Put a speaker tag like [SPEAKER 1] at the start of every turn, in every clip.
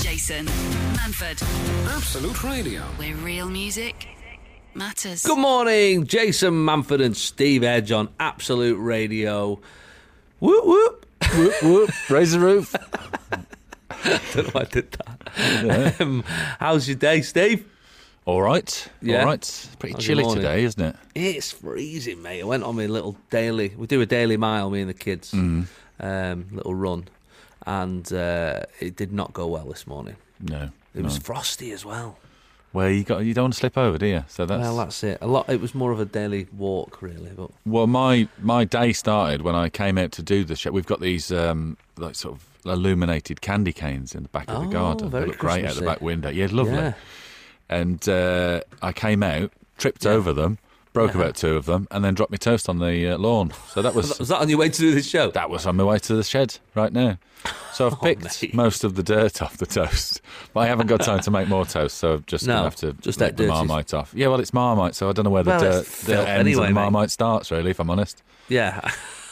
[SPEAKER 1] Jason Manford,
[SPEAKER 2] Absolute Radio.
[SPEAKER 1] where real music matters.
[SPEAKER 3] Good morning, Jason Manford and Steve Edge on Absolute Radio. Whoop whoop!
[SPEAKER 4] whoop, whoop, raise the roof.
[SPEAKER 3] Don't know why Oh, I did that. Um, how's your day, Steve?
[SPEAKER 4] All right.
[SPEAKER 3] Yeah.
[SPEAKER 4] All right. Pretty
[SPEAKER 3] How's your
[SPEAKER 4] chilly
[SPEAKER 3] morning?
[SPEAKER 4] today, isn't it?
[SPEAKER 3] It's freezing, mate. I went on my little daily. We do a daily mile, me and the kids,
[SPEAKER 4] Mm.
[SPEAKER 3] um, little run, and uh, it did not go well this morning.
[SPEAKER 4] No.
[SPEAKER 3] It was frosty as well.
[SPEAKER 4] Well, you got you don't want to slip over, do you? So that's
[SPEAKER 3] Well, uh, that's it. A lot. It was more of a daily walk, really. But
[SPEAKER 4] well. My my day started when I came out to do the show. We've got these um, like sort of illuminated candy canes in the back of
[SPEAKER 3] Oh,
[SPEAKER 4] the garden.
[SPEAKER 3] very
[SPEAKER 4] they look great out the
[SPEAKER 3] Christmassy.
[SPEAKER 4] back window. Yeah, lovely.
[SPEAKER 3] yeah,
[SPEAKER 4] And uh, I came out, tripped over them, broke
[SPEAKER 3] Uh-huh.
[SPEAKER 4] about two of them, and then dropped my toast on the uh, lawn. So that was
[SPEAKER 3] was that on your way to do this show?
[SPEAKER 4] That was on my way to the shed right now. So I've picked
[SPEAKER 3] Oh, mate.
[SPEAKER 4] most of the dirt off the toast, but I haven't got time to make more toast, so I'm just
[SPEAKER 3] No,
[SPEAKER 4] gonna have to
[SPEAKER 3] just that
[SPEAKER 4] make the
[SPEAKER 3] dirt is-
[SPEAKER 4] marmite off. Yeah, well, it's marmite, so I don't know where the
[SPEAKER 3] Well,
[SPEAKER 4] dirt,
[SPEAKER 3] it's
[SPEAKER 4] dirt
[SPEAKER 3] filth
[SPEAKER 4] ends
[SPEAKER 3] anyway,
[SPEAKER 4] and
[SPEAKER 3] mate.
[SPEAKER 4] marmite starts. Really, if I'm honest.
[SPEAKER 3] Yeah,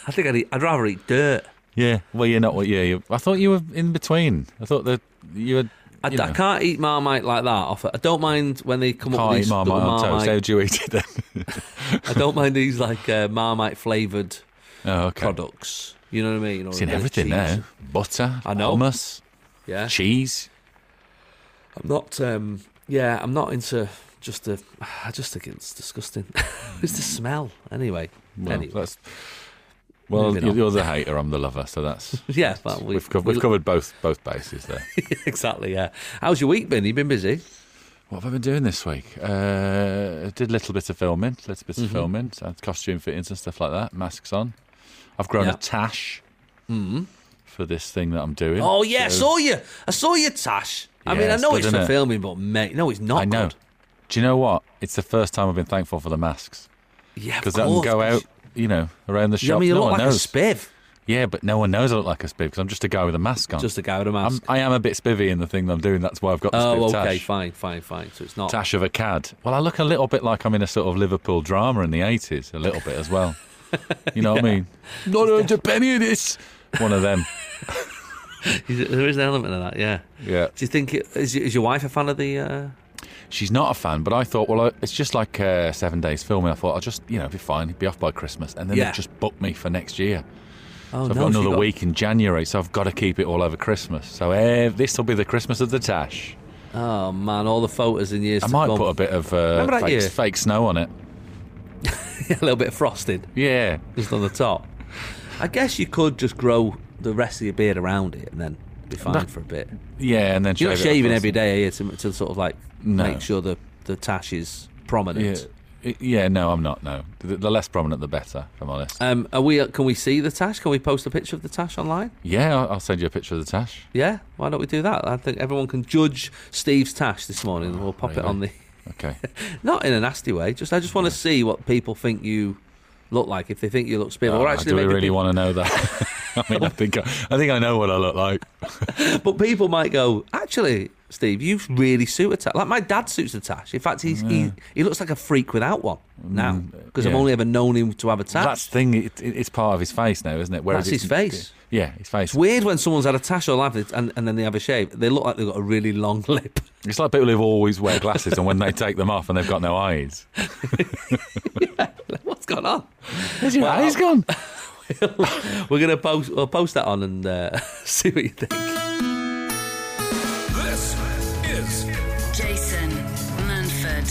[SPEAKER 3] I think I'd, eat, I'd rather eat dirt.
[SPEAKER 4] Yeah. Well, you're not. What? Yeah. You, I thought you were in between. I thought that you were.
[SPEAKER 3] I,
[SPEAKER 4] you know,
[SPEAKER 3] I can't eat Marmite like that. Off it. I don't mind when they come up
[SPEAKER 4] can't
[SPEAKER 3] with
[SPEAKER 4] eat
[SPEAKER 3] these
[SPEAKER 4] marmite
[SPEAKER 3] little
[SPEAKER 4] on toast. How
[SPEAKER 3] Marmite.
[SPEAKER 4] do you eat it then?
[SPEAKER 3] I don't mind these like uh, Marmite flavored
[SPEAKER 4] Oh, okay.
[SPEAKER 3] products. You know what I mean? Or
[SPEAKER 4] It's in
[SPEAKER 3] a bit of
[SPEAKER 4] everything
[SPEAKER 3] cheese.
[SPEAKER 4] there. Butter.
[SPEAKER 3] I know.
[SPEAKER 4] Hummus.
[SPEAKER 3] Yeah,
[SPEAKER 4] Cheese.
[SPEAKER 3] I'm not. Um, yeah, I'm not into just the. I just think it's disgusting. it's the smell, anyway.
[SPEAKER 4] Well,
[SPEAKER 3] anyway.
[SPEAKER 4] that's. Well,
[SPEAKER 3] Moving
[SPEAKER 4] you're
[SPEAKER 3] on.
[SPEAKER 4] you're the hater. I'm the lover. So that's.
[SPEAKER 3] yeah, but we,
[SPEAKER 4] We've, co-
[SPEAKER 3] we-
[SPEAKER 4] we've covered both both bases there.
[SPEAKER 3] exactly. Yeah. How's your week been? You been busy?
[SPEAKER 4] what have I been doing this week? Uh, I did a little bit of filming, little
[SPEAKER 3] Mm-hmm.
[SPEAKER 4] bit of filming, so I had costume fittings and stuff like that, masks on. I've grown
[SPEAKER 3] Yeah. Mm-hmm.
[SPEAKER 4] a tash for this thing that I'm doing.
[SPEAKER 3] Oh yeah, I
[SPEAKER 4] so-
[SPEAKER 3] saw you. I saw you, Tash. I mean,
[SPEAKER 4] Yeah,
[SPEAKER 3] I
[SPEAKER 4] it's
[SPEAKER 3] know
[SPEAKER 4] good,
[SPEAKER 3] it's for
[SPEAKER 4] innit?
[SPEAKER 3] filming, but mate, no, it's not.
[SPEAKER 4] I know.
[SPEAKER 3] good.
[SPEAKER 4] Do you know what? It's the first time I've been thankful for the masks
[SPEAKER 3] Yeah,
[SPEAKER 4] because
[SPEAKER 3] because
[SPEAKER 4] I can go out, you know, around the shop.
[SPEAKER 3] I mean, you
[SPEAKER 4] no
[SPEAKER 3] look
[SPEAKER 4] one
[SPEAKER 3] like
[SPEAKER 4] knows.
[SPEAKER 3] a spiv.
[SPEAKER 4] yeah, but no one knows I look like a spiv because I'm just a guy with a mask on.
[SPEAKER 3] Just a guy with a
[SPEAKER 4] I'm,
[SPEAKER 3] mask.
[SPEAKER 4] I am a bit spivvy in the thing that I'm doing. That's why I've got the
[SPEAKER 3] oh,
[SPEAKER 4] spiv
[SPEAKER 3] okay,
[SPEAKER 4] tash.
[SPEAKER 3] fine, fine, fine. So it's not.
[SPEAKER 4] Tash of a cad. Well, I look a little bit like I'm in a sort of Liverpool drama in the 80s, a little bit as well. You know what I mean? Not earned a penny of this. One of them.
[SPEAKER 3] There is an element of that, yeah.
[SPEAKER 4] Yeah.
[SPEAKER 3] Do you think it, is, is your wife a fan of the? Uh...
[SPEAKER 4] She's not a fan, but I thought, well, I- it's just like uh, seven days filming. I thought, I'll just, you know, be fine, be off by Christmas. And then
[SPEAKER 3] Yeah.
[SPEAKER 4] they've just booked me for next year.
[SPEAKER 3] Oh
[SPEAKER 4] So I've
[SPEAKER 3] no,
[SPEAKER 4] got
[SPEAKER 3] she
[SPEAKER 4] another week in January, so I've got to keep it all over Christmas. So this will be the Christmas of the Tash.
[SPEAKER 3] Oh man, all the photos in years.
[SPEAKER 4] I
[SPEAKER 3] to
[SPEAKER 4] might
[SPEAKER 3] come.
[SPEAKER 4] put a bit of uh,
[SPEAKER 3] Remember that
[SPEAKER 4] fake,
[SPEAKER 3] year?
[SPEAKER 4] fake snow on it.
[SPEAKER 3] a little bit of frosting
[SPEAKER 4] Yeah.
[SPEAKER 3] just on the top. I guess you could just grow the rest of your beard around it and then be fine
[SPEAKER 4] That-
[SPEAKER 3] for a bit.
[SPEAKER 4] Yeah, and then
[SPEAKER 3] You're not
[SPEAKER 4] shave it off
[SPEAKER 3] shaving
[SPEAKER 4] once.
[SPEAKER 3] every day are you, to, to sort of like
[SPEAKER 4] No.
[SPEAKER 3] make sure the the tash is
[SPEAKER 4] Yeah,
[SPEAKER 3] prominent.
[SPEAKER 4] I- yeah, no, I'm not. No, the, the less prominent, the better. If I'm honest.
[SPEAKER 3] Um, are we? Can we see the tash? Can we post a picture of the tash online?
[SPEAKER 4] yeah, I'll, I'll send you a picture of the tash.
[SPEAKER 3] Yeah, why don't we do that? I think everyone can judge Steve's tash this morning. and we'll pop it
[SPEAKER 4] really?
[SPEAKER 3] on the
[SPEAKER 4] Okay.
[SPEAKER 3] not in a nasty way. Just I just want to see what people think you look like. If they think you look spiv, or
[SPEAKER 4] Oh,
[SPEAKER 3] actually,
[SPEAKER 4] do we
[SPEAKER 3] maybe
[SPEAKER 4] really
[SPEAKER 3] people,
[SPEAKER 4] want to know that? I mean, I think I, I think I know what I look like.
[SPEAKER 3] but people might go. Actually, Steve, you really suit a tash. Like my dad suits a tash. In fact, he's he, he looks like a freak without one now because I've
[SPEAKER 4] Mm, uh, yeah.
[SPEAKER 3] only ever known him to have a tash.
[SPEAKER 4] That's the thing. It, it- it's part of his face now, isn't it? Whereas
[SPEAKER 3] That's
[SPEAKER 4] it's-
[SPEAKER 3] his face.
[SPEAKER 4] Yeah, his face.
[SPEAKER 3] it's weird when someone's had a tash all life and, and then they have a shave. They look like they've got a really long lip.
[SPEAKER 4] It's like people who've always wear glasses, and when they take them off, and they've got no eyes.
[SPEAKER 3] Like, What's going on?
[SPEAKER 4] Is your eyes gone?
[SPEAKER 3] We're gonna post we'll post that on and uh, see what you think.
[SPEAKER 2] This is
[SPEAKER 1] Jason Manford,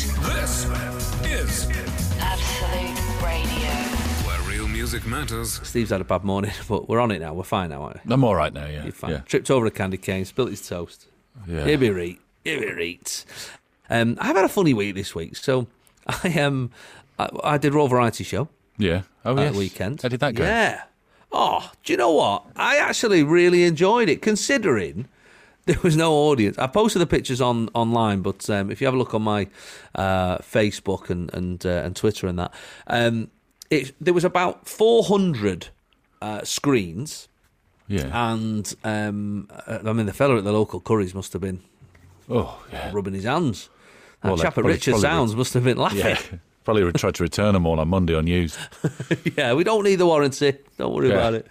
[SPEAKER 2] this is
[SPEAKER 1] Absolute Radio.
[SPEAKER 2] where real music matters.
[SPEAKER 3] Steve's had a bad morning, but we're on it now. We're fine now, aren't we?
[SPEAKER 4] I'm all right now. Yeah.
[SPEAKER 3] You're fine.
[SPEAKER 4] Yeah.
[SPEAKER 3] Tripped over a candy cane, spilt his toast.
[SPEAKER 4] yeah.
[SPEAKER 3] Here we eat. Here we eat. Um, I've had a funny week this week. So I um, I, I did Raw Variety Show
[SPEAKER 4] Yeah. Oh
[SPEAKER 3] at
[SPEAKER 4] yes.
[SPEAKER 3] the weekend.
[SPEAKER 4] How did that go?
[SPEAKER 3] Yeah. Oh, do you know what? I actually really enjoyed it, considering there was no audience. I posted the pictures on online, but um, if you have a look on my uh, Facebook and and uh, and Twitter and that, um, it there was about four hundred uh, screens, Uh,
[SPEAKER 4] Yeah.
[SPEAKER 3] and um, uh, I mean the fella at the local Curry's must have been
[SPEAKER 4] oh yeah.
[SPEAKER 3] rubbing his hands. That
[SPEAKER 4] Well,
[SPEAKER 3] chap
[SPEAKER 4] they
[SPEAKER 3] at
[SPEAKER 4] probably-
[SPEAKER 3] Richard
[SPEAKER 4] probably-
[SPEAKER 3] Sounds must have been laughing.
[SPEAKER 4] Yeah. Probably would try to return them all on Monday unused.
[SPEAKER 3] Yeah, we don't need the warranty. Don't worry
[SPEAKER 4] Yeah.
[SPEAKER 3] about it.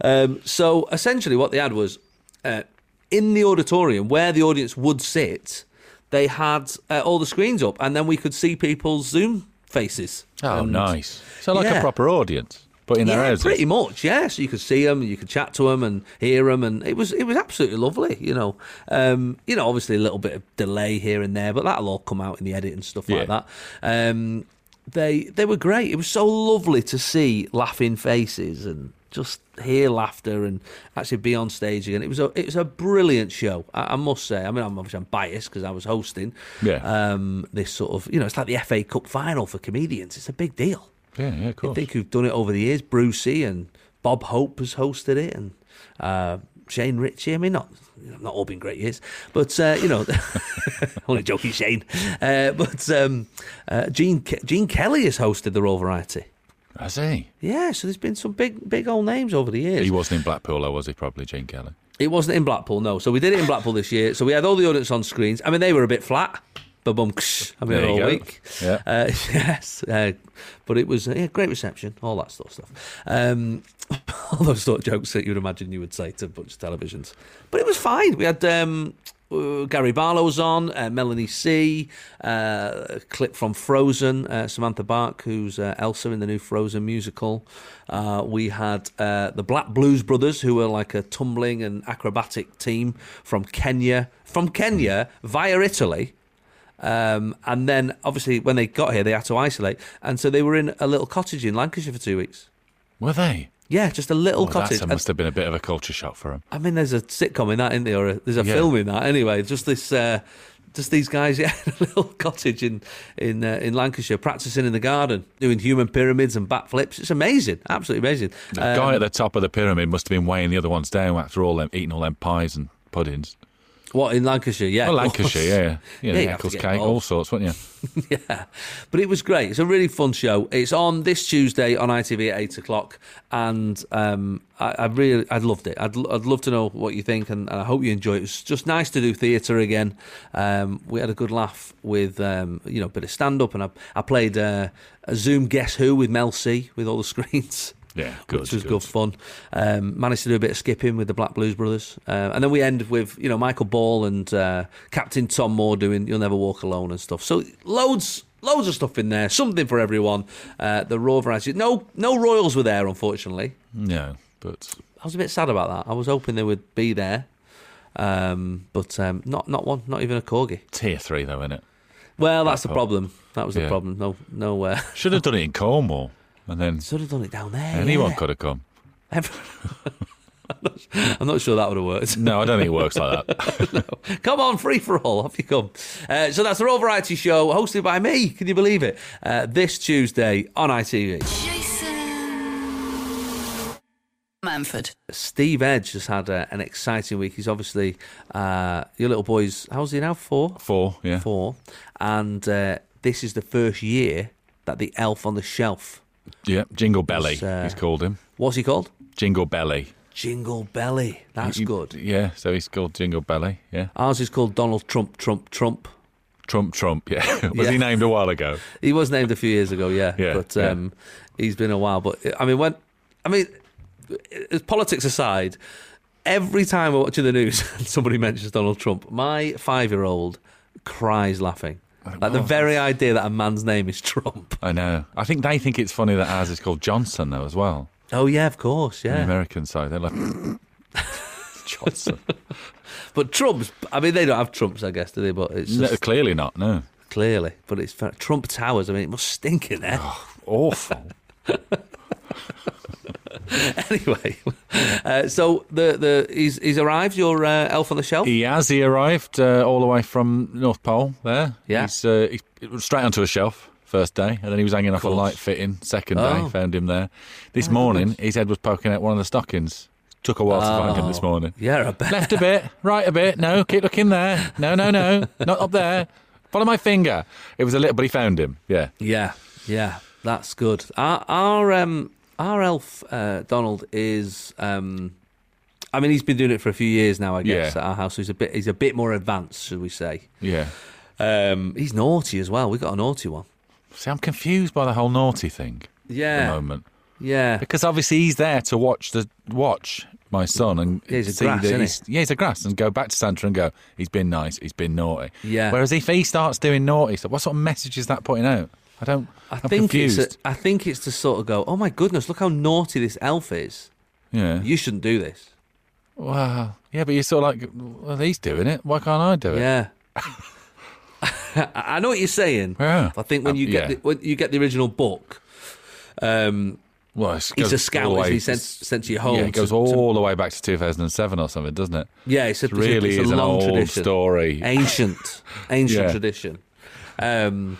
[SPEAKER 3] Um, so essentially, what they had was uh, in the auditorium where the audience would sit, they had uh, all the screens up, and then we could see people's Zoom faces. Um,
[SPEAKER 4] Oh,
[SPEAKER 3] And-
[SPEAKER 4] nice. So like
[SPEAKER 3] Yeah.
[SPEAKER 4] a proper audience, but in their
[SPEAKER 3] yeah,
[SPEAKER 4] houses.
[SPEAKER 3] pretty much. Yeah, so you could see them, you could chat to them, and hear them, and it was it was absolutely lovely. You know, um, you know, obviously a little bit of delay here and there, but that'll all come out in the edit and stuff like
[SPEAKER 4] Yeah.
[SPEAKER 3] that. Um, they they were great. It was so lovely to see laughing faces and just hear laughter and actually be on stage again. It was a it was a brilliant show. I, I must say. I mean, I'm obviously I'm biased because I was hosting.
[SPEAKER 4] Yeah.
[SPEAKER 3] Um, this sort of you know, it's like the FA Cup final for comedians. It's a big deal.
[SPEAKER 4] Yeah, yeah, of
[SPEAKER 3] I
[SPEAKER 4] course.
[SPEAKER 3] think who've done it over the years. Brucey and Bob Hope has hosted it, and uh, Shane Ritchie. I mean, not not all been great years, but uh, you know, only joking, Shane. Uh, but um, uh, Gene Ke- Gene Kelly has hosted the Royal Variety.
[SPEAKER 4] Has he?
[SPEAKER 3] Yeah, so there's been some big big old names over the years.
[SPEAKER 4] He wasn't in Blackpool, though, was he? Probably Gene Kelly.
[SPEAKER 3] It wasn't in Blackpool, no. So we did it in Blackpool this year. So we had all the audience on screens. I mean, they were a bit flat. But bum, I mean,
[SPEAKER 4] There you
[SPEAKER 3] all
[SPEAKER 4] go.
[SPEAKER 3] week.
[SPEAKER 4] Yeah.
[SPEAKER 3] Uh, yes. Uh, but it was uh, yeah, great reception, all that sort of stuff. Um, all those sort of jokes that you'd imagine you would say to a bunch of televisions. But it was fine. We had um, uh, Gary Barlow was on, uh, Melanie C, uh, a clip from Frozen, uh, Samantha Bark, who's uh, Elsa in the new Frozen musical. Uh, we had uh, the Black Blues Brothers, who were like a tumbling and acrobatic team from Kenya, from Kenya via Italy. Um, and then, obviously, when they got here, they had to isolate, and so they were in a little cottage in Lancashire for two weeks.
[SPEAKER 4] Were they?
[SPEAKER 3] Yeah, just a little
[SPEAKER 4] Well,
[SPEAKER 3] cottage.
[SPEAKER 4] that
[SPEAKER 3] And-
[SPEAKER 4] must have been a bit of a culture shock for him.
[SPEAKER 3] I mean, there's a sitcom in that, isn't there? Or a, there's a
[SPEAKER 4] Yeah.
[SPEAKER 3] film in that. Anyway, just this, uh, just these guys yeah, in a little cottage in in uh, in Lancashire, practicing in the garden, doing human pyramids and backflips. It's amazing, absolutely amazing.
[SPEAKER 4] The
[SPEAKER 3] Um,
[SPEAKER 4] guy at the top of the pyramid must have been weighing the other ones down after all them eating all them pies and puddings.
[SPEAKER 3] what in Lancashire? Yeah,
[SPEAKER 4] Oh,
[SPEAKER 3] of course.
[SPEAKER 4] Lancashire, yeah. You
[SPEAKER 3] Yeah,
[SPEAKER 4] know,
[SPEAKER 3] you
[SPEAKER 4] yeah,
[SPEAKER 3] have to
[SPEAKER 4] Eccles
[SPEAKER 3] get
[SPEAKER 4] cake, all
[SPEAKER 3] involved.
[SPEAKER 4] sorts, wouldn't you?
[SPEAKER 3] yeah. But it was great. It's a really fun show. It's on this Tuesday on ITV at eight o'clock, and um, I, I really I loved it. I'd, l- I'd love to know what you think, and, and I hope you enjoy it. It was just nice to do theatre again. Um, we had a good laugh with um, you know a bit of stand up, and I, I played uh, a Zoom Guess Who with Mel C with all the screens.
[SPEAKER 4] Yeah, good,
[SPEAKER 3] Which was
[SPEAKER 4] good.
[SPEAKER 3] good fun. Um, managed to do a bit of skipping with the Black Blues Brothers, uh, and then we end with you know Michael Ball and uh, Captain Tom Moore doing "You'll Never Walk Alone" and stuff. So loads, loads of stuff in there, something for everyone. Uh, the raw variety. No, no Royals were there, unfortunately.
[SPEAKER 4] No, but
[SPEAKER 3] I was a bit sad about that. I was hoping they would be there, um, but um, not not one, not even a corgi.
[SPEAKER 4] tier three, though, innit?
[SPEAKER 3] Well, that's the
[SPEAKER 4] Blackpool.
[SPEAKER 3] problem. That was the
[SPEAKER 4] Yeah.
[SPEAKER 3] problem. No, no. Uh,
[SPEAKER 4] Should have done it in Cornwall, and then
[SPEAKER 3] should have done it down there.
[SPEAKER 4] anyone
[SPEAKER 3] yeah.
[SPEAKER 4] could have come.
[SPEAKER 3] I'm not sure that would have worked.
[SPEAKER 4] No, I don't think it works like that.
[SPEAKER 3] Come on, free for all. Off you come. Uh, so that's the Raw Variety Show, hosted by me. Can you believe it? Uh, this Tuesday on ITV.
[SPEAKER 1] Jason Manford.
[SPEAKER 3] Steve Edge has had uh, an exciting week. He's obviously uh, your little boy's. How's he now? Four.
[SPEAKER 4] Four, yeah.
[SPEAKER 3] Four. And uh, this is the first year that the Elf on the Shelf.
[SPEAKER 4] Yeah, Jingle Belly,
[SPEAKER 3] It's, uh,
[SPEAKER 4] he's called him.
[SPEAKER 3] What's he called?
[SPEAKER 4] Jingle Belly.
[SPEAKER 3] Jingle Belly. That's
[SPEAKER 4] You-
[SPEAKER 3] good.
[SPEAKER 4] Yeah, so he's called Jingle Belly, yeah.
[SPEAKER 3] Ours is called Donald Trump. Trump. Trump.
[SPEAKER 4] Trump, Trump, yeah. Was
[SPEAKER 3] Yeah.
[SPEAKER 4] he named a while ago?
[SPEAKER 3] He was named a few years ago, yeah.
[SPEAKER 4] Yeah,
[SPEAKER 3] but
[SPEAKER 4] yeah.
[SPEAKER 3] um, he's been a while. But I mean, when I mean, as politics aside, every time we're watching the news and somebody mentions Donald Trump, my five-year-old cries laughing. Like the very idea that a man's name is Trump.
[SPEAKER 4] I know. I think they think it's funny that ours is called Johnson, though, as well.
[SPEAKER 3] Oh yeah, of course,
[SPEAKER 4] The
[SPEAKER 3] yeah.
[SPEAKER 4] American side, they're like, Johnson.
[SPEAKER 3] But Trumps, I mean, they don't have Trumps, I guess, do they? But it's
[SPEAKER 4] No,
[SPEAKER 3] just
[SPEAKER 4] clearly not, no.
[SPEAKER 3] clearly, but it's fair- Trump Towers. I mean, it must stink in there.
[SPEAKER 4] Awful.
[SPEAKER 3] anyway, uh, so the the he's he's arrived. Your uh, elf on the shelf.
[SPEAKER 4] He has. He arrived uh, all the way from North Pole. There,
[SPEAKER 3] Yeah.
[SPEAKER 4] He's, uh, he, it was straight onto a shelf first day, and then he was hanging off a
[SPEAKER 3] course.
[SPEAKER 4] light fitting. Second
[SPEAKER 3] Oh.
[SPEAKER 4] day, found him there. This morning, his head was poking out one of the stockings. Took a while to find him this
[SPEAKER 3] Oh.
[SPEAKER 4] morning.
[SPEAKER 3] Yeah, I bet.
[SPEAKER 4] Left a bit, right a bit. No, keep looking there. No, no, no, not up there. Follow my finger. It was a little, but he found him. Yeah,
[SPEAKER 3] Yeah, yeah, that's good. Our our, um, our elf uh, Donald is. Um, I mean, he's been doing it for a few years now. I guess
[SPEAKER 4] Yeah.
[SPEAKER 3] at our house, so he's a bit he's a bit more advanced, should we say?
[SPEAKER 4] yeah.
[SPEAKER 3] Um, he's naughty as well. We got a naughty one.
[SPEAKER 4] See, I'm confused by the whole naughty thing. At the
[SPEAKER 3] Yeah,
[SPEAKER 4] moment.
[SPEAKER 3] yeah,
[SPEAKER 4] Because obviously he's there to watch the watch my son and
[SPEAKER 3] Yeah, he's a
[SPEAKER 4] see
[SPEAKER 3] grass,
[SPEAKER 4] that
[SPEAKER 3] isn't he?
[SPEAKER 4] he's, yeah, he's a grass, and go back to Santa and go, he's been nice, he's been naughty.
[SPEAKER 3] Yeah.
[SPEAKER 4] Whereas if he starts doing naughty stuff, what sort of message is that putting out? I don't.
[SPEAKER 3] I
[SPEAKER 4] am
[SPEAKER 3] think it's
[SPEAKER 4] confused.
[SPEAKER 3] a, I think it's to sort of go, oh my goodness, look how naughty this elf is.
[SPEAKER 4] yeah.
[SPEAKER 3] You shouldn't do this.
[SPEAKER 4] Wow. Yeah, but you're sort of like, well, he's doing it. Why can't I do it?
[SPEAKER 3] Yeah. I I know what you're saying.
[SPEAKER 4] Yeah.
[SPEAKER 3] I think when
[SPEAKER 4] Um,
[SPEAKER 3] you get
[SPEAKER 4] yeah.
[SPEAKER 3] the, when you get the original book, um,
[SPEAKER 4] Well, it
[SPEAKER 3] he's
[SPEAKER 4] goes
[SPEAKER 3] a
[SPEAKER 4] all
[SPEAKER 3] scout.
[SPEAKER 4] the
[SPEAKER 3] Isn't
[SPEAKER 4] way-
[SPEAKER 3] he sent sent to your home?
[SPEAKER 4] Yeah, it goes
[SPEAKER 3] to- to-
[SPEAKER 4] all the way back to 2007 or something, doesn't it?
[SPEAKER 3] yeah, it's a,
[SPEAKER 4] It really
[SPEAKER 3] it's a
[SPEAKER 4] is an
[SPEAKER 3] long
[SPEAKER 4] old
[SPEAKER 3] tradition.
[SPEAKER 4] story.
[SPEAKER 3] ancient, ancient
[SPEAKER 4] Yeah.
[SPEAKER 3] tradition. Um,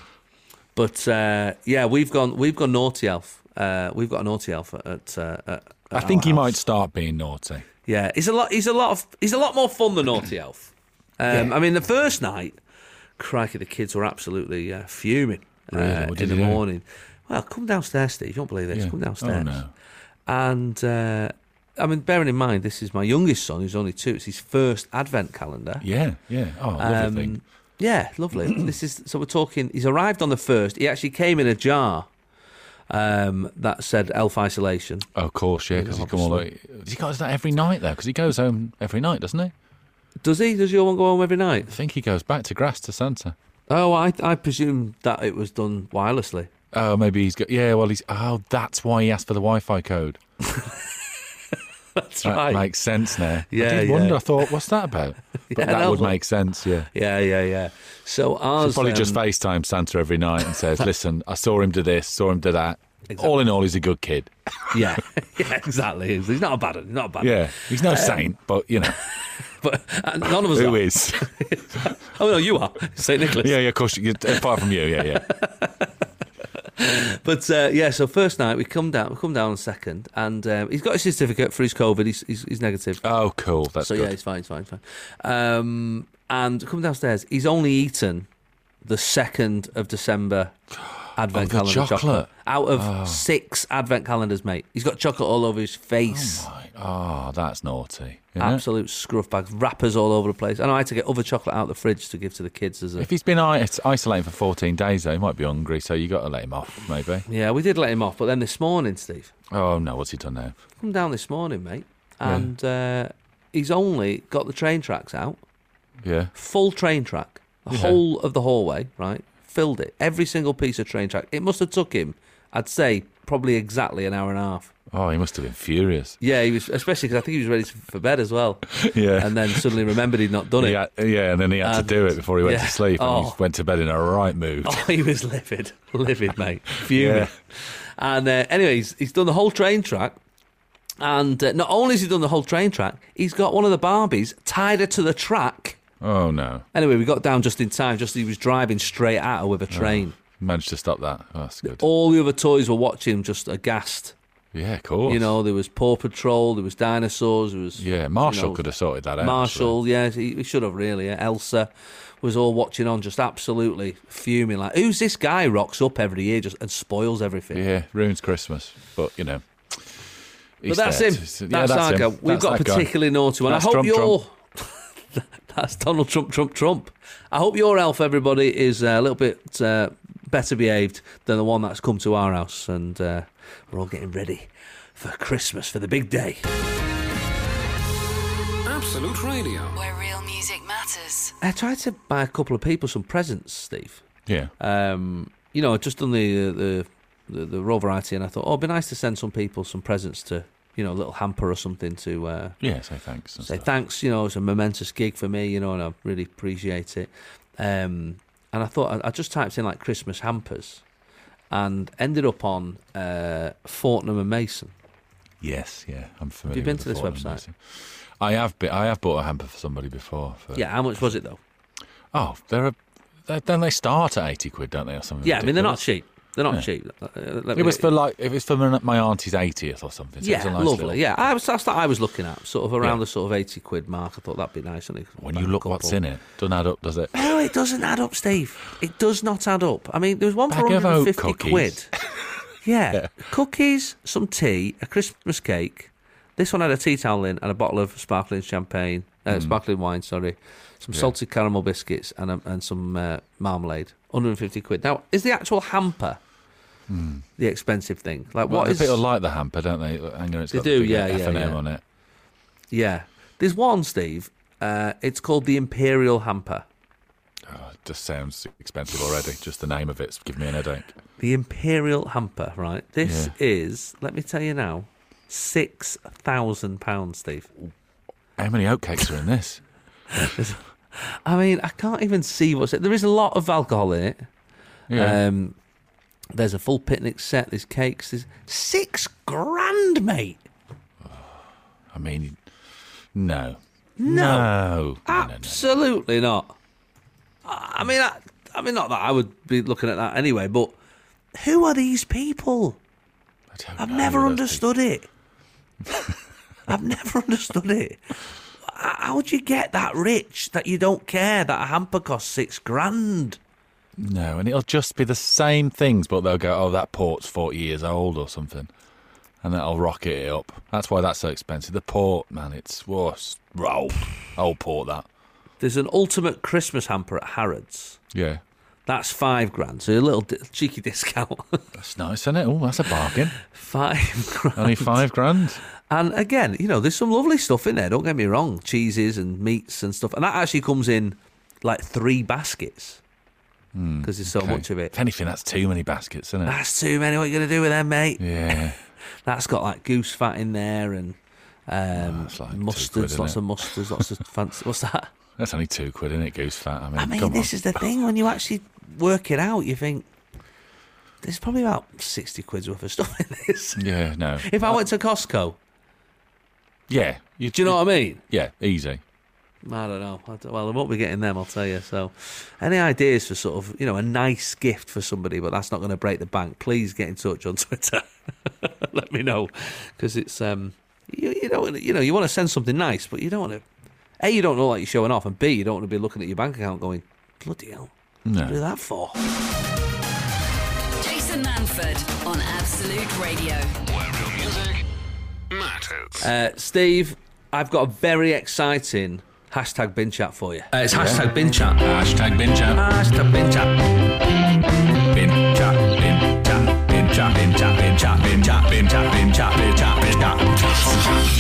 [SPEAKER 3] but uh, yeah, we've gone we've gone naughty elf. Uh, we've got a naughty elf at. at, uh, at
[SPEAKER 4] I
[SPEAKER 3] at
[SPEAKER 4] think
[SPEAKER 3] our
[SPEAKER 4] he might
[SPEAKER 3] house.
[SPEAKER 4] start being naughty.
[SPEAKER 3] Yeah, he's a lot. He's a lot of. He's a lot more fun than Naughty Elf. Um, I mean, the first night, crikey, the kids were absolutely uh, fuming uh,
[SPEAKER 4] Really? What
[SPEAKER 3] in
[SPEAKER 4] did
[SPEAKER 3] the
[SPEAKER 4] they do?
[SPEAKER 3] morning. Well, come downstairs, Steve. You won't believe this.
[SPEAKER 4] Yeah.
[SPEAKER 3] Come
[SPEAKER 4] Oh,
[SPEAKER 3] downstairs.
[SPEAKER 4] no.
[SPEAKER 3] And uh, I mean, bearing in mind, this is my youngest son, who's only two. It's his first Advent calendar.
[SPEAKER 4] Yeah, yeah. Oh, lovely
[SPEAKER 3] Um,
[SPEAKER 4] thing.
[SPEAKER 3] Yeah, lovely. this is so we're talking. He's arrived on the first. He actually came in a jar um, that said "Elf Isolation."
[SPEAKER 4] Oh, of course, yeah, because he come all the way. Has he got that every night though? Because he goes home every night, doesn't he?
[SPEAKER 3] Does he? Does your one go home every night?
[SPEAKER 4] I think he goes back to grass to Santa.
[SPEAKER 3] Oh, I I presume that it was done wirelessly.
[SPEAKER 4] Oh, maybe he's got. Yeah, well, he's. Oh, that's why he asked for the Wi-Fi code.
[SPEAKER 3] That's
[SPEAKER 4] That makes sense now.
[SPEAKER 3] Yeah,
[SPEAKER 4] I did
[SPEAKER 3] yeah.
[SPEAKER 4] wonder. I thought, what's that about? But
[SPEAKER 3] Yeah,
[SPEAKER 4] that would
[SPEAKER 3] lovely.
[SPEAKER 4] make sense. Yeah.
[SPEAKER 3] Yeah, yeah, yeah. So
[SPEAKER 4] So
[SPEAKER 3] ours
[SPEAKER 4] probably
[SPEAKER 3] um,
[SPEAKER 4] just FaceTime Santa every night and says, "Listen, I saw him do this, saw him do that. All in all, he's a good kid.
[SPEAKER 3] yeah, yeah, exactly. He's he's not a bad, one, he's not a bad. one.
[SPEAKER 4] Yeah, he's
[SPEAKER 3] Um,
[SPEAKER 4] no saint, but you know,
[SPEAKER 3] but uh, none of us.
[SPEAKER 4] who
[SPEAKER 3] are.
[SPEAKER 4] is?
[SPEAKER 3] Oh no, you are Saint Nicholas.
[SPEAKER 4] yeah, yeah, of course. you- Apart from you, yeah, yeah.
[SPEAKER 3] But uh, yeah, so first night we come down, we come down on second, and um, he's got his certificate for his COVID. He's he's, he's negative.
[SPEAKER 4] Oh, cool. That's
[SPEAKER 3] so
[SPEAKER 4] good.
[SPEAKER 3] yeah, he's fine, he's fine, he's fine. Um, and come downstairs. He's only eaten the second of December advent
[SPEAKER 4] Oh, the
[SPEAKER 3] calendar
[SPEAKER 4] chocolate. Oh.
[SPEAKER 3] out of six advent calendars, mate. He's got chocolate all over his face.
[SPEAKER 4] Right. Oh, that's naughty. isn't it?
[SPEAKER 3] Absolute scruff bags, wrappers all over the place. And I had to get other chocolate out of the fridge to give to the kids as a.
[SPEAKER 4] If he's been i- isolating for 14 days, though, he might be hungry, so you got to let him off, maybe.
[SPEAKER 3] Yeah, we did let him off, but then this morning, Steve,
[SPEAKER 4] Oh, no, what's he done now?
[SPEAKER 3] come down this morning, mate, and uh, he's only got the train tracks out,
[SPEAKER 4] Yeah.
[SPEAKER 3] full train track, the
[SPEAKER 4] Yeah.
[SPEAKER 3] whole of the hallway, right? Filled it, every single piece of train track. It must have took him, I'd say, probably exactly an hour and a half.
[SPEAKER 4] Oh, he must have been furious.
[SPEAKER 3] Yeah, he was, especially because I think he was ready for bed as well,
[SPEAKER 4] Yeah.
[SPEAKER 3] and then suddenly remembered he'd not done it.
[SPEAKER 4] He had- yeah, and then he had
[SPEAKER 3] And-
[SPEAKER 4] to do it before he went
[SPEAKER 3] yeah.
[SPEAKER 4] to sleep, and
[SPEAKER 3] Oh.
[SPEAKER 4] he went to bed in a right mood.
[SPEAKER 3] Oh, he was livid, livid, mate, fuming.
[SPEAKER 4] Yeah.
[SPEAKER 3] And uh, anyway, he's, he's done the whole train track. And uh, not only has he done the whole train track, he's got one of the Barbies tied her to the track.
[SPEAKER 4] Oh, no.
[SPEAKER 3] Anyway, we got down just in time, just as he was driving straight at her with a train.
[SPEAKER 4] Managed to stop that. Oh, that's good.
[SPEAKER 3] All the other toys were watching, just aghast.
[SPEAKER 4] Yeah, of course.
[SPEAKER 3] You know, there was Paw Patrol, there was dinosaurs, there was
[SPEAKER 4] yeah, Marshall
[SPEAKER 3] you know,
[SPEAKER 4] could have sorted that out.
[SPEAKER 3] Marshall, yeah, he, he should have really. Yeah. Elsa was all watching on, just absolutely fuming. Like, who's this guy? Rocks up every year, just and spoils everything.
[SPEAKER 4] actually. Yeah, ruins Christmas, but, you know.
[SPEAKER 3] But
[SPEAKER 4] he's
[SPEAKER 3] that's
[SPEAKER 4] there.
[SPEAKER 3] him.
[SPEAKER 4] It's- yeah,
[SPEAKER 3] that's, our
[SPEAKER 4] him.
[SPEAKER 3] guy. We've
[SPEAKER 4] That's
[SPEAKER 3] got a
[SPEAKER 4] that guy.
[SPEAKER 3] particularly naughty one.
[SPEAKER 4] That's
[SPEAKER 3] I hope
[SPEAKER 4] Trump,
[SPEAKER 3] you're. that's Donald Trump, Trump, Trump. I hope your elf, everybody, is uh, a little bit uh, better behaved than the one that's come to our house, and uh, we're all getting ready for Christmas for the big day.
[SPEAKER 2] Absolute Radio.
[SPEAKER 1] Where real music matters.
[SPEAKER 3] I tried to buy a couple of people some presents, Steve.
[SPEAKER 4] Yeah.
[SPEAKER 3] Um, you know, I'd just done the the the, the raw variety, and I thought, oh, it'd be nice to send some people some presents to, you know, a little hamper or something to. Uh,
[SPEAKER 4] Yeah, say thanks. and
[SPEAKER 3] say
[SPEAKER 4] stuff.
[SPEAKER 3] thanks. You know, it's a momentous gig for me. You know, and I really appreciate it. Um, and I thought I, I just typed in like Christmas hampers, and ended up on uh, Fortnum and Mason.
[SPEAKER 4] Yes, yeah, I'm familiar.
[SPEAKER 3] been
[SPEAKER 4] with
[SPEAKER 3] to this
[SPEAKER 4] Fortnum
[SPEAKER 3] website?
[SPEAKER 4] magazine. I have. Been, I have bought a hamper for somebody before. For,
[SPEAKER 3] Yeah, how much was it though?
[SPEAKER 4] Oh, they're a. They, then they start at eighty quid, don't they, or something?
[SPEAKER 3] Yeah, I mean they're not
[SPEAKER 4] ridiculous?
[SPEAKER 3] cheap. They're not cheap. Uh, let me-
[SPEAKER 4] It was for like it was for my my auntie's eightieth or something. So it
[SPEAKER 3] yeah,
[SPEAKER 4] was a nice
[SPEAKER 3] lovely.
[SPEAKER 4] little-
[SPEAKER 3] Yeah, I was, that's what I was looking at, sort of around
[SPEAKER 4] Yeah.
[SPEAKER 3] the sort of eighty quid mark. I thought that'd be nice. And
[SPEAKER 4] When you look what's in it, doesn't add up, does it?
[SPEAKER 3] No, it doesn't add up, Steve. It does not add up. I mean, there was one for
[SPEAKER 4] Bag of oat
[SPEAKER 3] 150
[SPEAKER 4] cookies.
[SPEAKER 3] quid. Yeah. Cookies, some tea, a Christmas cake. This one had a tea towel in and a bottle of sparkling champagne, uh,
[SPEAKER 4] Hmm.
[SPEAKER 3] sparkling wine, sorry, some salted caramel biscuits and um, and some uh, marmalade. 150 quid. Now, is the actual hamper the expensive thing? Like,
[SPEAKER 4] Hmm. Well,
[SPEAKER 3] what is
[SPEAKER 4] people like the hamper, don't they? Look, Hang on, it's
[SPEAKER 3] They
[SPEAKER 4] got
[SPEAKER 3] do,
[SPEAKER 4] the big
[SPEAKER 3] yeah, yeah,
[SPEAKER 4] F&M
[SPEAKER 3] yeah.
[SPEAKER 4] on it.
[SPEAKER 3] Yeah. There's one, Steve. Uh, it's called the Imperial Hamper.
[SPEAKER 4] Oh, it just sounds expensive already. Just the name of it's giving me an headache.
[SPEAKER 3] The Imperial Hamper, right? This
[SPEAKER 4] Yeah.
[SPEAKER 3] is, let me tell you now, six thousand pounds, Steve.
[SPEAKER 4] How many oatcakes are in this?
[SPEAKER 3] I mean, I can't even see what's it. There is a lot of alcohol in it.
[SPEAKER 4] Yeah.
[SPEAKER 3] Um, there's a full picnic set. There's cakes. There's six grand, mate.
[SPEAKER 4] I mean,
[SPEAKER 3] No.
[SPEAKER 4] no. No. No, no, no.
[SPEAKER 3] Absolutely not. I I mean, I, I mean, not that I would be looking at that anyway. But who are these people?
[SPEAKER 4] I don't
[SPEAKER 3] I've
[SPEAKER 4] know
[SPEAKER 3] never
[SPEAKER 4] those
[SPEAKER 3] understood it. I've never understood it. H- How do you get that rich that you don't care that a hamper costs six grand?
[SPEAKER 4] people. No, and it'll just be the same things, but they'll go, oh, that port's 40 years old or something. And that'll rocket it up. That's why that's so expensive. The port, man, it's worse. Rolled. Old port, that.
[SPEAKER 3] There's an ultimate Christmas hamper at Harrods.
[SPEAKER 4] Yeah.
[SPEAKER 3] That's five grand, so a little di- cheeky discount.
[SPEAKER 4] That's nice, isn't it? Oh, that's a bargain.
[SPEAKER 3] five grand.
[SPEAKER 4] Only five grand.
[SPEAKER 3] And again, you know, there's some lovely stuff in there. Don't get me wrong, cheeses and meats and stuff, and that actually comes in like three baskets because there's so
[SPEAKER 4] Hmm, Okay.
[SPEAKER 3] much of it. Ah.
[SPEAKER 4] If anything, that's too many baskets, isn't it?
[SPEAKER 3] That's too many. What are you going to do with them, mate?
[SPEAKER 4] Yeah.
[SPEAKER 3] That's got like goose fat in there and um,
[SPEAKER 4] that's like two quid,
[SPEAKER 3] mustards,
[SPEAKER 4] isn't
[SPEAKER 3] lots
[SPEAKER 4] it?
[SPEAKER 3] of mustards, lots of fancy. What's that?
[SPEAKER 4] That's only two quid, isn't it, goose fat? I mean,
[SPEAKER 3] I mean,
[SPEAKER 4] come
[SPEAKER 3] this
[SPEAKER 4] on.
[SPEAKER 3] is the thing when you actually work it out, you think there's probably about sixty quid's worth of stuff in this.
[SPEAKER 4] Yeah, no.
[SPEAKER 3] If I went to Costco,
[SPEAKER 4] Yeah. You,
[SPEAKER 3] do you know what I mean?
[SPEAKER 4] Yeah, easy.
[SPEAKER 3] I don't know. I don't- well, I won't be getting them, I'll tell you. So, any ideas for sort of, you know, a nice gift for somebody, but that's not going to break the bank, please get in touch on Twitter. Let me know. Because it's, um, you, you know, you know, you want to send something nice, but you don't want to, A, you don't know like you're showing off, and B, you don't want to be looking at your bank account going, bloody hell, what do
[SPEAKER 4] No.
[SPEAKER 3] that for?
[SPEAKER 1] Jason Manford on Absolute Radio.
[SPEAKER 2] Where real music matters.
[SPEAKER 3] Uh, Steve, I've got a very exciting hashtag bin chat for you. Uh, it's hashtag bin chat.
[SPEAKER 4] Hashtag bin chat.
[SPEAKER 3] Hashtag bin chat.
[SPEAKER 4] Bin chat. Bin chat. Bin chat. Bin chat. Bin chat. Bin chat. Bin chat. Bin chat. Bin chat. Bin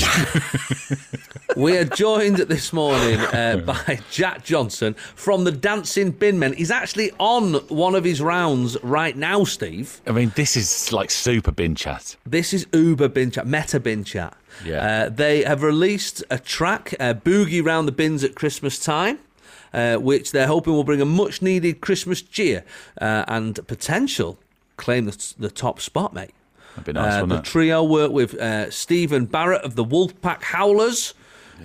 [SPEAKER 4] chat.
[SPEAKER 3] We are joined this morning uh, by Jack Johnson from the Dancing Bin Men. He's actually on one of his rounds right now, Steve.
[SPEAKER 4] I mean, this is like super bin chat.
[SPEAKER 3] This is Uber Bin Chat, Meta Bin Chat.
[SPEAKER 4] Yeah.
[SPEAKER 3] Uh, they have released a track, uh, Boogie Round the Bins at Christmas Time. Uh, which they're hoping will bring a much needed Christmas cheer uh, and potential claim the, the top spot, mate.
[SPEAKER 4] That'd be nice,
[SPEAKER 3] Uh, the
[SPEAKER 4] wouldn't it?
[SPEAKER 3] trio worked with uh, Stephen Barrett of the Wolfpack Howlers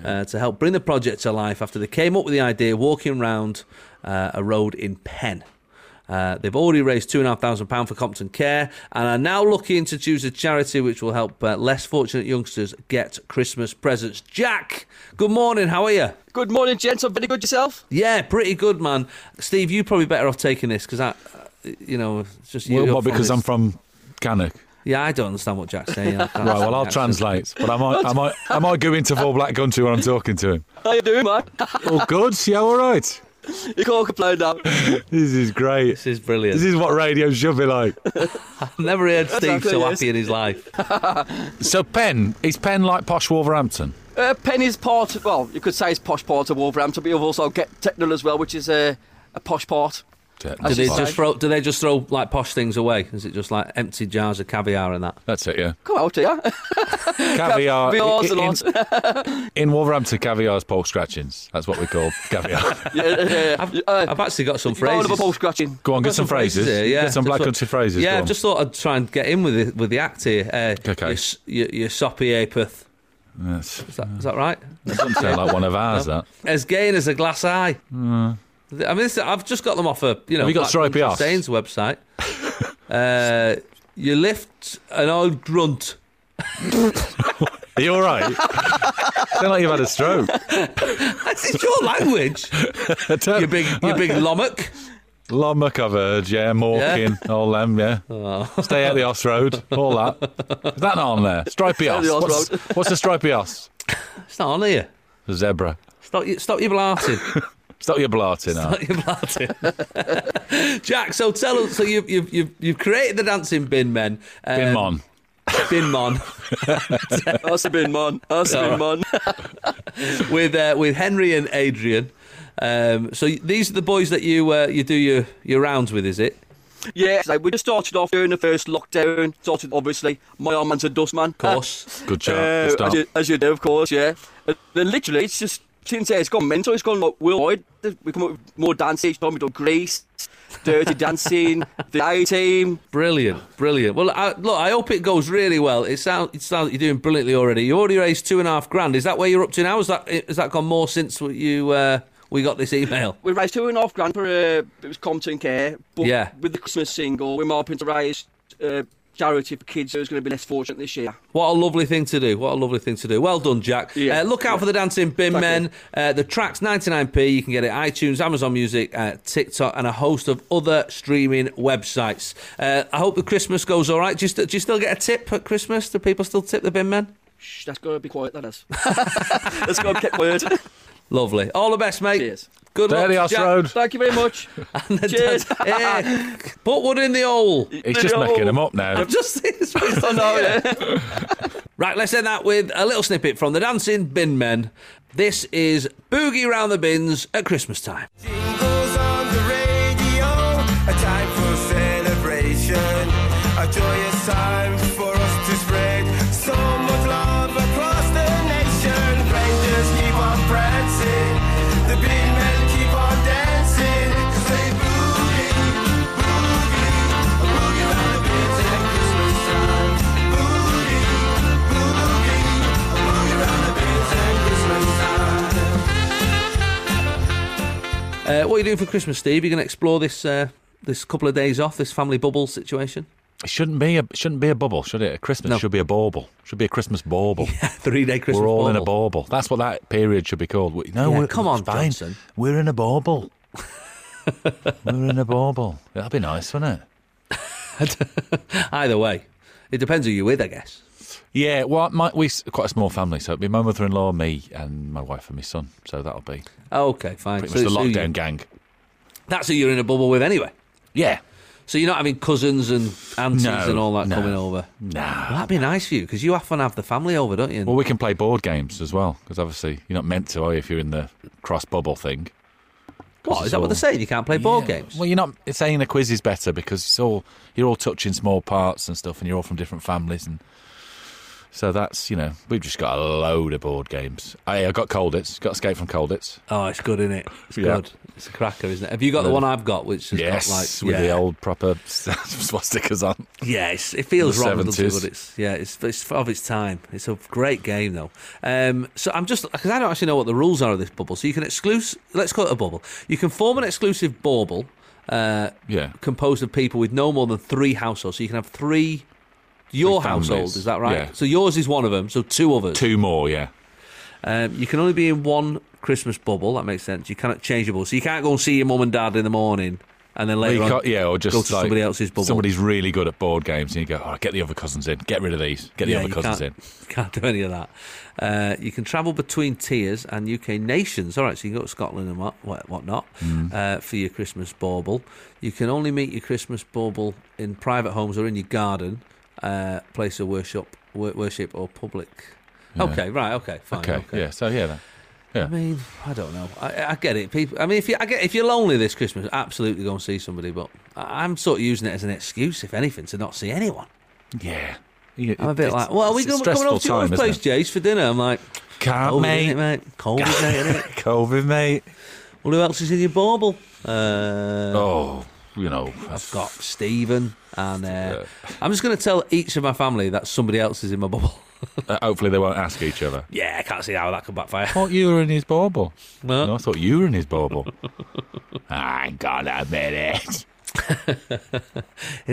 [SPEAKER 3] uh, to help bring the project to life after they came up with the idea walking round uh, a road in Penn. Uh, they've already raised £2,500 for Compton Care and are now looking to choose a charity which will help uh, less fortunate youngsters get Christmas presents. Jack, good morning, how are you?
[SPEAKER 5] Good morning, gents. I'm very good yourself.
[SPEAKER 3] Yeah, pretty good, man. Steve, you probably better off taking this because I, uh, you know, it's just you.
[SPEAKER 4] Well,
[SPEAKER 3] you're
[SPEAKER 4] what,
[SPEAKER 3] from
[SPEAKER 4] because
[SPEAKER 3] this-
[SPEAKER 4] I'm from Cannock.
[SPEAKER 3] Yeah, I don't understand what Jack's saying. right,
[SPEAKER 4] Right, well, I'll translate. But I might, I might, I might go into full black country when I'm talking to him.
[SPEAKER 5] How you doing, man?
[SPEAKER 4] All good? Yeah, all right.
[SPEAKER 5] you can't complain now.
[SPEAKER 4] This is great.
[SPEAKER 3] This is brilliant.
[SPEAKER 4] This is what radio should be like.
[SPEAKER 3] Never heard Steve
[SPEAKER 5] okay,
[SPEAKER 3] so
[SPEAKER 5] yes.
[SPEAKER 3] happy in his life.
[SPEAKER 4] So Penn, is Penn like posh Wolverhampton?
[SPEAKER 5] Uh, Penny's part. Well, you could say it's posh part of Wolverhampton, but you've also got Technol as well, which is a, a posh part.
[SPEAKER 3] Do
[SPEAKER 5] That's
[SPEAKER 3] they
[SPEAKER 5] fine.
[SPEAKER 3] just throw? Do they just throw like posh things away? Is it just like empty jars of caviar and that?
[SPEAKER 4] That's it, yeah.
[SPEAKER 5] Come out here.
[SPEAKER 4] Caviar.
[SPEAKER 5] Caviar's
[SPEAKER 4] in,
[SPEAKER 5] a lot.
[SPEAKER 4] in Wolverhampton, caviar's pork scratchings. That's what we call caviar.
[SPEAKER 5] yeah, yeah, yeah.
[SPEAKER 3] I've,
[SPEAKER 5] Uh,
[SPEAKER 3] I've actually got some
[SPEAKER 5] you don't
[SPEAKER 3] phrases.
[SPEAKER 5] have a ball scratching.
[SPEAKER 4] Go on, get some phrases.
[SPEAKER 3] here, yeah.
[SPEAKER 4] Get some black
[SPEAKER 3] Just-
[SPEAKER 4] country phrases.
[SPEAKER 3] Yeah,
[SPEAKER 4] go
[SPEAKER 3] I
[SPEAKER 4] on.
[SPEAKER 3] just thought I'd try and get in with the, with the act here. Uh,
[SPEAKER 4] Okay.
[SPEAKER 3] Your, s- your, your soppy apeth.
[SPEAKER 4] That's,
[SPEAKER 3] Is that, is that right?
[SPEAKER 4] that doesn't sound like one of ours. That
[SPEAKER 3] As gay as a glass eye. I mean, this, I've just got them off a you know.
[SPEAKER 4] Hmm. Have you got
[SPEAKER 3] Black
[SPEAKER 4] stripy
[SPEAKER 3] Country
[SPEAKER 4] arse?
[SPEAKER 3] Stains website. uh, you lift an old grunt.
[SPEAKER 4] are you all right? sound like you've had a stroke.
[SPEAKER 3] It's your language. you big, you big lommock.
[SPEAKER 4] Lommock, I've heard. Yeah, Morkin, all them. Yeah, Oh. stay out the off road. All that. Is that not on there? Stripey
[SPEAKER 5] Out
[SPEAKER 4] ass.
[SPEAKER 5] the
[SPEAKER 4] What's,
[SPEAKER 5] off-road.
[SPEAKER 4] what's a stripey ass?
[SPEAKER 3] It's not on here.
[SPEAKER 4] A zebra.
[SPEAKER 3] Stop, you- stop your blarting.
[SPEAKER 4] Stop your blarting out.
[SPEAKER 3] Stop your blarting. Jack, so tell us, so you've, you've, you've, you've created the Dancing Bin Men. Um,
[SPEAKER 4] Bin Mon.
[SPEAKER 3] Bin Mon
[SPEAKER 5] That's a bin man. That's a bin man.
[SPEAKER 3] with uh, with Henry and Adrian. Um, so these are the boys that you uh, you do your, your rounds with, is it?
[SPEAKER 5] yeah, so we just started off during the first lockdown. Started obviously. My old man's a dustman.
[SPEAKER 3] Of course.
[SPEAKER 4] Good job.
[SPEAKER 5] Uh,
[SPEAKER 4] Good start.
[SPEAKER 5] as, you, as you do, of course, yeah. And then literally, it's just since uh, it's gone mental, it's gone like worldwide. We come up with more dance each time. We done Grease, Dirty Dancing, The A Team.
[SPEAKER 3] Brilliant, brilliant. Well, I, look, I hope it goes really well. It sounds it sounds you're doing brilliantly already. You already raised two and a half grand. Is that where you're up to now? Is that has that gone more since you uh, we got this email?
[SPEAKER 5] We raised two and a half grand for uh, it was Compton Care, but
[SPEAKER 3] Yeah.
[SPEAKER 5] with the Christmas single, we're hoping to raise uh, charity for kids who's going to be less fortunate this year.
[SPEAKER 3] What a lovely thing to do. What a lovely thing to do. Well done, Jack.
[SPEAKER 5] Yeah.
[SPEAKER 3] Uh, look out for the Dancing Bin
[SPEAKER 5] Thank
[SPEAKER 3] Men. Uh, the track's 99p. You can get it iTunes, Amazon Music, uh, TikTok, and a host of other streaming websites. Uh, I hope the Christmas goes all right. Do you, st- do you still get a tip at Christmas? Do people still tip the Bin Men?
[SPEAKER 5] Shh, that's going to be quiet. That is. Let's go and keep word.
[SPEAKER 3] Lovely. All the best, mate.
[SPEAKER 5] Cheers.
[SPEAKER 3] Good luck.
[SPEAKER 4] Dirty
[SPEAKER 3] to
[SPEAKER 4] Ass
[SPEAKER 3] Jack.
[SPEAKER 4] Road.
[SPEAKER 5] Thank you very much.
[SPEAKER 3] And the
[SPEAKER 5] Cheers.
[SPEAKER 3] Dan- Yeah. Put wood in the hole.
[SPEAKER 4] He's just
[SPEAKER 5] No.
[SPEAKER 4] making them up now.
[SPEAKER 3] Just it's based on
[SPEAKER 5] No,
[SPEAKER 3] here.
[SPEAKER 5] yeah.
[SPEAKER 3] Right, let's end that with a little snippet from the Dancing Bin Men. This is Boogie Round the Bins at Christmas time.
[SPEAKER 6] Jingles on the radio, a time for celebration, a joyous time for us to spread so much love across the nation. Rangers keep on prancing, the big men keep on dancing. Say boogie, boogie, a boogie round the bins at Christmas time. Boogie, boogie, a boogie round the bins at Christmas time.
[SPEAKER 3] Uh, what are you doing for Christmas, Steve? You're going to explore this uh, this couple of days off, this family bubble situation.
[SPEAKER 4] It shouldn't be a shouldn't be a bubble, should it? A Christmas
[SPEAKER 3] No.
[SPEAKER 4] should be a bauble. Should be a Christmas bauble.
[SPEAKER 3] Three day Christmas.
[SPEAKER 4] We're all in a
[SPEAKER 3] bauble.
[SPEAKER 4] bauble. That's what that period should be called. We- No,
[SPEAKER 3] Yeah,
[SPEAKER 4] we're,
[SPEAKER 3] come
[SPEAKER 4] it's
[SPEAKER 3] on,
[SPEAKER 4] fine.
[SPEAKER 3] Johnson.
[SPEAKER 4] We're in a bauble. we're in a bauble. That'd be nice, wouldn't it?
[SPEAKER 3] Either way, it depends who you're with, I guess.
[SPEAKER 4] Yeah, well, my, we quite a small family, so it'd be my mother-in-law, me, and my wife and my son. So that'll be
[SPEAKER 3] Okay, fine.
[SPEAKER 4] pretty
[SPEAKER 3] So
[SPEAKER 4] much the
[SPEAKER 3] it's who you-
[SPEAKER 4] lockdown gang.
[SPEAKER 3] that's who you're in a bubble with anyway.
[SPEAKER 4] Yeah,
[SPEAKER 3] So you're not having cousins and aunties
[SPEAKER 4] No,
[SPEAKER 3] and all that
[SPEAKER 4] no.
[SPEAKER 3] coming over.
[SPEAKER 4] no.
[SPEAKER 3] Well, that'd be nice for you because you often have the family over, don't you?
[SPEAKER 4] Well, we can play board games as well because obviously you're not meant to, are you, if you're in the cross bubble thing.
[SPEAKER 3] What is that? What they're saying? You can't play board
[SPEAKER 4] Yeah.
[SPEAKER 3] games.
[SPEAKER 4] Well, you're not it's saying the quiz is better because it's all you're all touching small parts and stuff, and you're all from different families, and so that's you know we've just got a load of board games. I, I got Colditz, got Escape from Colditz.
[SPEAKER 3] Oh, it's good, isn't it? It's
[SPEAKER 4] Yeah.
[SPEAKER 3] good. It's a cracker, isn't it? Have you got the
[SPEAKER 4] Really?
[SPEAKER 3] one I've got, which has
[SPEAKER 4] yes,
[SPEAKER 3] got like
[SPEAKER 4] with
[SPEAKER 3] yeah,
[SPEAKER 4] the old proper swastikas on.
[SPEAKER 3] yeah, it's, it feels
[SPEAKER 4] the
[SPEAKER 3] wrong, doesn't it?
[SPEAKER 4] 70s.
[SPEAKER 3] But it's yeah, it's, it's of its time. It's a great game though. Um, so I'm just because I don't actually know what the rules are of this bubble. So you can exclusive. Let's call it a bubble. You can form an exclusive bauble. Uh,
[SPEAKER 4] Yeah.
[SPEAKER 3] composed of people with no more than three households. So you can have three. Your
[SPEAKER 4] Three
[SPEAKER 3] household
[SPEAKER 4] families.
[SPEAKER 3] is that right?
[SPEAKER 4] Yeah.
[SPEAKER 3] So yours is one of them. So two others.
[SPEAKER 4] Two more, yeah.
[SPEAKER 3] Um, you can only be in one Christmas bubble. That makes sense. You cannot change your bubble, so you can't go and see your mum and dad in the morning, and then
[SPEAKER 4] Well,
[SPEAKER 3] later
[SPEAKER 4] you
[SPEAKER 3] on,
[SPEAKER 4] can't- yeah, or just
[SPEAKER 3] go to
[SPEAKER 4] like,
[SPEAKER 3] somebody else's bubble.
[SPEAKER 4] Somebody's really good at board games, and you go, "Oh, get the other cousins in, get rid of these, get the
[SPEAKER 3] yeah,
[SPEAKER 4] other
[SPEAKER 3] you
[SPEAKER 4] cousins in."
[SPEAKER 3] can't, Can't do any of that. Uh, you can travel between tiers and UK nations. All right, so you can go to Scotland and what what whatnot
[SPEAKER 4] Mm.
[SPEAKER 3] uh, for your Christmas bauble. You can only meet your Christmas bauble in private homes or in your garden, uh, place of worship, wor- worship or public. Okay, right. Okay, fine.
[SPEAKER 4] Okay, yeah. So yeah, that,
[SPEAKER 3] I mean, I don't know. I, I get it. People. I mean, if you I get if you're lonely this Christmas, absolutely go and see somebody. But I- I'm sort of using it as an excuse, if anything, to not see anyone.
[SPEAKER 4] yeah.
[SPEAKER 3] I'm a bit like, well, are we going, coming over to your place, Oh, Jace, for dinner? I'm like,
[SPEAKER 4] Can't,
[SPEAKER 3] COVID,
[SPEAKER 4] mate.
[SPEAKER 3] mate. mate. Cold, isn't it, innit?
[SPEAKER 4] COVID, mate.
[SPEAKER 3] Well, who else is in your bauble? Uh,
[SPEAKER 4] Oh, you know,
[SPEAKER 3] I've got Stephen, and uh, I'm just going to tell each of my family that somebody else is in my bubble.
[SPEAKER 4] uh, hopefully they won't ask each other.
[SPEAKER 3] yeah, I can't see how that could backfire.
[SPEAKER 4] thought you were in his bauble.
[SPEAKER 3] No.
[SPEAKER 4] No, I thought you were in his bauble. I got a minute.
[SPEAKER 3] It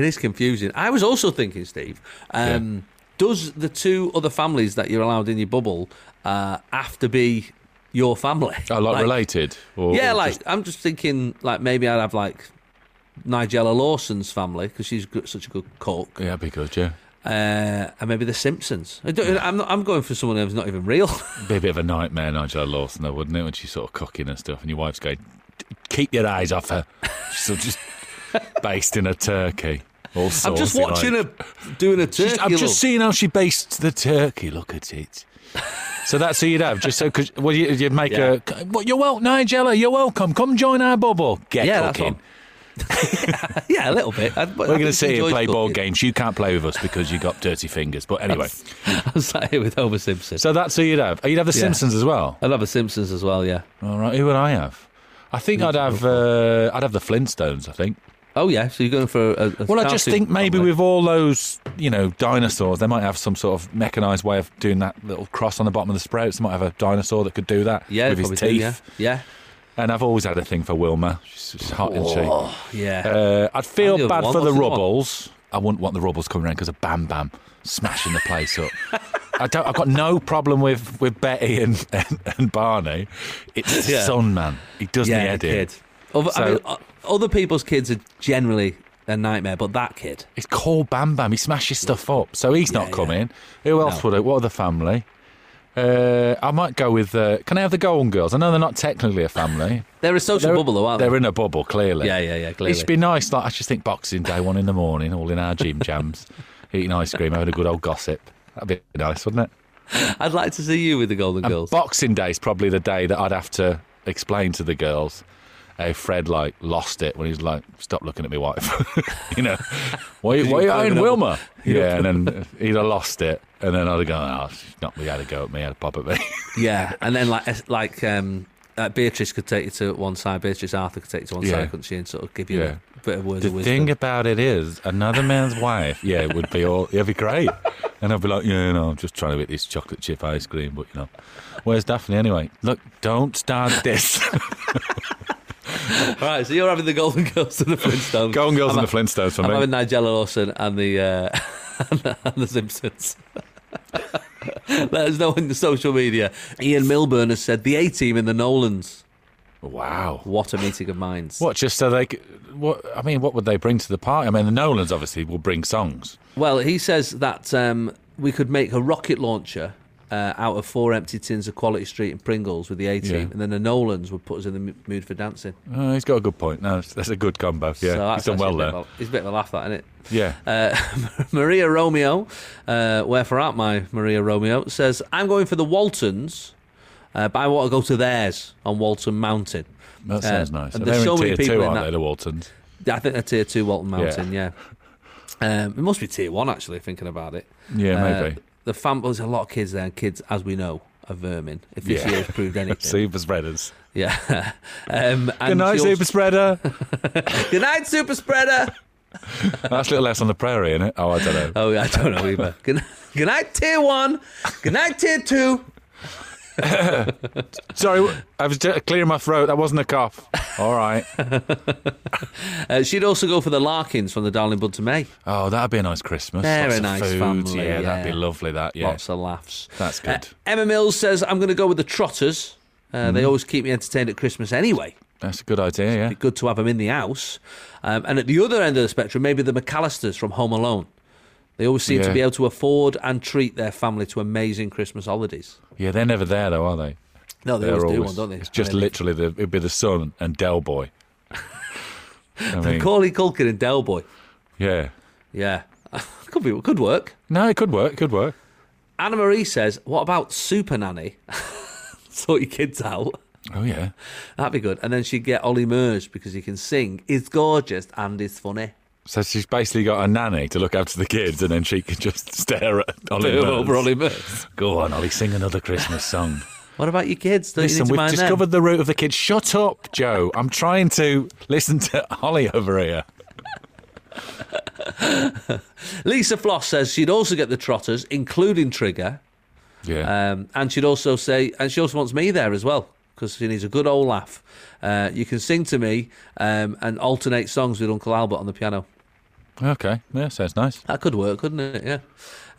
[SPEAKER 3] is confusing. I was also thinking, Steve, um, does the two other families that you're allowed in your bubble uh, have to be your family?
[SPEAKER 4] Oh, like, related? Or,
[SPEAKER 3] Yeah,
[SPEAKER 4] or
[SPEAKER 3] like
[SPEAKER 4] just-
[SPEAKER 3] I'm just thinking, like maybe I'd have like Nigella Lawson's family because she's good, such a good cook,
[SPEAKER 4] yeah, because yeah,
[SPEAKER 3] uh, and maybe the Simpsons. I
[SPEAKER 4] Hmm.
[SPEAKER 3] don't, I'm not, I'm going for someone who's not even real.
[SPEAKER 4] be a bit of a nightmare, Nigel Lawson, though, wouldn't it? When she's sort of cooking and stuff, and your wife's going, "Keep your eyes off her." She's sort of just based in a turkey. All
[SPEAKER 3] I'm just
[SPEAKER 4] saucy,
[SPEAKER 3] watching
[SPEAKER 4] Oh, like.
[SPEAKER 3] her doing a turkey.
[SPEAKER 4] She's- I'm
[SPEAKER 3] look.
[SPEAKER 4] just seeing how she bastes the turkey. Look at it. So that's who you'd have, just so because well, you, you'd make
[SPEAKER 5] Yeah.
[SPEAKER 4] a. Well, you're welcome, Nigella. You're welcome. Come join our bubble. Get
[SPEAKER 3] Yeah, that's
[SPEAKER 4] cooking.
[SPEAKER 3] what- yeah, a little bit. I, but I
[SPEAKER 4] We're going to
[SPEAKER 3] think she
[SPEAKER 4] see you
[SPEAKER 3] enjoys
[SPEAKER 4] play board
[SPEAKER 3] cooking.
[SPEAKER 4] games. You can't play with us because you got dirty fingers. But anyway,
[SPEAKER 3] I'm sat here with Homer Simpson.
[SPEAKER 4] so that's who you'd have. Oh, You'd have the
[SPEAKER 3] Yeah.
[SPEAKER 4] Simpsons as well.
[SPEAKER 3] I'd have a Simpsons as well. Yeah.
[SPEAKER 4] All right, who would I have? I think I'd have uh, I'd have the Flintstones. I think.
[SPEAKER 3] Oh yeah. So you're going for a, a
[SPEAKER 4] Well, I just
[SPEAKER 3] cartoon
[SPEAKER 4] think maybe
[SPEAKER 3] comic.
[SPEAKER 4] with all those, you know, dinosaurs, they might have some sort of mechanized way of doing that little cross on the bottom of the sprouts. They might have a dinosaur that could do that
[SPEAKER 3] yeah
[SPEAKER 4] with his teeth.
[SPEAKER 3] probably do, yeah. yeah.
[SPEAKER 4] And I've always had a thing for Wilma. She's, she's hot, isn't she?
[SPEAKER 3] Yeah.
[SPEAKER 4] Uh, I'd
[SPEAKER 3] And the
[SPEAKER 4] feel
[SPEAKER 3] other
[SPEAKER 4] bad
[SPEAKER 3] one,
[SPEAKER 4] for the
[SPEAKER 3] Oh. what's the other one?
[SPEAKER 4] Rubbles. I wouldn't want the Rubbles coming around because of Bam Bam smashing the place up. I don't, I've got no problem with, with Betty and, and, and Barney. It's the
[SPEAKER 3] Yeah.
[SPEAKER 4] son, man. He does
[SPEAKER 3] yeah,
[SPEAKER 4] the
[SPEAKER 3] the
[SPEAKER 4] head in.
[SPEAKER 3] kid. Other, I
[SPEAKER 4] So-
[SPEAKER 3] mean, o- other people's kids are generally a nightmare, but that kid.
[SPEAKER 4] It's called Bam Bam. He smashes stuff up, so he's not
[SPEAKER 3] yeah.
[SPEAKER 4] coming. Who else would it? What other family? Uh, I might go with. Uh, can I have the Golden Girls? I know they're not technically a family.
[SPEAKER 3] They're a social
[SPEAKER 4] They're-
[SPEAKER 3] bubble, though, aren't they?
[SPEAKER 4] They're in a bubble, clearly.
[SPEAKER 3] Yeah, yeah, yeah, clearly.
[SPEAKER 4] It'd be nice. Like I just think Boxing Day, one in the morning, all in our gym jams, eating ice cream, having a good old gossip. That'd be nice, wouldn't it?
[SPEAKER 3] I'd like to see you with the Golden Girls.
[SPEAKER 4] Boxing Day is probably the day that I'd have to explain to the girls how Fred like lost it when he's like, "Stop looking at me, wife." you know, why, why are you
[SPEAKER 3] You're
[SPEAKER 4] eyeing
[SPEAKER 3] plugging up-
[SPEAKER 4] Wilma? Yeah, and then he'd have lost it, and then I'd have gone, "Oh, she's not really had a go at me, had a pop at me."
[SPEAKER 3] Yeah, and then like es- like um, uh, Beatrice could take you to one side. Beatrice Arthur could take you to one
[SPEAKER 4] Yeah.
[SPEAKER 3] side, couldn't she, and sort of give you
[SPEAKER 4] Yeah.
[SPEAKER 3] a bit of words
[SPEAKER 4] the
[SPEAKER 3] of wisdom.
[SPEAKER 4] thing about it is, another man's wife, yeah, it would be all, it'd be great. And I'd be like, yeah, no, I'm just trying to eat this chocolate chip ice cream, but you know, where's Daphne anyway? Look, don't start this.
[SPEAKER 3] All right, so you're having the Golden Girls and the Flintstones.
[SPEAKER 4] Golden Girls
[SPEAKER 3] I'm
[SPEAKER 4] and the Flintstones for
[SPEAKER 3] I'm
[SPEAKER 4] me.
[SPEAKER 3] having Nigella Lawson and the uh, and the- and the Simpsons. Let us know on the social media. Ian Milburn has said the A team in the Nolans.
[SPEAKER 4] wow.
[SPEAKER 3] What a meeting of minds.
[SPEAKER 4] What just so they? c- What I mean, what would they bring to the party? I mean, the Nolans obviously will bring songs.
[SPEAKER 3] Well, he says that um, we could make a rocket launcher uh, out of four empty tins of Quality Street and Pringles with the A team,
[SPEAKER 4] Yeah.
[SPEAKER 3] and then the Nolans would put us in the m- mood for dancing.
[SPEAKER 4] Oh, he's got a good point. No, that's- that's a good combo. Yeah,
[SPEAKER 3] so
[SPEAKER 4] he's
[SPEAKER 3] that's
[SPEAKER 4] done
[SPEAKER 3] actually
[SPEAKER 4] well
[SPEAKER 3] a bit
[SPEAKER 4] there.
[SPEAKER 3] of a- It's a bit of a laugh, that, isn't it?
[SPEAKER 4] Yeah,
[SPEAKER 3] Uh, Maria Romeo, uh, wherefore art my Maria Romeo, says, I'm going for the Waltons, uh, but I want to go to theirs on Walton Mountain.
[SPEAKER 4] that sounds nice.
[SPEAKER 3] Uh, and
[SPEAKER 4] They're
[SPEAKER 3] there's so
[SPEAKER 4] in
[SPEAKER 3] many
[SPEAKER 4] tier
[SPEAKER 3] people
[SPEAKER 4] two,
[SPEAKER 3] in
[SPEAKER 4] aren't
[SPEAKER 3] that-
[SPEAKER 4] they, the Waltons?
[SPEAKER 3] I think they're tier two Walton Mountain, yeah. Um, it must be tier one, actually, thinking about it.
[SPEAKER 4] Yeah,
[SPEAKER 3] Uh,
[SPEAKER 4] maybe.
[SPEAKER 3] The fam- there's a lot of kids there, and kids, as we know, are vermin. If this
[SPEAKER 4] Yeah.
[SPEAKER 3] year has proved anything,
[SPEAKER 4] Super spreaders.
[SPEAKER 3] yeah. um, and
[SPEAKER 4] Good night,
[SPEAKER 3] she
[SPEAKER 4] super
[SPEAKER 3] also-
[SPEAKER 4] spreader.
[SPEAKER 3] Good night, super spreader.
[SPEAKER 4] That's Little Less on the Prairie, isn't it? Oh, I don't know.
[SPEAKER 3] Oh, yeah, I don't know either. Good, night, good night, tier one. Good night, tier two.
[SPEAKER 4] Sorry, I was just clearing my throat. That wasn't a cough. All right.
[SPEAKER 3] Uh, she'd also go for the Larkins from the Darling Bud to May.
[SPEAKER 4] Oh, that'd be a nice Christmas.
[SPEAKER 3] They're
[SPEAKER 4] Lots
[SPEAKER 3] a
[SPEAKER 4] of
[SPEAKER 3] nice
[SPEAKER 4] food.
[SPEAKER 3] family,
[SPEAKER 4] Yeah, that'd
[SPEAKER 3] yeah.
[SPEAKER 4] be lovely. That yeah.
[SPEAKER 3] Lots of laughs.
[SPEAKER 4] That's good. Mm-hmm.
[SPEAKER 3] Uh, Emma Mills says, I'm going to go with the Trotters. Uh, They always keep me entertained at Christmas anyway.
[SPEAKER 4] That's a good idea. Yeah.
[SPEAKER 3] Be good to have them in the house. Um, and at the other end of the spectrum, maybe the McAllisters from Home Alone. They always seem to
[SPEAKER 4] Yeah.
[SPEAKER 3] be able to afford and treat their family to amazing Christmas holidays.
[SPEAKER 4] Yeah, they're never there though, are they?
[SPEAKER 3] No, they
[SPEAKER 4] They're
[SPEAKER 3] always, do
[SPEAKER 4] always-
[SPEAKER 3] one, don't they?
[SPEAKER 4] It's just
[SPEAKER 3] I mean,
[SPEAKER 4] literally the it'd be the son and Del Boy. I mean,
[SPEAKER 3] Macaulay Culkin and Del Boy.
[SPEAKER 4] yeah.
[SPEAKER 3] Yeah, could be could work.
[SPEAKER 4] No, it could work. Could work.
[SPEAKER 3] Anna Marie says, "What about Super Nanny? Sort your kids out.
[SPEAKER 4] Oh yeah.
[SPEAKER 3] That'd be good." And then she'd get Ollie Murs because he can sing, is gorgeous, and is funny.
[SPEAKER 4] So she's basically got a nanny to look after the kids, and then she can just stare at Ollie.
[SPEAKER 3] Do
[SPEAKER 4] Murs.
[SPEAKER 3] over Ollie Murs.
[SPEAKER 4] Go on, Ollie, sing another Christmas song.
[SPEAKER 3] What about your kids? Don't you
[SPEAKER 4] Listen,
[SPEAKER 3] need to
[SPEAKER 4] we've
[SPEAKER 3] mind them?
[SPEAKER 4] discovered the root of the kids. Shut up, Joe. I'm trying to listen to Ollie over here.
[SPEAKER 3] Lisa Floss says she'd also get the Trotters, including Trigger,
[SPEAKER 4] Yeah.
[SPEAKER 3] um, and she'd also say, and she also wants me there as well because she needs a good old laugh. Uh, you can sing to me um, and alternate songs with Uncle Albert on the piano.
[SPEAKER 4] Uh, okay. Yeah, sounds nice.
[SPEAKER 3] That could work, couldn't it? Yeah.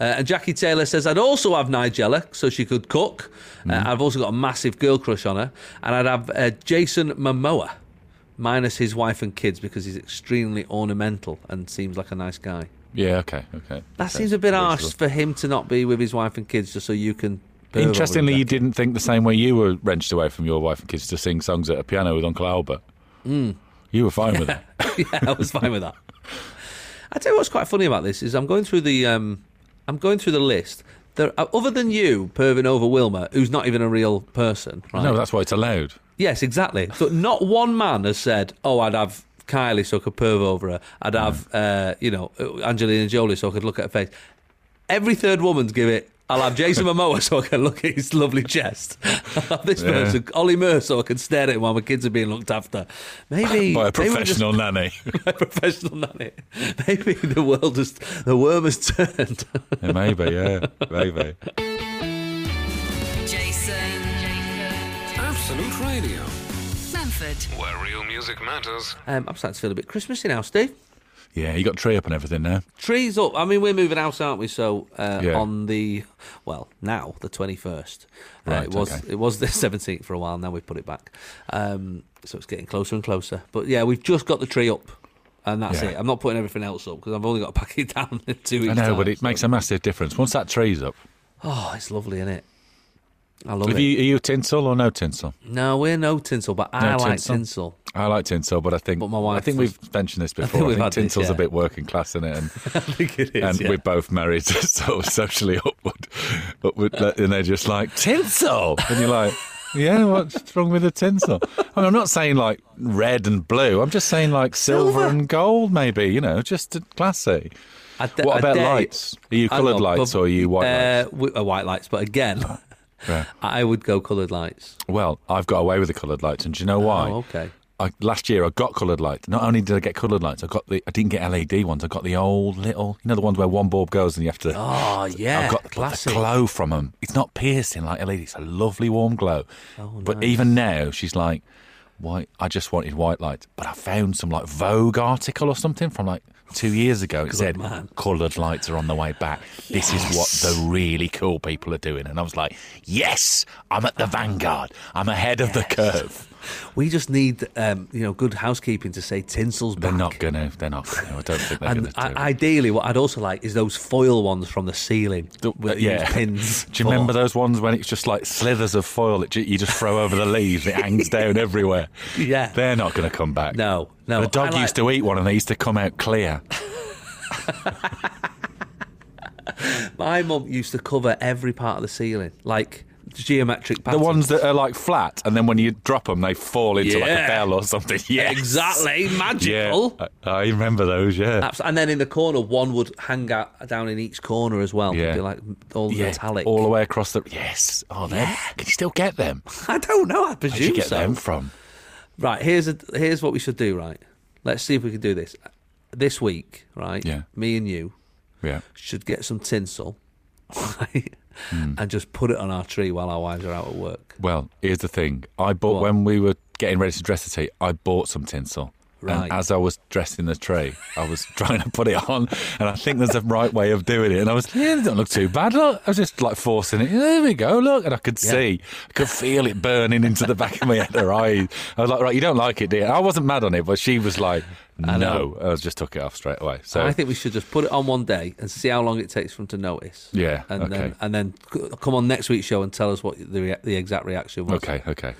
[SPEAKER 3] Uh, and Jackie Taylor says, I'd also have Nigella so she could cook. Uh, I've also got a massive girl crush on her. And I'd have uh, Jason Momoa, minus his wife and kids, because he's extremely ornamental and seems like a nice guy.
[SPEAKER 4] Yeah. Okay. Okay.
[SPEAKER 3] That seems a bit harsh
[SPEAKER 4] reasonable.
[SPEAKER 3] for him to not be with his wife and kids just so you can. burp over
[SPEAKER 4] Interestingly,
[SPEAKER 3] him.
[SPEAKER 4] you didn't think the same way you were wrenched away from your wife and kids to sing songs at a
[SPEAKER 3] Hmm.
[SPEAKER 4] piano with Uncle Albert. You were fine with it.
[SPEAKER 3] yeah, I was fine with that. I tell you what's quite funny about this is I'm going through the um, I'm going through the list. There, uh, other than you, Pervin over Wilmer, who's not even a real person. Right?
[SPEAKER 4] No, that's why it's allowed.
[SPEAKER 3] Yes, exactly. So not one man has said, "Oh, I'd have Kylie so I could perv over her. I'd have uh, you know Angelina Jolie so I could look at her face." Every third woman's give it. I'll have Jason Momoa so I can look at his lovely chest. I'll have this
[SPEAKER 4] Yeah.
[SPEAKER 3] person, Ollie Mur, so I can stare at him while my kids are being looked after. Maybe
[SPEAKER 4] By a
[SPEAKER 3] they were just-
[SPEAKER 4] professional nanny.
[SPEAKER 3] by a professional nanny. Maybe the world has the worm has turned.
[SPEAKER 4] Yeah, maybe, yeah. Maybe.
[SPEAKER 1] Jason.
[SPEAKER 2] Absolute Radio,
[SPEAKER 1] Manford.
[SPEAKER 2] where real music matters.
[SPEAKER 3] um, I'm starting to feel a bit Christmassy now, Steve.
[SPEAKER 4] Yeah, you got tree up and everything now.
[SPEAKER 3] Trees up. I mean, we're moving house, aren't we? So uh,
[SPEAKER 4] Yeah.
[SPEAKER 3] on the well now the twenty first.
[SPEAKER 4] Right,
[SPEAKER 3] it was
[SPEAKER 4] okay.
[SPEAKER 3] it was the seventeenth for a while. Now we've put it back. Um, so it's getting closer and closer. But yeah, we've just got the tree up, and that's
[SPEAKER 4] Yeah.
[SPEAKER 3] it. I'm not putting everything else up because I've only got to pack it down in two weeks.
[SPEAKER 4] I know,
[SPEAKER 3] time,
[SPEAKER 4] but it
[SPEAKER 3] so-
[SPEAKER 4] makes a massive difference. Once that tree's up,
[SPEAKER 3] Oh, it's lovely, isn't it? I love
[SPEAKER 4] Have
[SPEAKER 3] it.
[SPEAKER 4] you, are you tinsel or no tinsel?
[SPEAKER 3] No, we're no tinsel, but I
[SPEAKER 4] No
[SPEAKER 3] like
[SPEAKER 4] tinsel.
[SPEAKER 3] tinsel.
[SPEAKER 4] I like tinsel, but I think
[SPEAKER 3] But my wife
[SPEAKER 4] I think
[SPEAKER 3] does-
[SPEAKER 4] we've mentioned this
[SPEAKER 3] think
[SPEAKER 4] before. I
[SPEAKER 3] we've
[SPEAKER 4] think,
[SPEAKER 3] had this,
[SPEAKER 4] tinsel's
[SPEAKER 3] yeah.
[SPEAKER 4] a bit working class in it, and,
[SPEAKER 3] I think it is.
[SPEAKER 4] and
[SPEAKER 3] yeah.
[SPEAKER 4] we're both married, so socially upward, upward, uh, and they're just like tinsel, and you're like, yeah, what's wrong with the tinsel? I mean, I'm not saying like red and blue. I'm just saying like silver,
[SPEAKER 3] Silver.
[SPEAKER 4] and gold, maybe. You know, just classy.
[SPEAKER 3] I d-
[SPEAKER 4] what
[SPEAKER 3] I
[SPEAKER 4] about
[SPEAKER 3] dare you-
[SPEAKER 4] lights? Are you
[SPEAKER 3] uh, I
[SPEAKER 4] coloured
[SPEAKER 3] know,
[SPEAKER 4] lights
[SPEAKER 3] but,
[SPEAKER 4] or are you white
[SPEAKER 3] uh,
[SPEAKER 4] lights?
[SPEAKER 3] wi- uh, white lights, but again,
[SPEAKER 4] Yeah.
[SPEAKER 3] I would go coloured lights.
[SPEAKER 4] Well, I've got away with the coloured lights, and do you know why?
[SPEAKER 3] Oh, okay.
[SPEAKER 4] I, last year I got coloured lights. Not only did I get coloured lights, I got the. I didn't get LED ones. I got the old little, you know, the ones where one bulb goes and you have to.
[SPEAKER 3] Oh yeah,
[SPEAKER 4] I've got like,
[SPEAKER 3] classic.
[SPEAKER 4] the glow from them. It's not piercing like LED. It's a lovely warm glow.
[SPEAKER 3] Oh,
[SPEAKER 4] But even now, she's like, "Why? I just wanted white lights." But I found some like Vogue article or something from like two years ago. It said
[SPEAKER 3] man.
[SPEAKER 4] coloured lights are on the way back. This is what the really cool people are doing. And I was like, "Yes, I'm
[SPEAKER 3] Ah.
[SPEAKER 4] at the vanguard. I'm ahead of the curve."
[SPEAKER 3] we just need, um, you know, good housekeeping to say tinsel's
[SPEAKER 4] They're
[SPEAKER 3] back.
[SPEAKER 4] not gonna. They're not. Gonna, I don't think they're
[SPEAKER 3] and
[SPEAKER 4] gonna do.
[SPEAKER 3] I,
[SPEAKER 4] it.
[SPEAKER 3] ideally, what I'd also like is those foil ones from the ceiling with
[SPEAKER 4] Uh,
[SPEAKER 3] these pins.
[SPEAKER 4] Do you
[SPEAKER 3] for.
[SPEAKER 4] remember those ones when it's just like slithers of foil that ju- you just throw over the leaves? It hangs down everywhere.
[SPEAKER 3] Yeah.
[SPEAKER 4] they're not going to come back.
[SPEAKER 3] No, no.
[SPEAKER 4] The
[SPEAKER 3] I
[SPEAKER 4] dog
[SPEAKER 3] like-
[SPEAKER 4] used to eat one, and they used to come out clear.
[SPEAKER 3] My mum used to cover every part of the ceiling, like geometric
[SPEAKER 4] The
[SPEAKER 3] patterns.
[SPEAKER 4] ones that are like flat, and then when you drop them, they fall into like
[SPEAKER 3] Yeah.
[SPEAKER 4] a bell or something. Yeah,
[SPEAKER 3] exactly
[SPEAKER 4] Yeah, Uh,
[SPEAKER 3] magical.
[SPEAKER 4] I, I remember those. Yeah,
[SPEAKER 3] Abs- And then in the corner, one would hang out down in each corner as well.
[SPEAKER 4] Yeah.
[SPEAKER 3] It'd be like all metallic.
[SPEAKER 4] all the way across the. Yes. Oh, they're- Can you still get them?
[SPEAKER 3] I don't know. I
[SPEAKER 4] Where'd you
[SPEAKER 3] presume
[SPEAKER 4] get
[SPEAKER 3] so.
[SPEAKER 4] them from?
[SPEAKER 3] Right. Here's a, here's what we should do. Right. Let's see if we can do this this week. Right.
[SPEAKER 4] Yeah.
[SPEAKER 3] Me and you
[SPEAKER 4] Yeah.
[SPEAKER 3] should get some tinsel, right,
[SPEAKER 4] Hmm.
[SPEAKER 3] and just put it on our tree while our wives are out at work.
[SPEAKER 4] Well, here's the thing. I bought
[SPEAKER 3] What?
[SPEAKER 4] when we were getting ready to dress the tea. I bought some tinsel.
[SPEAKER 3] Right.
[SPEAKER 4] And as I was dressing the tree, I was trying to put it on, and I think there's a right way of doing it. And I was, yeah, it don't look too bad. Look, I was just like forcing it. There we go. Look, and I could
[SPEAKER 3] Yeah.
[SPEAKER 4] see, I could feel it burning into the back of my head. Her eyes. I was like, right, you don't like it, dear. I wasn't mad on it, but she was like,
[SPEAKER 3] know.
[SPEAKER 4] no. I just took it off straight away. So
[SPEAKER 3] I think we should just put it on one day and see how long it takes for them to notice.
[SPEAKER 4] Yeah,
[SPEAKER 3] and
[SPEAKER 4] okay.
[SPEAKER 3] then and then c- come on next week's show and tell us what the rea- the exact reaction was.
[SPEAKER 4] okay, okay.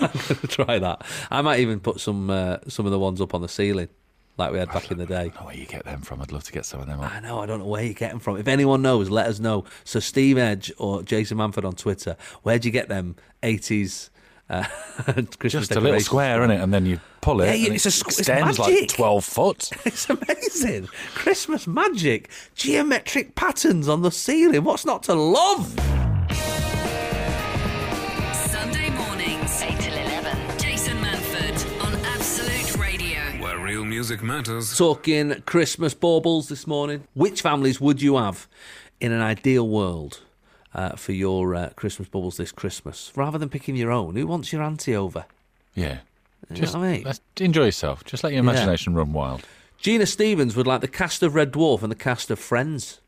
[SPEAKER 3] I'm gonna try that. I might even put some uh, some of the ones up on the ceiling, like we had back in the day.
[SPEAKER 4] I don't know Oh, where you get them from. I'd love to get some of them.
[SPEAKER 3] I know. I don't know where you get them from. If anyone knows, let us know. So Steve Edge or Jason Manford on Twitter. Where'd you get them eighties uh, Christmas
[SPEAKER 4] just a little
[SPEAKER 3] decorations?
[SPEAKER 4] square in it, and then you pull it.
[SPEAKER 3] Yeah,
[SPEAKER 4] and
[SPEAKER 3] yeah, it's a
[SPEAKER 4] it
[SPEAKER 3] squ- it's
[SPEAKER 4] extends like
[SPEAKER 3] magic.
[SPEAKER 4] twelve foot.
[SPEAKER 3] It's amazing. Christmas magic, geometric patterns on the ceiling. What's not to love?
[SPEAKER 1] Sunday mornings, 8 till 11. Jason Manford on Absolute Radio.
[SPEAKER 2] Where real music matters.
[SPEAKER 3] Talking Christmas baubles this morning. Which families would you have in an ideal world uh, for your uh, Christmas baubles this Christmas? Rather than picking your own, who wants your auntie over?
[SPEAKER 4] Yeah,
[SPEAKER 3] You know what I mean?
[SPEAKER 4] let's enjoy yourself. Just let your imagination run wild.
[SPEAKER 3] Gina Stevens would like the cast of Red Dwarf and the cast of Friends.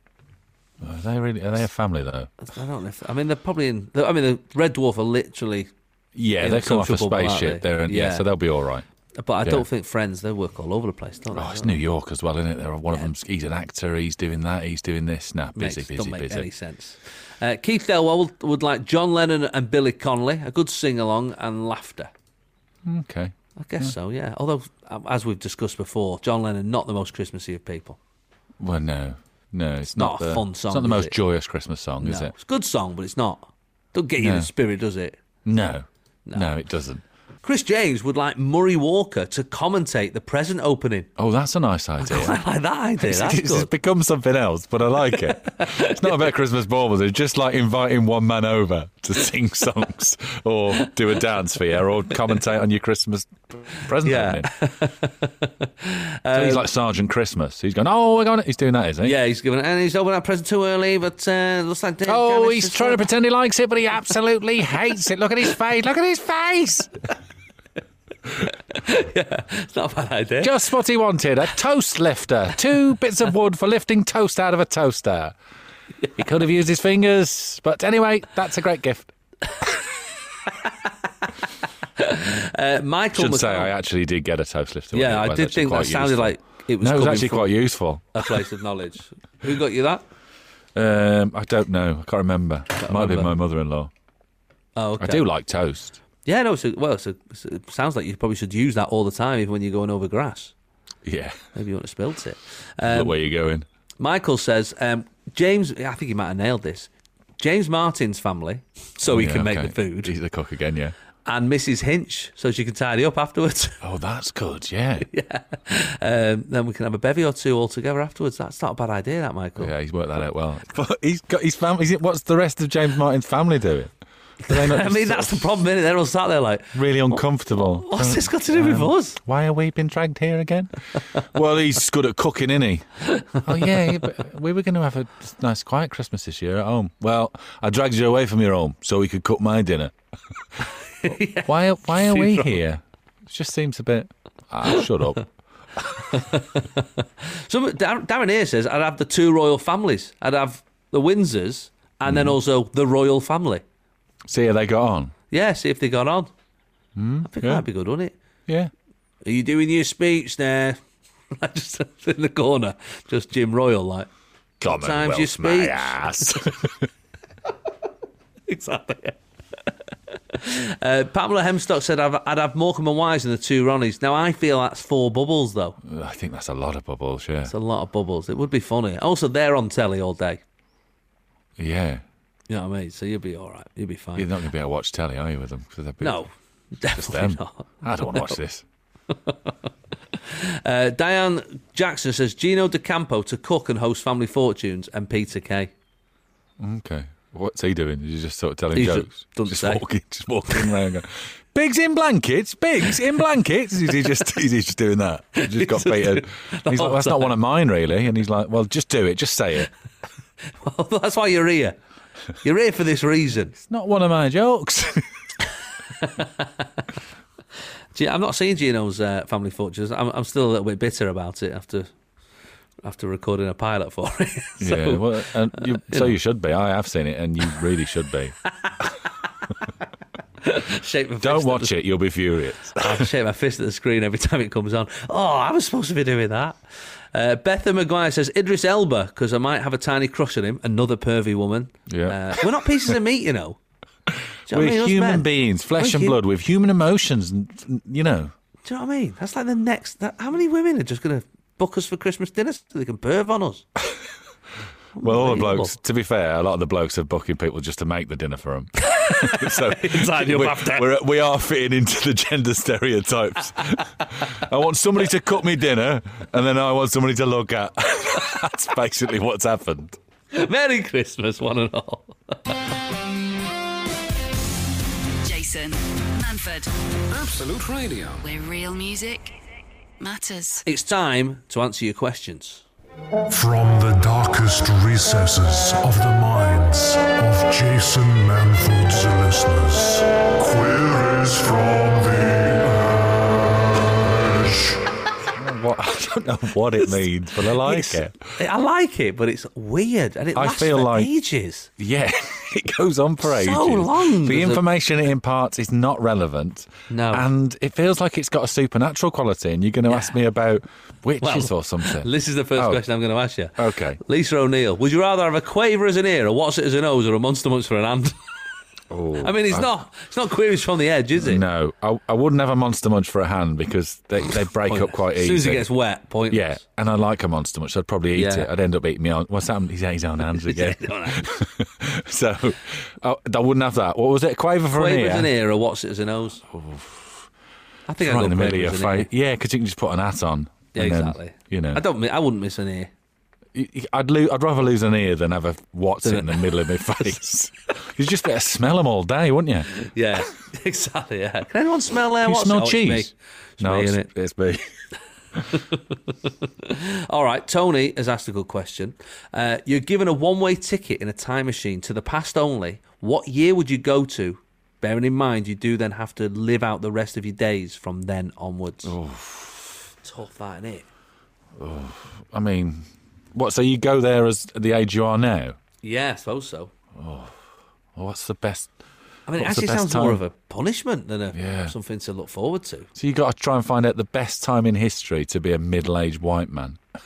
[SPEAKER 4] Are they really? Are they a family though?
[SPEAKER 3] I don't know. If, I mean, they're probably in. I mean, the Red Dwarf are literally,
[SPEAKER 4] Yeah,
[SPEAKER 3] Yeah,
[SPEAKER 4] they
[SPEAKER 3] they're
[SPEAKER 4] come off a
[SPEAKER 3] comfortable, aren't
[SPEAKER 4] spaceship.
[SPEAKER 3] they?
[SPEAKER 4] They're in, yeah.
[SPEAKER 3] Yeah.
[SPEAKER 4] so they'll be all right.
[SPEAKER 3] but I
[SPEAKER 4] Yeah.
[SPEAKER 3] don't think Friends. They work all over the place, don't they?
[SPEAKER 4] Oh, it's New York as well, isn't it? There, one of them's he's an actor. He's doing that. He's doing this. Nah,
[SPEAKER 3] Makes-
[SPEAKER 4] busy, busy,
[SPEAKER 3] Doesn't make any
[SPEAKER 4] busy.
[SPEAKER 3] sense. Uh, Keith Elwell would, would like John Lennon and Billy Connolly, a good sing along and laughter.
[SPEAKER 4] Okay.
[SPEAKER 3] I guess so, yeah. Although, um, as we've discussed before, John Lennon not the most Christmassy of people.
[SPEAKER 4] Well, no, no, it's
[SPEAKER 3] not
[SPEAKER 4] not,
[SPEAKER 3] a
[SPEAKER 4] the,
[SPEAKER 3] fun
[SPEAKER 4] It's
[SPEAKER 3] song,
[SPEAKER 4] not the
[SPEAKER 3] is
[SPEAKER 4] most
[SPEAKER 3] it?
[SPEAKER 4] joyous Christmas song, is
[SPEAKER 3] no.
[SPEAKER 4] it?
[SPEAKER 3] It's a good song, but it's not. Don't get you in
[SPEAKER 4] No.
[SPEAKER 3] the spirit, does it?
[SPEAKER 4] No. no, it doesn't.
[SPEAKER 3] Chris James would like Murray Walker to commentate the present opening.
[SPEAKER 4] Oh, that's a nice idea.
[SPEAKER 3] I like that idea.
[SPEAKER 4] It's,
[SPEAKER 3] That's
[SPEAKER 4] it's
[SPEAKER 3] good.
[SPEAKER 4] become something else, but I like it. it's not about Christmas baubles. It's just like inviting one man over to sing songs or do a dance for you or commentate on your Christmas present.
[SPEAKER 3] Yeah. Um,
[SPEAKER 4] opening. so he's like Sergeant Christmas. He's going, oh, we're going. He's doing that, is he?
[SPEAKER 3] Yeah, he's giving and he's opening that present too early, but uh, looks like.
[SPEAKER 4] Oh,
[SPEAKER 3] Janice
[SPEAKER 4] he's
[SPEAKER 3] has-
[SPEAKER 4] trying to pretend he likes it, but he absolutely hates it. Look at his face. Look at his face.
[SPEAKER 3] It's not a bad idea.
[SPEAKER 4] Just what he wanted a toast lifter. Two bits of wood for lifting toast out of a toaster. He could have used his fingers, but anyway, that's a great gift.
[SPEAKER 3] Uh, Michael
[SPEAKER 4] Should
[SPEAKER 3] McCall-
[SPEAKER 4] say I actually did get a toast lifter. when
[SPEAKER 3] yeah,
[SPEAKER 4] it
[SPEAKER 3] I
[SPEAKER 4] was
[SPEAKER 3] did
[SPEAKER 4] actually
[SPEAKER 3] think
[SPEAKER 4] quite
[SPEAKER 3] that sounded
[SPEAKER 4] useful.
[SPEAKER 3] like it was
[SPEAKER 4] no, it was
[SPEAKER 3] coming
[SPEAKER 4] actually
[SPEAKER 3] from
[SPEAKER 4] quite useful.
[SPEAKER 3] a place of knowledge. Who got you that?
[SPEAKER 4] Um, I don't know. I can't remember. Might have been my
[SPEAKER 3] remember.
[SPEAKER 4] mother-in-law.
[SPEAKER 3] Oh, okay.
[SPEAKER 4] I do like toast.
[SPEAKER 3] Yeah, no. It's a, well, it's a, it's a- it sounds like you probably should use that all the time, even when you're going over grass.
[SPEAKER 4] Yeah,
[SPEAKER 3] Maybe you want to spilt it. Um,
[SPEAKER 4] look where you're going.
[SPEAKER 3] Michael says, um, James, I think he might have nailed this. James Martin's family, so he
[SPEAKER 4] Oh, Yeah,
[SPEAKER 3] oh, can make
[SPEAKER 4] okay.
[SPEAKER 3] the food,
[SPEAKER 4] He's the cook again. Yeah.
[SPEAKER 3] and Mrs. Hinch, so she can tidy up afterwards.
[SPEAKER 4] Oh, that's good. Yeah.
[SPEAKER 3] um, then we can have a bevy or two all together afterwards. That's not a bad idea, that Michael.
[SPEAKER 4] Yeah, he's worked that out well. But he's got his family. Is it, what's the rest of James Martin's family doing? Are they not
[SPEAKER 3] I mean,
[SPEAKER 4] just
[SPEAKER 3] that's the
[SPEAKER 4] sort
[SPEAKER 3] problem, is They're all sat there like,
[SPEAKER 4] of really uncomfortable. Um,
[SPEAKER 3] what's this got to do with us?
[SPEAKER 4] Why are we being dragged here again? well, he's good at cooking, isn't he? oh yeah, yeah, but we were going to have a nice, quiet Christmas this year at home. Well, I dragged you away from your home so we could cook my dinner. Why? Why are we here? It just seems a bit. Ah, shut up.
[SPEAKER 3] So Dar- Darren here says, I'd have the two royal families. I'd have the Windsors and then also the royal family.
[SPEAKER 4] See how they got on.
[SPEAKER 3] Yeah, see if they got on. I think
[SPEAKER 4] yeah.
[SPEAKER 3] that'd be good, wouldn't it?
[SPEAKER 4] Yeah.
[SPEAKER 3] Are you doing your speech there? just in the corner, just Jim Royal like.
[SPEAKER 4] Come
[SPEAKER 3] Sometimes you speak.
[SPEAKER 4] ass.
[SPEAKER 3] Exactly. uh, Pamela Hemstock said, I've, "I'd have Morecambe and Wise and the two Ronnies." Now I feel that's four bubbles, though.
[SPEAKER 4] I think that's a lot of bubbles. Yeah.
[SPEAKER 3] It's a lot of bubbles. It would be funny. Also, they're on telly all day.
[SPEAKER 4] Yeah.
[SPEAKER 3] You know what I mean? So you'll be all right. You'll be fine.
[SPEAKER 4] You're not going to be able to watch telly, are you, with them? 'Cause they'd be-
[SPEAKER 3] no,
[SPEAKER 4] Just
[SPEAKER 3] definitely
[SPEAKER 4] them.
[SPEAKER 3] not.
[SPEAKER 4] I don't want to watch this.
[SPEAKER 3] Uh, Diane Jackson says Gino De Campo to cook and host Family Fortunes and Peter Kay.
[SPEAKER 4] Okay. What's he doing? Is he just sort of telling
[SPEAKER 3] He just
[SPEAKER 4] jokes?
[SPEAKER 3] doesn't
[SPEAKER 4] just
[SPEAKER 3] say.
[SPEAKER 4] walking, just walking around going, Bigs in blankets, Bigs in blankets. Is he just, is he just doing that? He just got baited. He's like, that's not one of mine, really. And he's like, well, just do it. Just say it.
[SPEAKER 3] That's why you're here. You're here for this reason.
[SPEAKER 4] It's not one of my jokes.
[SPEAKER 3] Gee, I'm not seeing Gino's uh, Family Fortunes. I'm, I'm still a little bit bitter about it after after recording a pilot for it. So,
[SPEAKER 4] yeah. Well, and you, so you should be. I have seen it, and you really should be.
[SPEAKER 3] shake my fist
[SPEAKER 4] Don't
[SPEAKER 3] at
[SPEAKER 4] watch it. You'll be furious.
[SPEAKER 3] The, I shake my fist at the screen every time it comes on. Oh, I was supposed to be doing that. Uh, Betha Maguire says Idris Elba because I might have a tiny crush on him. Another pervy woman.
[SPEAKER 4] Yeah.
[SPEAKER 3] Uh, we're not pieces of meat, you know. Do you know what I
[SPEAKER 4] We're
[SPEAKER 3] mean? Us
[SPEAKER 4] human
[SPEAKER 3] men.
[SPEAKER 4] beings, flesh
[SPEAKER 3] We're
[SPEAKER 4] and
[SPEAKER 3] hu-
[SPEAKER 4] blood, with human emotions, and you know.
[SPEAKER 3] Do you know what I mean? That's like the next. That, how many women are just going to book us for Christmas dinner so they can perv on us?
[SPEAKER 4] Well, all the
[SPEAKER 3] Unbelievable.
[SPEAKER 4] blokes. To be fair, a lot of the blokes are booking people just to make the dinner for them. so
[SPEAKER 3] you up
[SPEAKER 4] we're,
[SPEAKER 3] after.
[SPEAKER 4] we're, we are fitting into the gender stereotypes. I want somebody to cook me dinner, and then I want somebody to look at. That's basically what's happened.
[SPEAKER 3] Merry Christmas, one and all.
[SPEAKER 1] Jason Manford,
[SPEAKER 2] Absolute Radio.
[SPEAKER 1] where real music matters.
[SPEAKER 3] It's time to answer your questions.
[SPEAKER 7] From the darkest recesses of the minds of Jason Manford's listeners, queries from the Ash.
[SPEAKER 4] What, I don't know what it means, but I like
[SPEAKER 3] It's-
[SPEAKER 4] it.
[SPEAKER 3] I like it, but it's weird and it
[SPEAKER 4] I
[SPEAKER 3] lasts
[SPEAKER 4] feel
[SPEAKER 3] for
[SPEAKER 4] like-
[SPEAKER 3] ages.
[SPEAKER 4] Yeah, it goes on for ages.
[SPEAKER 3] So long.
[SPEAKER 4] The
[SPEAKER 3] There's a-
[SPEAKER 4] information it imparts is not relevant.
[SPEAKER 3] No.
[SPEAKER 4] and it feels like it's got a supernatural quality. And you're going to ask me about witches
[SPEAKER 3] Well,
[SPEAKER 4] or something.
[SPEAKER 3] This is the first
[SPEAKER 4] Oh.
[SPEAKER 3] question I'm going to ask you.
[SPEAKER 4] Okay.
[SPEAKER 3] Lisa O'Neill, would you rather have a quaver as an ear, a what's it as a nose, or a monster munch for an hand? I mean, it's not it's not queries from the edge, is it?
[SPEAKER 4] Oh, No, I, I wouldn't have a monster munch for a hand because they, they break up quite
[SPEAKER 3] as
[SPEAKER 4] easily.
[SPEAKER 3] soon as it gets wet, pointless.
[SPEAKER 4] Yeah, and I like a monster munch, so I'd probably eat
[SPEAKER 3] Yeah.
[SPEAKER 4] it. I'd end up eating my own. What's that? He's, he's on hands again. so I, I wouldn't have that. What was it? A quaver for an
[SPEAKER 3] Quavers
[SPEAKER 4] ear?
[SPEAKER 3] an ear or what's it as a nose? I think
[SPEAKER 4] Right
[SPEAKER 3] I
[SPEAKER 4] in
[SPEAKER 3] go
[SPEAKER 4] the middle of your
[SPEAKER 3] quavers an ear.
[SPEAKER 4] face. Yeah, because you can just put an hat on.
[SPEAKER 3] Yeah,
[SPEAKER 4] and then,
[SPEAKER 3] exactly.
[SPEAKER 4] you know,
[SPEAKER 3] I don't. mi- I wouldn't miss an ear.
[SPEAKER 4] you- you- I'd lose. I'd rather lose an ear than have a what's
[SPEAKER 3] Than
[SPEAKER 4] in
[SPEAKER 3] a-
[SPEAKER 4] the middle of my face. You'd just better smell them all day, wouldn't you?
[SPEAKER 3] Yeah, exactly. Yeah. Can anyone smell there?
[SPEAKER 4] You
[SPEAKER 3] what's
[SPEAKER 4] smell
[SPEAKER 3] oh, it's me.
[SPEAKER 4] cheese.
[SPEAKER 3] It's me,
[SPEAKER 4] it's,
[SPEAKER 3] innit?
[SPEAKER 4] it's me.
[SPEAKER 3] All right, Tony has asked a good question. Uh, you're given a one way ticket in a time machine to the past only. What year would you go to? Bearing in mind, you do then have to live out the rest of your days from then onwards. Tough, that, innit?
[SPEAKER 4] I mean, what? So you go there as the age you are now?
[SPEAKER 3] Yeah, I suppose so.
[SPEAKER 4] Well, what's the best?
[SPEAKER 3] I mean,
[SPEAKER 4] What's
[SPEAKER 3] it actually
[SPEAKER 4] the best
[SPEAKER 3] sounds more of
[SPEAKER 4] time?
[SPEAKER 3] a punishment than a,
[SPEAKER 4] Yeah.
[SPEAKER 3] something to look forward to.
[SPEAKER 4] So you got to try and find out the best time in history to be a middle-aged white man.
[SPEAKER 3] And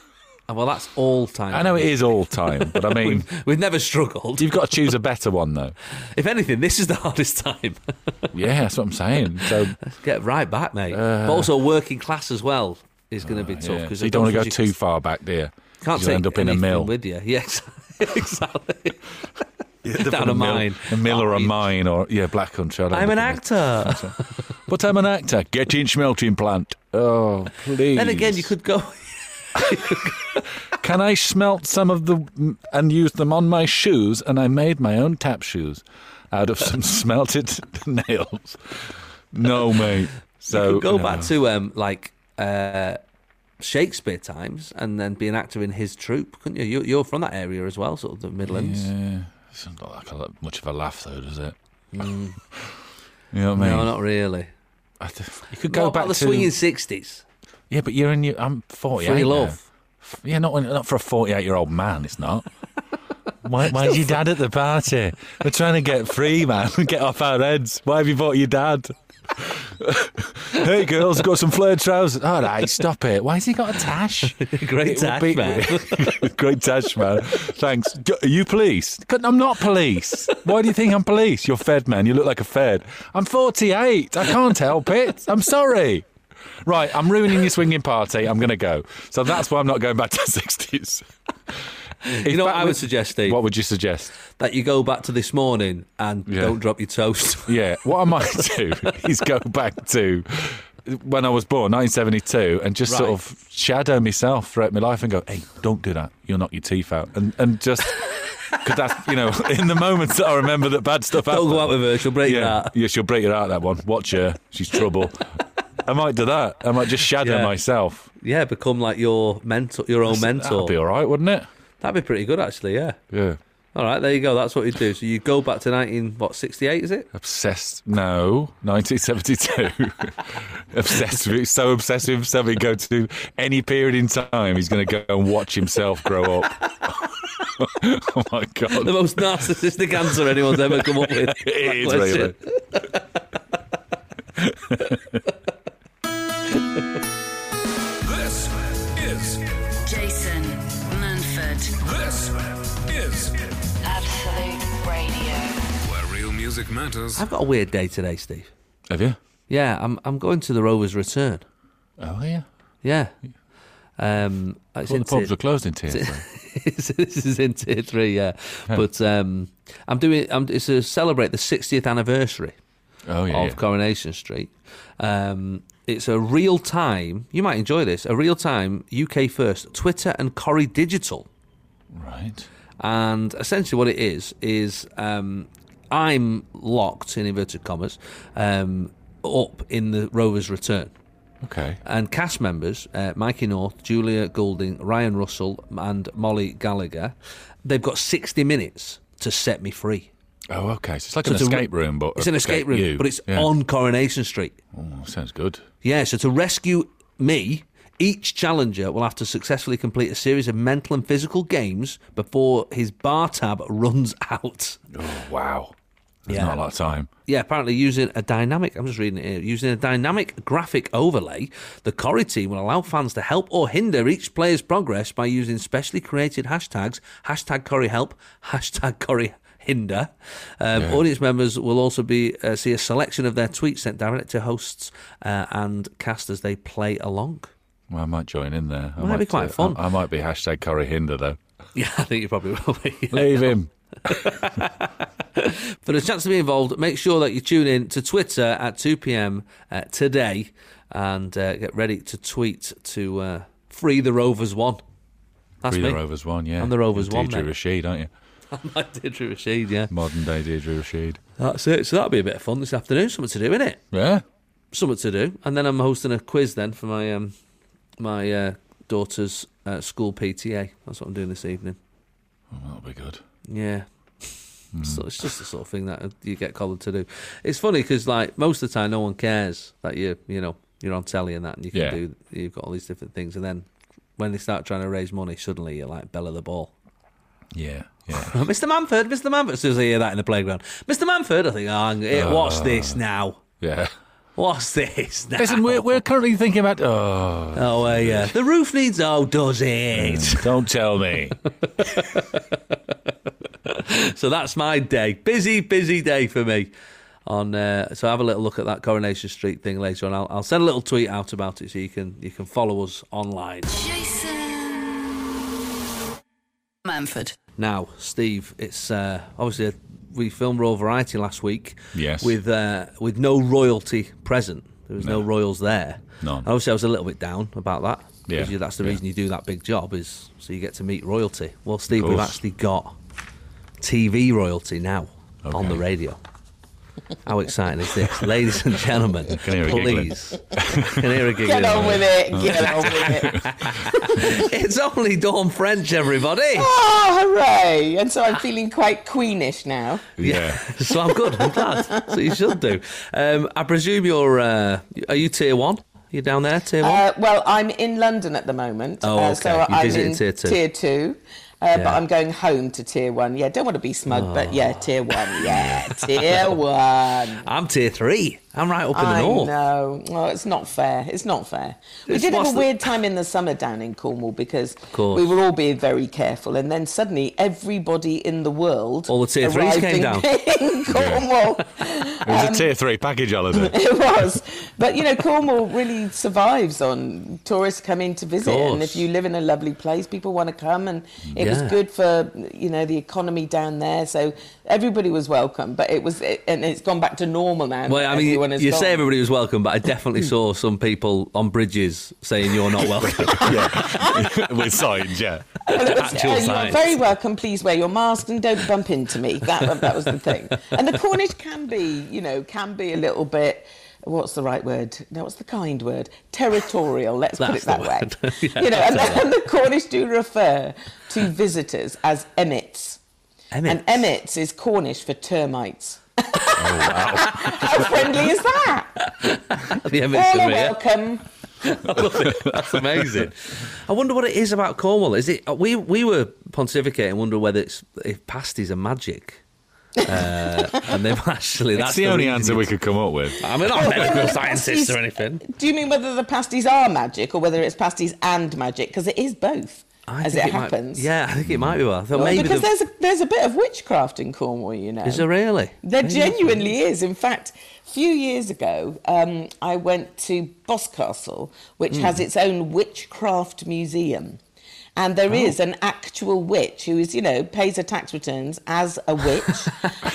[SPEAKER 3] Uh, well, that's all time.
[SPEAKER 4] I know it is all time, but I mean,
[SPEAKER 3] We've never struggled.
[SPEAKER 4] you've got to choose a better one though.
[SPEAKER 3] If anything, this is the hardest time.
[SPEAKER 4] Yeah, that's what I'm saying. So
[SPEAKER 3] Get right back, mate. but also, working class as well is going to be tough
[SPEAKER 4] Uh. yeah.
[SPEAKER 3] because
[SPEAKER 4] So you don't want to go too far back, dear.
[SPEAKER 3] Can't
[SPEAKER 4] You'll
[SPEAKER 3] take
[SPEAKER 4] end up in a
[SPEAKER 3] anything
[SPEAKER 4] mill.
[SPEAKER 3] with you. Yes, exactly. Down
[SPEAKER 4] a
[SPEAKER 3] a
[SPEAKER 4] mill-
[SPEAKER 3] mine.
[SPEAKER 4] a mill or
[SPEAKER 3] Oh,
[SPEAKER 4] a
[SPEAKER 3] you-
[SPEAKER 4] mine or yeah, black country. I don't
[SPEAKER 3] I'm an
[SPEAKER 4] think it is.
[SPEAKER 3] actor.
[SPEAKER 4] but I'm an actor. Get in smelting plant. Oh, please.
[SPEAKER 3] then again, you could go.
[SPEAKER 4] Can I smelt some of the and use them on my shoes? And I made my own tap shoes out of some smelted nails. No, mate. So
[SPEAKER 3] you could go
[SPEAKER 4] no.
[SPEAKER 3] back to um, like uh, Shakespeare times, and then be an actor in his troupe, couldn't you? you you're from that area as well, sort of the Midlands.
[SPEAKER 4] Yeah, it's not like a, lot- much of a laugh though, does it? you know what I
[SPEAKER 3] Mm.
[SPEAKER 4] mean?
[SPEAKER 3] No, not really.
[SPEAKER 4] I th- you could
[SPEAKER 3] What
[SPEAKER 4] go
[SPEAKER 3] about
[SPEAKER 4] back
[SPEAKER 3] the
[SPEAKER 4] to Oh,
[SPEAKER 3] swinging sixties.
[SPEAKER 4] Yeah, but you're in your. I'm 48.
[SPEAKER 3] Free
[SPEAKER 4] now.
[SPEAKER 3] love.
[SPEAKER 4] F- Yeah, not when, not for a 48 year old man. It's not. Why, why's your dad at the party? We're trying to get free, man. Get off our heads. Why have you bought your dad? hey, girls, got some flared trousers. All right, stop it. Why's he got a tash?
[SPEAKER 3] Great
[SPEAKER 4] It would
[SPEAKER 3] tash,
[SPEAKER 4] be-
[SPEAKER 3] man.
[SPEAKER 4] Great tash, man. Thanks. G- Are you police? God, I'm not police. Why do you think I'm police? You're fed, man. You look like a fed. I'm 48. I can't help it. I'm sorry. Right, I'm ruining your swinging party. I'm going to go. So that's why I'm not going back to the 60s.
[SPEAKER 3] You know what I would suggest, Steve?
[SPEAKER 4] What would you suggest?
[SPEAKER 3] That you go back to this morning and
[SPEAKER 4] Yeah.
[SPEAKER 3] don't drop your toast.
[SPEAKER 4] Yeah, what I might do is go back to when I was born, 1972, and just sort
[SPEAKER 3] Right.
[SPEAKER 4] of shadow myself throughout my life and go, hey, don't do that. You'll knock your teeth out. And, and just, because that's, you know, in the moments that I remember that bad stuff happened.
[SPEAKER 3] don't go out with her; she'll break your
[SPEAKER 4] yeah,
[SPEAKER 3] heart.
[SPEAKER 4] yeah, she'll break your heart, that one. Watch her. She's trouble. I might do that. I might just shadow
[SPEAKER 3] Yeah.
[SPEAKER 4] myself.
[SPEAKER 3] Yeah, become like your mentor, your own mentor.
[SPEAKER 4] That'd be all right, wouldn't it?
[SPEAKER 3] That'd be pretty good, actually. Yeah.
[SPEAKER 4] Yeah.
[SPEAKER 3] All right, there you go. That's what you do. So you go back to nineteen what sixty eight is it?
[SPEAKER 4] Obsessed. No, 1972. obsessed with so obsessed with himself, he go to any period in time. He's going to go and watch himself grow up. oh my
[SPEAKER 3] The
[SPEAKER 4] god,
[SPEAKER 3] most narcissistic answer anyone's ever come up with.
[SPEAKER 4] it is
[SPEAKER 3] That question.
[SPEAKER 4] really.
[SPEAKER 8] This is
[SPEAKER 1] Jason Manford,
[SPEAKER 8] this is
[SPEAKER 1] Absolute Radio.
[SPEAKER 2] Where real music matters.
[SPEAKER 3] I've got a weird day today, Steve.
[SPEAKER 4] Have you?
[SPEAKER 3] Yeah, I'm I'm going to the Rovers' return.
[SPEAKER 4] Oh yeah.
[SPEAKER 3] Yeah. Um, it's
[SPEAKER 4] Well,
[SPEAKER 3] in
[SPEAKER 4] the pubs
[SPEAKER 3] tier-
[SPEAKER 4] are closed in tier three.
[SPEAKER 3] this is in tier three, yeah. But um, I'm doing. I'm, it's to celebrate the 60th anniversary
[SPEAKER 4] Oh yeah.
[SPEAKER 3] of
[SPEAKER 4] yeah.
[SPEAKER 3] Coronation Street. Um, it's a real time. You might enjoy this. A real time UK first Twitter and Corrie Digital.
[SPEAKER 4] Right.
[SPEAKER 3] And essentially, what it is is um, I'm locked in inverted commas um, up in the Rover's Return.
[SPEAKER 4] Okay.
[SPEAKER 3] And cast members, uh, Mikey North, Julia Goulding, Ryan Russell, and Molly Gallagher, they've got 60 minutes to set me free.
[SPEAKER 4] Oh okay. So it's like
[SPEAKER 3] So
[SPEAKER 4] an
[SPEAKER 3] it's a re-
[SPEAKER 4] escape room, but
[SPEAKER 3] It's an escape room,
[SPEAKER 4] you.
[SPEAKER 3] but it's
[SPEAKER 4] Yeah.
[SPEAKER 3] on Coronation Street.
[SPEAKER 4] Oh, sounds good.
[SPEAKER 3] Yeah, so to rescue me, each challenger will have to successfully complete a series of mental and physical games before his bar tab runs out.
[SPEAKER 4] Oh, wow. There's
[SPEAKER 3] Yeah.
[SPEAKER 4] not a lot of time.
[SPEAKER 3] Yeah, apparently using a dynamic, I'm just reading it here, using a dynamic graphic overlay, the Corrie team will allow fans to help or hinder each player's progress by using specially created hashtags, hashtag Corrie help, hashtag Corrie Hinder. Um,
[SPEAKER 4] Yeah.
[SPEAKER 3] Audience members will also be uh, see a selection of their tweets sent direct to hosts uh, and cast as they play along.
[SPEAKER 4] Well, I might join in there. I
[SPEAKER 3] Might be quite
[SPEAKER 4] do-
[SPEAKER 3] fun.
[SPEAKER 4] I, I might be hashtag Corrie Hinder though.
[SPEAKER 3] Yeah, I think you probably will be.
[SPEAKER 4] Leave him.
[SPEAKER 3] For the chance to be involved, make sure that you tune in to Twitter at 2 p.m. Uh, today and uh, get ready to tweet to uh, free the Rovers one. That's
[SPEAKER 4] Free
[SPEAKER 3] me.
[SPEAKER 4] the Rovers one, yeah.
[SPEAKER 3] I'm the Rovers
[SPEAKER 4] You're
[SPEAKER 3] one,
[SPEAKER 4] Deirdre
[SPEAKER 3] mate.
[SPEAKER 4] Rashid, aren't you?
[SPEAKER 3] I did Rashid, yeah.
[SPEAKER 4] Modern day Deirdre Rashid.
[SPEAKER 3] That's it. So that'll be a bit of fun this afternoon. Something to do, innit?
[SPEAKER 4] Yeah.
[SPEAKER 3] Something to do. And then I'm hosting a quiz then for my um, my uh, daughter's uh, school PTA. That's what I'm doing this evening.
[SPEAKER 4] Oh, that'll be good.
[SPEAKER 3] Yeah. So it's just the sort of thing that you get Colin to do. It's funny because like most of the time, no one cares that you you know you're on telly and that, and you can
[SPEAKER 4] Yeah.
[SPEAKER 3] do you've got all these different things, and then when they start trying to raise money, suddenly you're like bell of the ball.
[SPEAKER 4] Yeah. Yeah.
[SPEAKER 3] Mr. Manford, Mr. Manford. As soon as I hear that in the playground, Mr. Manford, I think, oh, I'm- eh, what's this now?
[SPEAKER 4] yeah.
[SPEAKER 3] What's this now?
[SPEAKER 4] Listen, we're, we're currently thinking about. Oh,
[SPEAKER 3] Oh, uh, yeah. The roof needs. Oh, does it?
[SPEAKER 4] don't tell me.
[SPEAKER 3] so that's my day. Busy, busy day for me. On uh, so have a little look at that Coronation Street thing later on. I'll, I'll send a little tweet out about it so you can you can follow us online.
[SPEAKER 1] Jason Manford.
[SPEAKER 3] Now, Steve, it's uh, obviously we filmed Royal Variety last week.
[SPEAKER 4] Yes.
[SPEAKER 3] With uh, with no royalty present. There was no, royals there.
[SPEAKER 4] None.
[SPEAKER 3] And obviously, I was a little bit down about that. 'cause
[SPEAKER 4] Yeah,
[SPEAKER 3] you- that's the
[SPEAKER 4] yeah.
[SPEAKER 3] reason you do that big job is so you get to meet royalty. Well, Steve,
[SPEAKER 4] Of
[SPEAKER 3] we've
[SPEAKER 4] course.
[SPEAKER 3] actually got TV royalty now on
[SPEAKER 4] Okay.
[SPEAKER 3] the radio. How exciting is this, ladies and gentlemen?
[SPEAKER 4] Can hear a giggling.
[SPEAKER 3] please, can hear a giggling.
[SPEAKER 9] Get on with it. Get on with it.
[SPEAKER 3] It's only Dawn French, everybody.
[SPEAKER 9] Oh, hooray! And so
[SPEAKER 3] Ah.
[SPEAKER 9] I'm feeling quite queenish now.
[SPEAKER 4] Yeah.
[SPEAKER 3] so I'm good. I'm glad. So you should do. Um, I presume you're. Uh, are you tier one? You're down there, tier one.
[SPEAKER 9] Uh, well, I'm in London at the moment.
[SPEAKER 3] Oh,
[SPEAKER 9] uh,
[SPEAKER 3] okay.
[SPEAKER 9] So
[SPEAKER 3] You
[SPEAKER 9] I'm
[SPEAKER 3] visited
[SPEAKER 9] in
[SPEAKER 3] tier two.
[SPEAKER 9] two, uh, But I'm going home to tier one. Yeah, don't want to be smug, but yeah,
[SPEAKER 3] Oh.
[SPEAKER 9] tier one. Yeah, tier one.
[SPEAKER 3] I'm tier three. I'm right up in
[SPEAKER 9] I
[SPEAKER 3] the north.
[SPEAKER 9] know. Oh, it's not fair. It's not fair. We
[SPEAKER 3] It's
[SPEAKER 9] did have a
[SPEAKER 3] what's the-
[SPEAKER 9] weird time in the summer down in Cornwall because
[SPEAKER 3] course.
[SPEAKER 9] we were all being very careful, and then suddenly everybody in the world
[SPEAKER 3] All the tier threes
[SPEAKER 9] arrived
[SPEAKER 3] came
[SPEAKER 9] in-
[SPEAKER 3] down.
[SPEAKER 9] in Cornwall.
[SPEAKER 4] It was a tier three package holiday.
[SPEAKER 9] it was. But you know, Cornwall really survives on tourists coming to visit, and
[SPEAKER 3] Course.
[SPEAKER 9] if you live in a lovely place, people want to come, and it was
[SPEAKER 3] Yeah.
[SPEAKER 9] good for you know the economy down there. So everybody was welcome, but it was, and it's gone back to normal now.
[SPEAKER 3] Well, I mean,
[SPEAKER 9] Everyone
[SPEAKER 3] you
[SPEAKER 9] has gone.
[SPEAKER 3] say everybody was welcome, but I definitely saw some people on bridges saying you're not welcome.
[SPEAKER 4] With signs, yeah.
[SPEAKER 9] And it was,
[SPEAKER 3] Actual
[SPEAKER 9] "Oh, you are
[SPEAKER 3] science.
[SPEAKER 9] very welcome. Please wear your mask and don't bump into me. That that was the thing. And the Cornish can be, you know, can be a little bit. What's the right word? No, what's the kind word? Territorial. Let's put it
[SPEAKER 3] That's the
[SPEAKER 9] that way.
[SPEAKER 3] word. Yeah,
[SPEAKER 9] you know, and,
[SPEAKER 3] that's
[SPEAKER 9] and the Cornish do refer to visitors as emmets,
[SPEAKER 3] Emmett.
[SPEAKER 9] and emmets is Cornish for termites.
[SPEAKER 3] Oh,
[SPEAKER 9] How friendly is that?
[SPEAKER 3] the Emmets
[SPEAKER 9] All
[SPEAKER 3] of
[SPEAKER 9] are
[SPEAKER 3] me, yeah.
[SPEAKER 9] welcome.
[SPEAKER 3] That's amazing. I wonder what it is about Cornwall. Is it we we were pontificating, wonder whether it's if pasties are magic, uh, and they've actually that's
[SPEAKER 4] That's the only
[SPEAKER 3] reason
[SPEAKER 4] answer
[SPEAKER 3] you-
[SPEAKER 4] we could come up with.
[SPEAKER 3] I mean, I'm not a medical scientist
[SPEAKER 9] Pasties-
[SPEAKER 3] or anything.
[SPEAKER 9] Do you mean whether the pasties are magic or whether it's pasties and magic? Because it is both,
[SPEAKER 3] I
[SPEAKER 9] as it,
[SPEAKER 3] think might-
[SPEAKER 9] happens.
[SPEAKER 3] yeah, I think it might be well. I thought
[SPEAKER 9] Well,
[SPEAKER 3] maybe
[SPEAKER 9] because
[SPEAKER 3] the-
[SPEAKER 9] there's a, there's a bit of witchcraft in Cornwall, you know.
[SPEAKER 3] Is there really?
[SPEAKER 9] There
[SPEAKER 3] Maybe.
[SPEAKER 9] genuinely is. In fact, a few years ago, um, I went to Boscastle, which
[SPEAKER 3] Hmm.
[SPEAKER 9] has its own witchcraft museum. And there
[SPEAKER 3] Oh.
[SPEAKER 9] is an actual witch who is, you know, pays her tax returns as a witch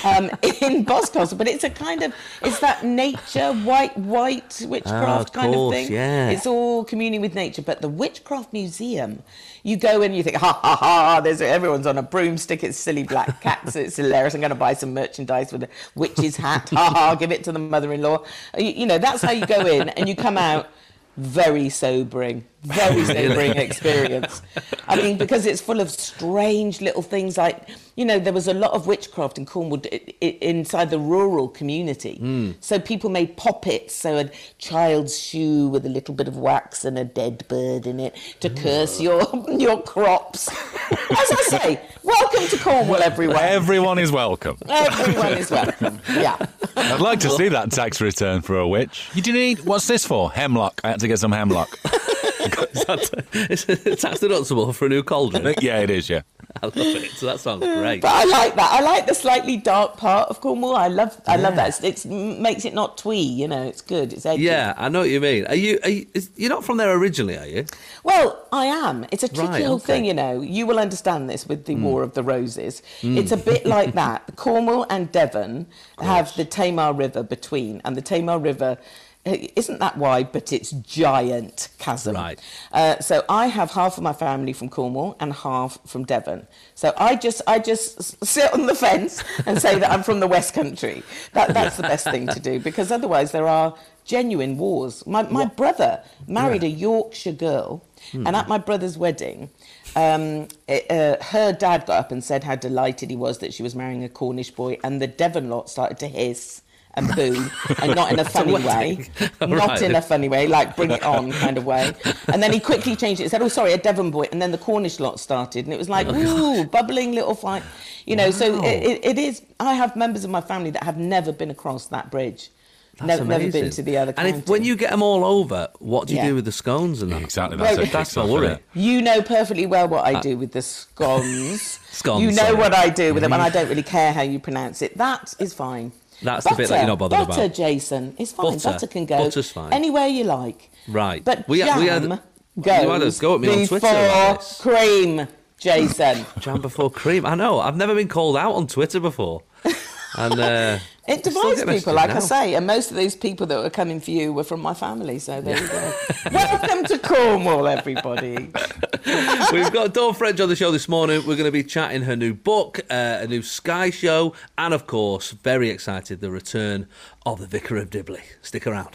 [SPEAKER 9] um, in Boscastle. But it's a kind of, it's that nature, white, white witchcraft kind
[SPEAKER 3] Ah, course,
[SPEAKER 9] of thing.
[SPEAKER 3] yeah.
[SPEAKER 9] It's all communing with nature. But the Witchcraft Museum, you go in, you think, ha ha ha, there's everyone's on a broomstick, it's silly black cats, it's hilarious. I'm going to buy some merchandise with a witch's hat, ha ha, give it to the mother in law. You, you know, that's how you go in and you come out. Very sobering, very sobering experience. I mean, because it's full of strange little things like, you know, there was a lot of witchcraft in Cornwall i- i- inside the rural community. So people made poppets, so a child's shoe with a little bit of wax and a dead bird in it to curse your your crops. As I say, welcome to Cornwall, everyone.
[SPEAKER 4] Everyone is welcome.
[SPEAKER 9] everyone is welcome. Yeah.
[SPEAKER 4] I'd like to see that tax return for a witch. You do need. What's this for? Hemlock. I had to get some hemlock.
[SPEAKER 3] it's tax deductible for a new cauldron.
[SPEAKER 4] yeah, it is. Yeah.
[SPEAKER 3] I love it. So that sounds great.
[SPEAKER 9] But I like that. I like the slightly dark part of Cornwall. I love. I love that. It's, it makes it not twee. You know, it's good. It's edgy.
[SPEAKER 3] Yeah, I know what you mean. Are you? Are you is, you're not from there originally, are you?
[SPEAKER 9] Well, I am. It's a tricky
[SPEAKER 3] Right,
[SPEAKER 9] old
[SPEAKER 3] okay.
[SPEAKER 9] thing, you know. You will understand this with the War of the Roses. It's a bit like that. Cornwall and Devon have the Tamar River between, and the Tamar River uh, isn't that wide, but it's giant chasm.
[SPEAKER 3] Right.
[SPEAKER 9] Uh, so I have half of my family from Cornwall and half from Devon. So I just I just s- sit on the fence and say that I'm from the West Country. That, that's the best thing to do because otherwise there are genuine wars. My my brother married a Yorkshire girl, and at my brother's wedding. Um, it, uh, her dad got up and said how delighted he was that she was marrying a Cornish boy, and the Devon lot started to hiss and boo, and not in a funny way,
[SPEAKER 3] wedding.
[SPEAKER 9] not
[SPEAKER 3] Right.
[SPEAKER 9] in a funny way, like bring it on kind of way. And then he quickly changed it. He said, "Oh, sorry, a Devon boy." And then the Cornish lot started, and it was like,
[SPEAKER 3] Oh,
[SPEAKER 9] "Ooh, bubbling little fight," you know. So it, it, it is. I have members of my family that have never been across that bridge,
[SPEAKER 3] That's
[SPEAKER 9] never, never been
[SPEAKER 3] amazing.
[SPEAKER 9] to the other.
[SPEAKER 3] And
[SPEAKER 9] County.
[SPEAKER 3] if, when you get them all over, what do you
[SPEAKER 9] Yeah.
[SPEAKER 3] do with the scones and that?
[SPEAKER 4] Exactly.
[SPEAKER 9] Well,
[SPEAKER 4] That's it.
[SPEAKER 9] that's
[SPEAKER 4] Kicks
[SPEAKER 3] my
[SPEAKER 4] off,
[SPEAKER 3] worry.
[SPEAKER 4] innit?
[SPEAKER 9] You know perfectly well what I do with the scones.
[SPEAKER 3] Uh, Scones,
[SPEAKER 9] You know
[SPEAKER 3] sorry. Mm-hmm.
[SPEAKER 9] what I do with them, and I don't really care how you pronounce it. That is fine.
[SPEAKER 3] That's the bit that you're not bothered
[SPEAKER 9] butter,
[SPEAKER 3] about.
[SPEAKER 9] Jason, is fine.
[SPEAKER 3] Butter.
[SPEAKER 9] Butter, can go
[SPEAKER 3] Butter's fine.
[SPEAKER 9] anywhere you like.
[SPEAKER 3] Right.
[SPEAKER 9] But
[SPEAKER 3] We had-
[SPEAKER 9] jam
[SPEAKER 3] we had-
[SPEAKER 9] goes
[SPEAKER 3] you had us go at me on Twitter
[SPEAKER 9] before
[SPEAKER 3] about this.
[SPEAKER 9] cream, Jason.
[SPEAKER 3] Jam before cream. I know. I've never been called out on Twitter before. And uh,
[SPEAKER 9] It
[SPEAKER 3] I still get
[SPEAKER 9] divides people,
[SPEAKER 3] messages
[SPEAKER 9] like I
[SPEAKER 3] now.
[SPEAKER 9] say, and most of those people that were coming for you were from my family. So there you go. Welcome to Cornwall, everybody.
[SPEAKER 3] We've got Dawn French on the show this morning. We're going to be chatting her new book, uh, a new Sky show, and of course, very excited the return of the Vicar of Dibley. Stick around.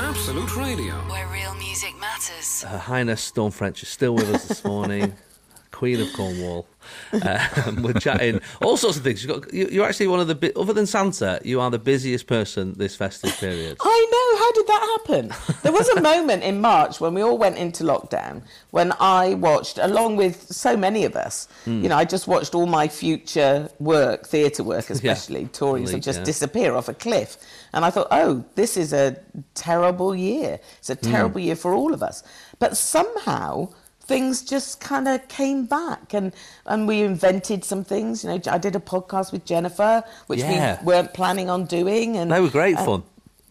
[SPEAKER 2] Absolute Radio.
[SPEAKER 1] Where real music matters.
[SPEAKER 3] Her Highness Dawn French is still with us this morning. Queen of Cornwall. Um, we're chatting all sorts of things. You've got, you- you're actually one of the, bu- other than Santa, you are the busiest person this festive period.
[SPEAKER 9] I know. How did that happen? There was a moment in March when we all went into lockdown when I watched, along with so many of us,
[SPEAKER 3] Hmm.
[SPEAKER 9] you know, I just watched all my future work, theatre work especially, tourings
[SPEAKER 3] Bleak,
[SPEAKER 9] just
[SPEAKER 3] yeah.
[SPEAKER 9] disappear off a cliff. And I thought, oh, this is a terrible year. It's a
[SPEAKER 3] Hmm.
[SPEAKER 9] terrible year for all of us. But somehow, things just kind of came back and, and we invented some things you know i did a podcast with jennifer which
[SPEAKER 3] Yeah.
[SPEAKER 9] we weren't planning on doing and
[SPEAKER 3] They were great
[SPEAKER 9] uh,
[SPEAKER 3] fun.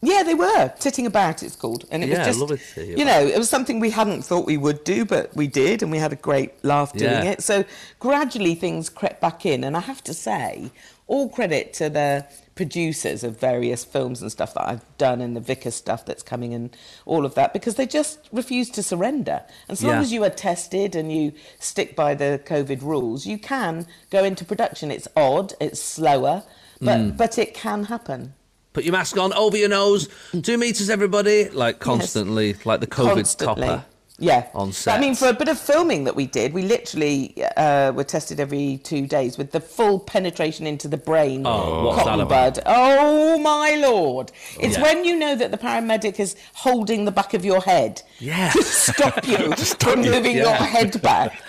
[SPEAKER 9] yeah, they were. Titting about, it's called. And it
[SPEAKER 3] Yeah,
[SPEAKER 9] was just,
[SPEAKER 3] lovely to see you.
[SPEAKER 9] you know, it was something we hadn't thought we would do, but we did, and we had a great laugh doing
[SPEAKER 3] Yeah.
[SPEAKER 9] it. So gradually things crept back in. And I have to say, all credit to the producers of various films and stuff that I've done and the Vicar stuff that's coming and all of that, because they just refuse to surrender. And so
[SPEAKER 3] Yeah.
[SPEAKER 9] long as you are tested and you stick by the COVID rules, you can go into production. It's odd, it's slower, but,
[SPEAKER 3] Mm.
[SPEAKER 9] but it can happen.
[SPEAKER 3] Put your mask on over your nose, two metres, everybody, like constantly, like the COVID copper.
[SPEAKER 9] Yeah.
[SPEAKER 3] on
[SPEAKER 9] But I mean,
[SPEAKER 3] set.
[SPEAKER 9] for a bit of filming that we did, we literally uh, were tested every two days with the full penetration into the brain.
[SPEAKER 3] Oh, what's that
[SPEAKER 9] cotton
[SPEAKER 3] about?
[SPEAKER 9] bud. Oh, my Lord. It's
[SPEAKER 3] Yeah.
[SPEAKER 9] when you know that the paramedic is holding the back of your head.
[SPEAKER 3] Yeah.
[SPEAKER 9] To stop you from moving your
[SPEAKER 3] yeah.
[SPEAKER 9] head back.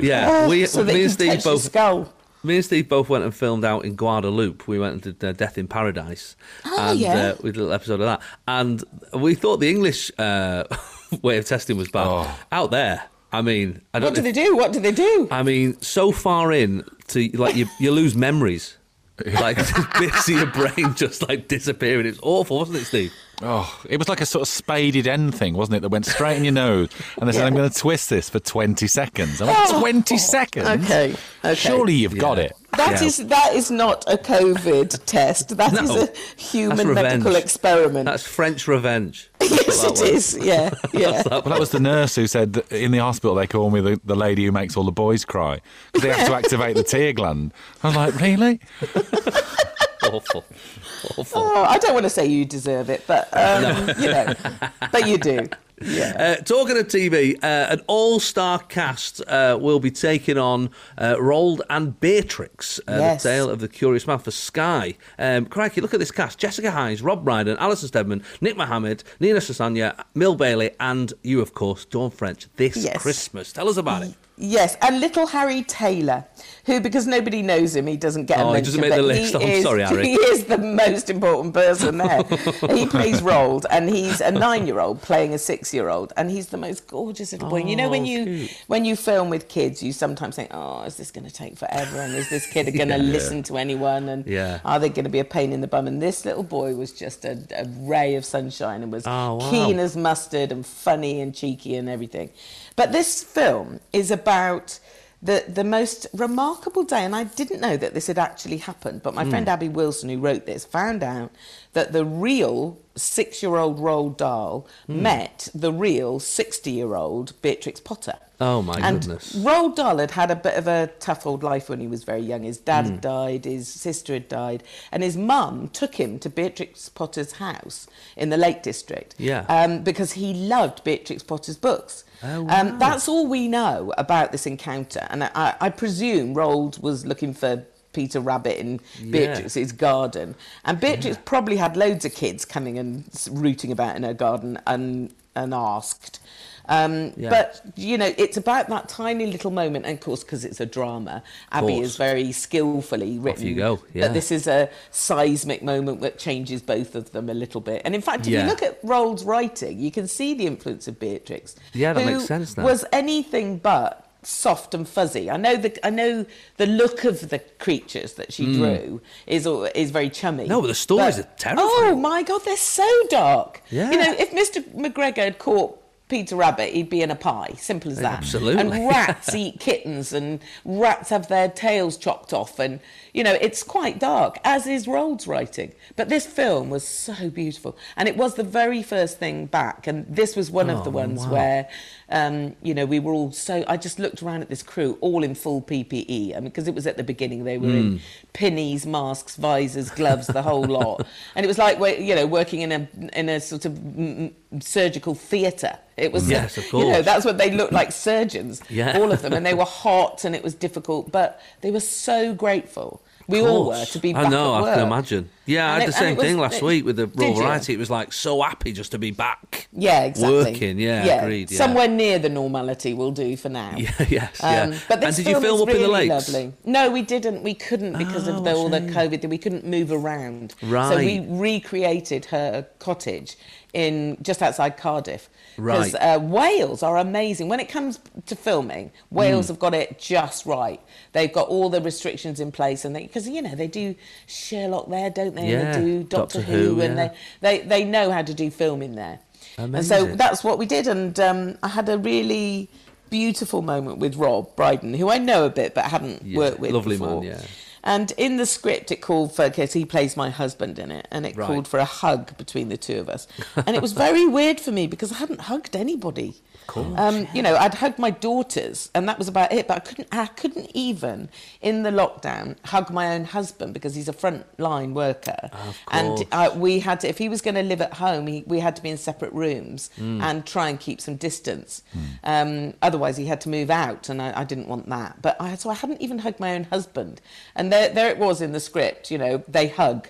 [SPEAKER 3] Yeah, we,
[SPEAKER 9] Uh, so that
[SPEAKER 3] me
[SPEAKER 9] you
[SPEAKER 3] and
[SPEAKER 9] can
[SPEAKER 3] Steve
[SPEAKER 9] touch your
[SPEAKER 3] both
[SPEAKER 9] skull.
[SPEAKER 3] Me and Steve both went and filmed out in Guadeloupe. We went and did uh, Death in Paradise,
[SPEAKER 9] Oh,
[SPEAKER 3] and
[SPEAKER 9] yeah.
[SPEAKER 3] uh, we did a little episode of that. And we thought the English uh, way of testing was bad
[SPEAKER 4] Oh.
[SPEAKER 3] out there. I mean, I don't.
[SPEAKER 9] What do
[SPEAKER 3] know
[SPEAKER 9] they
[SPEAKER 3] if-
[SPEAKER 9] do? What do they do?
[SPEAKER 3] I mean, so far in to like you, you lose memories. Like bits of your brain just like disappearing. It's awful, wasn't it, Steve?
[SPEAKER 4] Oh, it was like a sort of spaded end thing, wasn't it? That went straight in your nose, and they said, "I'm going to twist this for 20 seconds." I'm
[SPEAKER 3] Oh.
[SPEAKER 4] like, "20 seconds?
[SPEAKER 9] Okay, okay.
[SPEAKER 4] Surely you've got it."
[SPEAKER 9] That
[SPEAKER 3] Yeah.
[SPEAKER 9] is that is not a COVID test. That is
[SPEAKER 3] No.
[SPEAKER 9] a human
[SPEAKER 3] That's
[SPEAKER 9] medical
[SPEAKER 3] revenge.
[SPEAKER 9] experiment.
[SPEAKER 3] That's French revenge.
[SPEAKER 9] yes, it is. Yeah, yeah.
[SPEAKER 4] Well, that was the nurse who said that in the hospital they call me the, the lady who makes all the boys cry because they have to activate the tear gland. I was like, really?
[SPEAKER 3] awful, awful.
[SPEAKER 9] Oh, I don't want to say you deserve it, but um, you know, but you do. Yeah.
[SPEAKER 3] Uh, talking of TV, uh, an all-star cast uh, will be taking on uh, Rold and Beatrix, uh,
[SPEAKER 9] Yes.
[SPEAKER 3] the tale of the curious man for Sky. Um, crikey, look at this cast: Jessica Hines, Rob Brydon, Alison Steadman, Nick Mohammed, Nina Sasanya, Mill Bailey, and you, of course, Dawn French. This
[SPEAKER 9] Yes.
[SPEAKER 3] Christmas, tell us about it.
[SPEAKER 9] Yes, and little Harry Taylor, who because nobody knows him, he doesn't get a
[SPEAKER 3] Oh, he
[SPEAKER 9] mention.
[SPEAKER 3] doesn't make the
[SPEAKER 9] but
[SPEAKER 3] list.
[SPEAKER 9] He
[SPEAKER 3] I'm
[SPEAKER 9] is,
[SPEAKER 3] sorry, Harry.
[SPEAKER 9] He is the most important person there. he plays Rold, and he's a nine-year-old playing a six-year-old, and he's the most gorgeous little boy. you know when
[SPEAKER 3] Oh,
[SPEAKER 9] you
[SPEAKER 3] cute.
[SPEAKER 9] when you film with kids, you sometimes think, "Oh, is this going to take forever? And is this kid going to
[SPEAKER 3] Yeah.
[SPEAKER 9] listen to anyone? And
[SPEAKER 3] Yeah.
[SPEAKER 9] are they going to be a pain in the bum?" And this little boy was just a, a ray of sunshine and was
[SPEAKER 3] Oh, wow.
[SPEAKER 9] keen as mustard and funny and cheeky and everything. But this film is about the the most remarkable day, and I didn't know that this had actually happened. But my
[SPEAKER 3] Hmm.
[SPEAKER 9] friend Abby Wilson, who wrote this, found out that the real six-year-old Roald Dahl
[SPEAKER 3] Hmm.
[SPEAKER 9] met the real sixty-year-old Beatrix Potter.
[SPEAKER 3] Oh, my
[SPEAKER 9] and
[SPEAKER 3] goodness.
[SPEAKER 9] Roald Dahl had had a bit of a tough old life when he was very young. His
[SPEAKER 3] Hmm.
[SPEAKER 9] dad had died, his sister had died, and his mum took him to Beatrix Potter's house in the Lake District.
[SPEAKER 3] Yeah.
[SPEAKER 9] Um, because he loved Beatrix Potter's books.
[SPEAKER 3] Oh, wow.
[SPEAKER 9] um, that's all we know about this encounter. And I, I presume Roald was looking for Peter Rabbit in Beatrix's garden. And Beatrix probably had loads of kids coming and s- rooting about in her garden un, unasked. Um,
[SPEAKER 3] Yeah.
[SPEAKER 9] But, you know, it's about that tiny little moment. And of course, because it's a drama, Abby
[SPEAKER 3] course.
[SPEAKER 9] is very skillfully written.
[SPEAKER 3] you go,
[SPEAKER 9] that
[SPEAKER 3] yeah.
[SPEAKER 9] this is a seismic moment that changes both of them a little bit. And in fact, if
[SPEAKER 3] Yeah.
[SPEAKER 9] you look at Roald's writing, you can see the influence of Beatrix.
[SPEAKER 3] Yeah, that
[SPEAKER 9] who
[SPEAKER 3] makes sense now.
[SPEAKER 9] Was anything but soft and fuzzy. I know the I know the look of the creatures that she drew is al- is very chummy.
[SPEAKER 3] Hmm. No, but the stories are terrifying.
[SPEAKER 9] Oh my god, they're so dark.
[SPEAKER 3] Yeah.
[SPEAKER 9] You know, if Mr. McGregor had caught Peter Rabbit, he'd be in a pie. Simple as that.
[SPEAKER 3] Absolutely.
[SPEAKER 9] And rats eat kittens, and rats have their tails chopped off, and you know it's quite dark. As is Rold's writing, but this film was so beautiful, and it was the very first thing back, and this was one
[SPEAKER 3] Oh,
[SPEAKER 9] of the ones
[SPEAKER 3] wow.
[SPEAKER 9] where, um, you know, we were all so. I just looked around at this crew, all in full PPE. I mean, because it was at the beginning, they were
[SPEAKER 3] Hmm.
[SPEAKER 9] in pinnies, masks, visors, gloves, the whole lot, and it was like wa- you know working in a in a sort of mm, mm, surgical theatre. It was
[SPEAKER 3] Yes, of
[SPEAKER 9] You know,
[SPEAKER 3] course.
[SPEAKER 9] that's what they looked like surgeons,
[SPEAKER 3] Yeah.
[SPEAKER 9] all of them. And they were hot and it was difficult, but they were so grateful. We all were
[SPEAKER 3] course.
[SPEAKER 9] to be back
[SPEAKER 3] I know,
[SPEAKER 9] at
[SPEAKER 3] I can
[SPEAKER 9] work.
[SPEAKER 3] imagine. Yeah, I
[SPEAKER 9] And
[SPEAKER 3] had
[SPEAKER 9] it-
[SPEAKER 3] the
[SPEAKER 9] and
[SPEAKER 3] same
[SPEAKER 9] it was-
[SPEAKER 3] thing last
[SPEAKER 9] it-
[SPEAKER 3] week with the Royal
[SPEAKER 9] did you?
[SPEAKER 3] Variety. It was like so happy just to be back.
[SPEAKER 9] Yeah, exactly.
[SPEAKER 3] Working, yeah, agreed, yeah.
[SPEAKER 9] Somewhere near the normality will do for now.
[SPEAKER 3] Yeah, yes,
[SPEAKER 9] Um,
[SPEAKER 3] yeah.
[SPEAKER 9] But this
[SPEAKER 3] and did you
[SPEAKER 9] film
[SPEAKER 3] film
[SPEAKER 9] is
[SPEAKER 3] up in the
[SPEAKER 9] really
[SPEAKER 3] lakes?
[SPEAKER 9] Lovely. No, we didn't. We couldn't because
[SPEAKER 3] Oh,
[SPEAKER 9] of the, all the
[SPEAKER 3] I see.
[SPEAKER 9] COVID. that We couldn't move around. So we
[SPEAKER 3] Right.
[SPEAKER 9] recreated her cottage in just outside Cardiff.
[SPEAKER 3] Right.
[SPEAKER 9] 'Cause, uh, Wales are amazing. When it comes to filming,
[SPEAKER 3] Hmm.
[SPEAKER 9] Wales have got it just right. They've got all the restrictions in place, and because you know they do Sherlock there, don't they? And
[SPEAKER 3] Yeah,
[SPEAKER 9] they do Doctor,
[SPEAKER 3] Doctor
[SPEAKER 9] Who,
[SPEAKER 3] Who,
[SPEAKER 9] and
[SPEAKER 3] yeah.
[SPEAKER 9] they, they they know how to do filming there. And
[SPEAKER 3] Amazing.
[SPEAKER 9] so that's what we did. And um, I had a really beautiful moment with Rob Brydon, who I know a bit but hadn't
[SPEAKER 3] Yeah,
[SPEAKER 9] worked with
[SPEAKER 3] lovely man,
[SPEAKER 9] before.
[SPEAKER 3] yeah.
[SPEAKER 9] And in the script, it called for because he plays my husband in it, and it
[SPEAKER 3] Right.
[SPEAKER 9] called for a hug between the two of us. And it was very weird for me because I hadn't hugged anybody. Um, you know, I'd hugged my daughters, and that was about it. But I couldn't, I couldn't even in the lockdown hug my own husband because he's a frontline worker,
[SPEAKER 3] Ah, Of
[SPEAKER 9] and
[SPEAKER 3] course.
[SPEAKER 9] uh, we had to, if he was going to live at home, he, we had to be in separate rooms
[SPEAKER 3] Hmm.
[SPEAKER 9] and try and keep some distance. Um, otherwise, he had to move out, and I, I didn't want that. But I, so I hadn't even hugged my own husband, and there, there it was in the script. You know, they hug,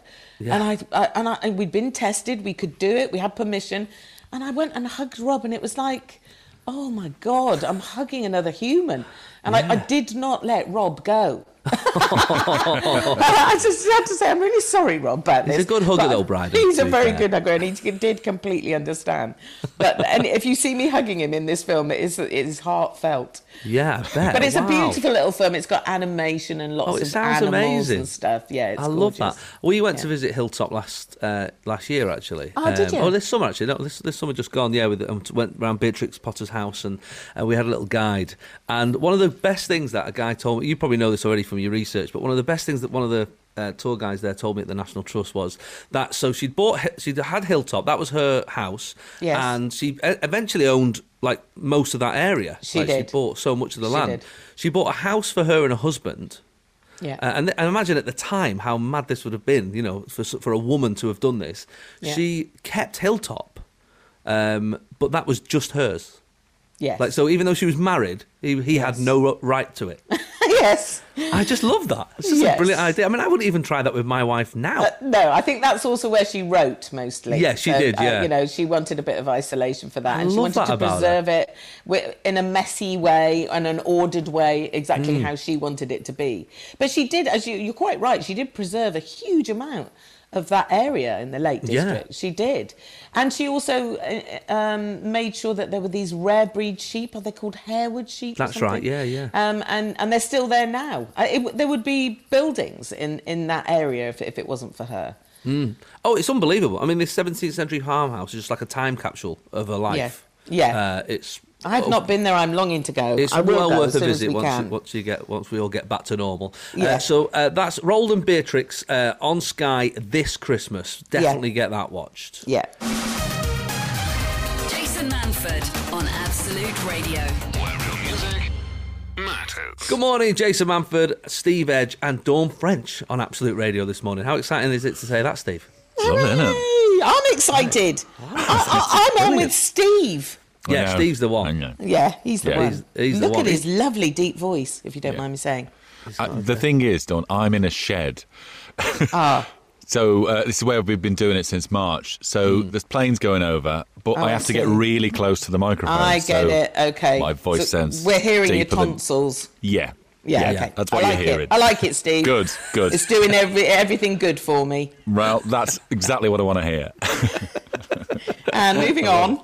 [SPEAKER 9] and I, I and I and we'd been tested, we could do it, we had permission, and I went and hugged Rob, and it was like. Oh my God, I'm hugging another human. And I, I did not let Rob go. I just had to say, I'm really sorry, Rob, about
[SPEAKER 3] He's
[SPEAKER 9] this.
[SPEAKER 3] a good hugger,
[SPEAKER 9] but
[SPEAKER 3] though, Bridie,
[SPEAKER 9] He's
[SPEAKER 3] to
[SPEAKER 9] a
[SPEAKER 3] be
[SPEAKER 9] very
[SPEAKER 3] fair.
[SPEAKER 9] good hugger, and he c- did completely understand. But and if you see me hugging him in this film, it is, it is heartfelt.
[SPEAKER 3] Yeah, I bet.
[SPEAKER 9] But it's
[SPEAKER 3] Wow.
[SPEAKER 9] a beautiful little film. It's got animation and lots
[SPEAKER 3] Oh, it
[SPEAKER 9] of
[SPEAKER 3] sounds
[SPEAKER 9] animals
[SPEAKER 3] amazing.
[SPEAKER 9] and stuff. Yeah, it's
[SPEAKER 3] I love that.
[SPEAKER 9] gorgeous.
[SPEAKER 3] We went
[SPEAKER 9] Yeah.
[SPEAKER 3] to visit Hilltop last uh, last year, actually.
[SPEAKER 9] Oh, did you?
[SPEAKER 3] Oh, this summer actually. No, this this summer just gone. Yeah, we um, went round Beatrix Potter's house and uh, we had a little guide. And one of the best things that a guy told me, you probably know this already from your research, but one of the best things that one of the uh, tour guys there told me at the National Trust was that so she'd bought Hi- she'd had Hilltop that was her house
[SPEAKER 9] Yes.
[SPEAKER 3] and she e- eventually owned like most of that area
[SPEAKER 9] She
[SPEAKER 3] like,
[SPEAKER 9] did.
[SPEAKER 3] she bought so much of the
[SPEAKER 9] She
[SPEAKER 3] land
[SPEAKER 9] did.
[SPEAKER 3] she bought a house for her and her husband
[SPEAKER 9] Yeah.
[SPEAKER 3] uh, and, and imagine at the time how mad this would have been, you know, for s- for a woman to have done this.
[SPEAKER 9] Yeah.
[SPEAKER 3] She kept Hilltop, um, but that was just hers.
[SPEAKER 9] yes.
[SPEAKER 3] Like so, even though she was married, he, he had
[SPEAKER 9] Yes.
[SPEAKER 3] no ro- right to it.
[SPEAKER 9] yeah, yes.
[SPEAKER 3] I just love that. It's just a
[SPEAKER 9] Yes.
[SPEAKER 3] brilliant idea. I mean, I wouldn't even try that with my wife now.
[SPEAKER 9] But Uh, no, I think that's also where she wrote mostly. uh,
[SPEAKER 3] Yeah, she did, yeah.
[SPEAKER 9] you know, she wanted a bit of isolation for that,
[SPEAKER 3] I
[SPEAKER 9] and she
[SPEAKER 3] love
[SPEAKER 9] wanted
[SPEAKER 3] that
[SPEAKER 9] to
[SPEAKER 3] about
[SPEAKER 9] preserve it wi- in a messy way and an ordered way,
[SPEAKER 3] Mm.
[SPEAKER 9] exactly how she wanted it to be. But she did, as you, you're quite right, she did preserve a huge amount of that area in the Lake
[SPEAKER 3] Yeah.
[SPEAKER 9] District. She did, and she also uh, um, made sure that there were these rare breed sheep. Are they called Harewood sheep? or
[SPEAKER 3] That's right,
[SPEAKER 9] something?
[SPEAKER 3] yeah, yeah.
[SPEAKER 9] um, and and they're still there now. I, it, w- there would be buildings in, in that area if, if it wasn't for her.
[SPEAKER 3] Oh, it's unbelievable. I mean, this 17th century farmhouse is just like a time capsule of her life.
[SPEAKER 9] Yeah. Yeah.
[SPEAKER 3] Uh, it's.
[SPEAKER 9] I've
[SPEAKER 3] oh,
[SPEAKER 9] not been there. I'm longing to go.
[SPEAKER 3] It's
[SPEAKER 9] I will
[SPEAKER 3] well
[SPEAKER 9] go
[SPEAKER 3] worth
[SPEAKER 9] as
[SPEAKER 3] a
[SPEAKER 9] soon as
[SPEAKER 3] visit
[SPEAKER 9] we
[SPEAKER 3] once,
[SPEAKER 9] can.
[SPEAKER 3] once you get once we all get back to normal.
[SPEAKER 9] Yeah.
[SPEAKER 3] Uh, so uh, that's Roland and Beatrix uh, on Sky this Christmas. Definitely get that watched.
[SPEAKER 9] Yeah.
[SPEAKER 1] Jason Manford on Absolute Radio.
[SPEAKER 2] Where real music matters.
[SPEAKER 3] Good morning, Jason Manford, Steve Edge, and Dawn French on Absolute Radio this morning. How exciting is it to say that, Steve?
[SPEAKER 4] Lovely, isn't it?
[SPEAKER 9] Hey, I'm excited. I, I, I'm on with Steve.
[SPEAKER 3] Yeah,
[SPEAKER 4] I know.
[SPEAKER 3] Steve's the
[SPEAKER 4] I
[SPEAKER 3] one.
[SPEAKER 4] know.
[SPEAKER 9] Yeah, he's the
[SPEAKER 4] Yeah,
[SPEAKER 9] one.
[SPEAKER 3] he's- he's the
[SPEAKER 9] Look
[SPEAKER 3] one.
[SPEAKER 9] at his lovely deep voice, if you don't
[SPEAKER 4] Yeah.
[SPEAKER 9] mind me saying.
[SPEAKER 4] Uh, the thing is, Don, I'm in a shed.
[SPEAKER 9] Ah,
[SPEAKER 4] So uh, this is where we've been doing it since March. So there's planes going over, but I
[SPEAKER 9] Hmm. Oh, I
[SPEAKER 4] have to get
[SPEAKER 9] see.
[SPEAKER 4] really close to the microphone.
[SPEAKER 9] I
[SPEAKER 4] Um, so
[SPEAKER 9] get it. Okay.
[SPEAKER 4] My voice sounds
[SPEAKER 9] We're hearing your
[SPEAKER 4] deeper than-
[SPEAKER 9] tonsils.
[SPEAKER 4] Yeah.
[SPEAKER 9] Yeah, okay.
[SPEAKER 4] That's what
[SPEAKER 9] I
[SPEAKER 4] you're
[SPEAKER 9] like
[SPEAKER 4] hearing.
[SPEAKER 9] It. I like it, Steve.
[SPEAKER 4] Good, good.
[SPEAKER 9] It's doing every, everything good for me.
[SPEAKER 4] Well, that's exactly what I want to hear.
[SPEAKER 9] And moving on.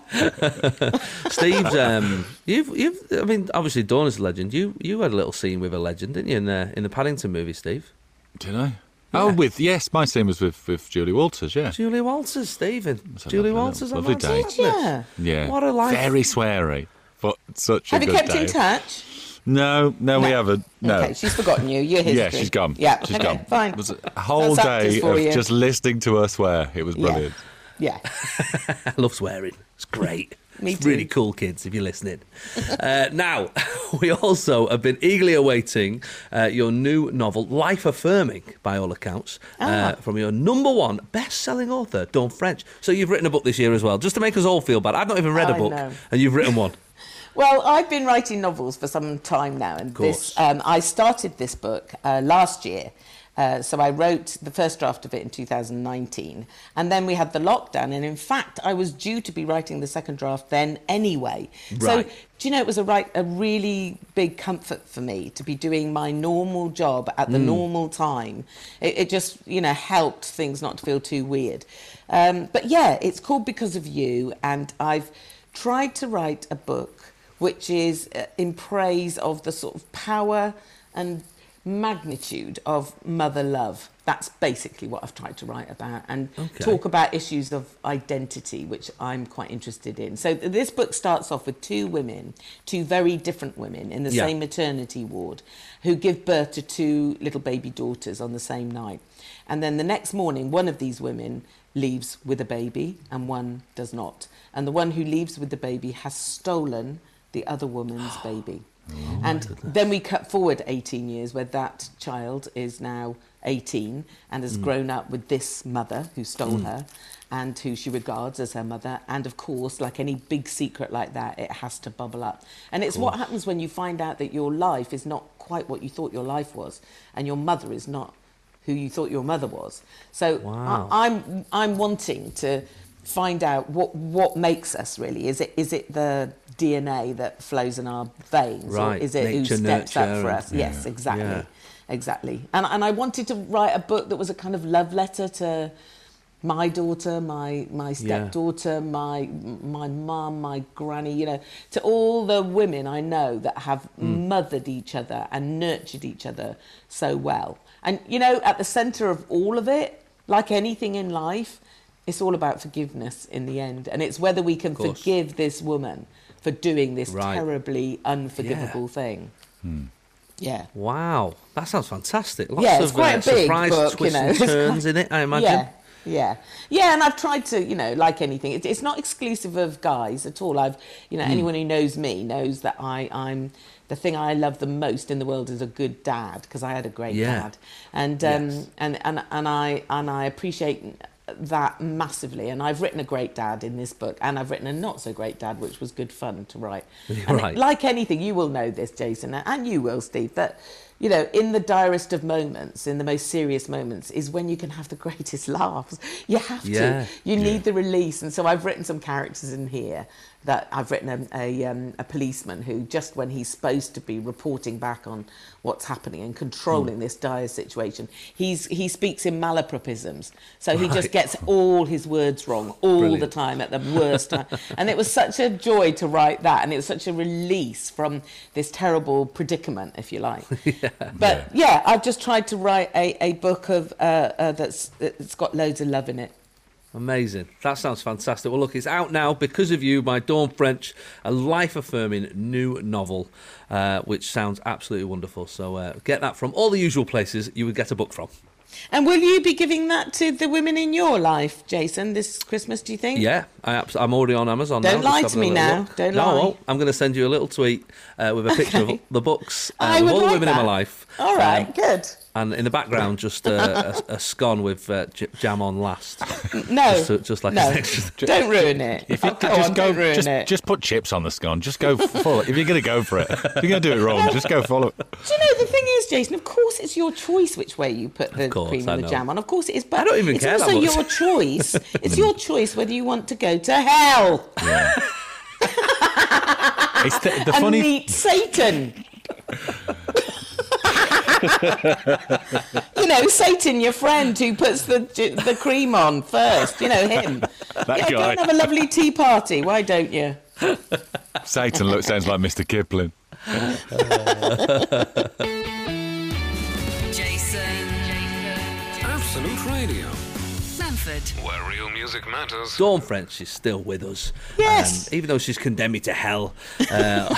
[SPEAKER 3] Steve's, um, you've, you've, I mean, obviously Dawn is a legend. You, you had a little scene with a legend, didn't you, in the in the Paddington movie, Steve?
[SPEAKER 4] Did I? Oh, with yes, my scene was with with Julie Walters. Yeah.
[SPEAKER 3] Julie Walters, Stephen.
[SPEAKER 4] a
[SPEAKER 3] Julie
[SPEAKER 4] lovely-
[SPEAKER 3] Walters,
[SPEAKER 4] lovely
[SPEAKER 3] on
[SPEAKER 4] day.
[SPEAKER 3] Man's
[SPEAKER 9] Yeah.
[SPEAKER 3] Madness.
[SPEAKER 4] Yeah.
[SPEAKER 3] What a life.
[SPEAKER 4] Very sweary, but such a
[SPEAKER 9] Have you
[SPEAKER 4] good
[SPEAKER 9] kept
[SPEAKER 4] day.
[SPEAKER 9] in touch?
[SPEAKER 4] No, no, we
[SPEAKER 9] No.
[SPEAKER 4] haven't. No.
[SPEAKER 9] Okay, she's forgotten you. You're history.
[SPEAKER 4] yeah, she's gone.
[SPEAKER 9] Yeah,
[SPEAKER 4] she's
[SPEAKER 9] okay,
[SPEAKER 4] gone.
[SPEAKER 9] fine.
[SPEAKER 4] It was a whole
[SPEAKER 9] That's actors
[SPEAKER 4] day
[SPEAKER 9] for
[SPEAKER 4] of
[SPEAKER 9] you.
[SPEAKER 4] just listening to her swear. It was
[SPEAKER 9] Yeah.
[SPEAKER 4] brilliant.
[SPEAKER 9] Yeah.
[SPEAKER 3] I love swearing. It's great.
[SPEAKER 9] Me
[SPEAKER 3] it's
[SPEAKER 9] too.
[SPEAKER 3] really cool, kids, if you're listening. uh, now, we also have been eagerly awaiting uh, your new novel, Life Affirming, by all accounts,
[SPEAKER 9] Ah.
[SPEAKER 3] uh, from your number one best selling author, Dawn French. So you've written a book this year as well, just to make us all feel bad. I've not even read a
[SPEAKER 9] I
[SPEAKER 3] book,
[SPEAKER 9] know.
[SPEAKER 3] and you've written one.
[SPEAKER 9] Well, I've been writing novels for some time now, and
[SPEAKER 3] course.
[SPEAKER 9] this um, I started this book uh, last year. Uh, so I wrote the first draft of it in 2019, and then we had the lockdown. And in fact, I was due to be writing the second draft then anyway. So
[SPEAKER 3] Right.
[SPEAKER 9] do you know it was a right a really big comfort for me to be doing my normal job at the normal time. It, it just you know helped things not to feel too weird. Um, but yeah, it's called Because of You, and I've tried to write a book which is uh, in praise of the sort of power and magnitude of mother love. That's basically what I've tried to write about and
[SPEAKER 3] Okay.
[SPEAKER 9] talk about issues of identity, which I'm quite interested in. So th- this book starts off with two women, two very different women in the
[SPEAKER 3] Yeah.
[SPEAKER 9] same maternity ward, who give birth to two little baby daughters on the same night. And then the next morning, one of these women leaves with a baby and one does not. And the one who leaves with the baby has stolen the other woman's baby. and then we cut forward 18 years where that child is now 18 and has grown up with this mother who stole her and who she regards as her mother. And of course, like any big secret like that, it has to bubble up. And it's what happens when you find out that your life is not quite what you thought your life was and your mother is not who you thought your mother was. So
[SPEAKER 3] Wow.
[SPEAKER 9] I, I'm I'm wanting to find out what what makes us really. Is it is it the DNA that flows in our veins,
[SPEAKER 3] Right,
[SPEAKER 9] or is it
[SPEAKER 3] nature,
[SPEAKER 9] who steps up
[SPEAKER 3] nurture
[SPEAKER 9] for
[SPEAKER 3] and-
[SPEAKER 9] us? Yes, exactly,
[SPEAKER 3] yeah.
[SPEAKER 9] exactly. And and I wanted to write a book that was a kind of love letter to my daughter, my my stepdaughter, my my mum, my granny, you know, to all the women I know that have
[SPEAKER 3] Hmm.
[SPEAKER 9] mothered each other and nurtured each other so well. And you know, at the centre of all of it, like anything in life, it's all about forgiveness in the end, and it's whether we can
[SPEAKER 3] course.
[SPEAKER 9] forgive this woman for doing this
[SPEAKER 3] Right. Hmm.
[SPEAKER 9] terribly unforgivable thing. Yeah.
[SPEAKER 3] Wow, that sounds fantastic. Lots
[SPEAKER 9] Yeah,
[SPEAKER 3] of
[SPEAKER 9] it's quite
[SPEAKER 3] uh,
[SPEAKER 9] a big
[SPEAKER 3] surprise
[SPEAKER 9] book, you
[SPEAKER 3] twists
[SPEAKER 9] know.
[SPEAKER 3] and
[SPEAKER 9] It's quite-
[SPEAKER 3] turns in it, I imagine.
[SPEAKER 9] Yeah, yeah, yeah. And I've tried to, you know, like anything, it, it's not exclusive of guys at all. I've, you
[SPEAKER 3] Hmm.
[SPEAKER 9] know, anyone who knows me knows that I, I'm the thing I love the most in the world is a good dad because I had a great
[SPEAKER 3] Yeah.
[SPEAKER 9] dad, and um,
[SPEAKER 3] Yes.
[SPEAKER 9] and and and I and I appreciate that massively and I've written a great dad in this book and I've written a not so great dad which was good fun to write and
[SPEAKER 3] Right.
[SPEAKER 9] like anything you will know this Jason and you will Steve that you know, in the direst of moments, in the most serious moments, is when you can have the greatest laughs. You have
[SPEAKER 3] Yeah.
[SPEAKER 9] to. You need the release. And so I've written some characters in here that I've written a, a, um, a policeman who, just when he's supposed to be reporting back on what's happening and
[SPEAKER 3] Hmm.
[SPEAKER 9] controlling this dire situation, he's, he speaks in malapropisms. So he just
[SPEAKER 3] Right.
[SPEAKER 9] gets all his words wrong all the
[SPEAKER 3] Brilliant.
[SPEAKER 9] time at the worst time. and it was such a joy to write that. And it was such a release from this terrible predicament, if you like. But yeah. I've just tried to write a, a book of uh, uh, that's that's got loads of love in it.
[SPEAKER 3] Amazing. That sounds fantastic. Well, look, it's out now because of you by Dawn French, a life affirming new novel, uh, which sounds absolutely wonderful. So uh, get that from all the usual places you would get a book from.
[SPEAKER 9] And will you be giving that to the women in your life, Jason, this Christmas? Do you think?
[SPEAKER 3] Yeah, I abs- I'm already on Amazon.
[SPEAKER 9] Don't
[SPEAKER 3] now,
[SPEAKER 9] lie
[SPEAKER 3] just
[SPEAKER 9] to
[SPEAKER 3] having a
[SPEAKER 9] me
[SPEAKER 3] little
[SPEAKER 9] now.
[SPEAKER 3] look.
[SPEAKER 9] Don't
[SPEAKER 3] no, I
[SPEAKER 9] lie.
[SPEAKER 3] won't. I'm going to send you a little tweet uh, with a picture of
[SPEAKER 9] Okay.
[SPEAKER 3] the books uh,
[SPEAKER 9] I
[SPEAKER 3] of
[SPEAKER 9] would
[SPEAKER 3] all the
[SPEAKER 9] like
[SPEAKER 3] women in my
[SPEAKER 9] that.
[SPEAKER 3] life.
[SPEAKER 9] All right.
[SPEAKER 3] Um,
[SPEAKER 9] good.
[SPEAKER 3] and in the background, just uh, a, a scone with uh, j- jam on last.
[SPEAKER 9] No.
[SPEAKER 3] Just, uh, just like
[SPEAKER 9] no.
[SPEAKER 3] an extra-
[SPEAKER 9] Don't ruin it.
[SPEAKER 4] If you
[SPEAKER 9] Oh,
[SPEAKER 4] could
[SPEAKER 9] go
[SPEAKER 4] just
[SPEAKER 9] on,
[SPEAKER 4] go,
[SPEAKER 9] don't ruin
[SPEAKER 4] just,
[SPEAKER 9] it.
[SPEAKER 4] just put chips on the scone. Just go full. if you're going to go for it, if you're going to do it wrong, just go follow it.
[SPEAKER 9] Do you know the thing is, Jason? Of course, it's your choice which way you put the
[SPEAKER 3] course,
[SPEAKER 9] cream
[SPEAKER 3] I
[SPEAKER 9] and the
[SPEAKER 3] know.
[SPEAKER 9] jam on. Of course, it is. But
[SPEAKER 3] I don't even
[SPEAKER 9] it's
[SPEAKER 3] care that
[SPEAKER 9] also
[SPEAKER 3] much. Mm.
[SPEAKER 9] your choice. it's your choice whether you want to go to hell
[SPEAKER 4] It's the, the
[SPEAKER 9] and
[SPEAKER 4] funny.
[SPEAKER 9] meet Satan. you know, Satan, your friend who puts the the cream on first. You know him.
[SPEAKER 4] That
[SPEAKER 9] yeah, go
[SPEAKER 4] guy.
[SPEAKER 9] and have a lovely tea party. Why don't you?
[SPEAKER 4] Satan looks sounds like Mr. Kipling.
[SPEAKER 1] Jason.
[SPEAKER 8] Absolute Radio.
[SPEAKER 1] Manford.
[SPEAKER 2] Where real music matters.
[SPEAKER 3] Dawn French is still with us.
[SPEAKER 9] Yes.
[SPEAKER 3] Um, even though she's condemned me to hell. Uh,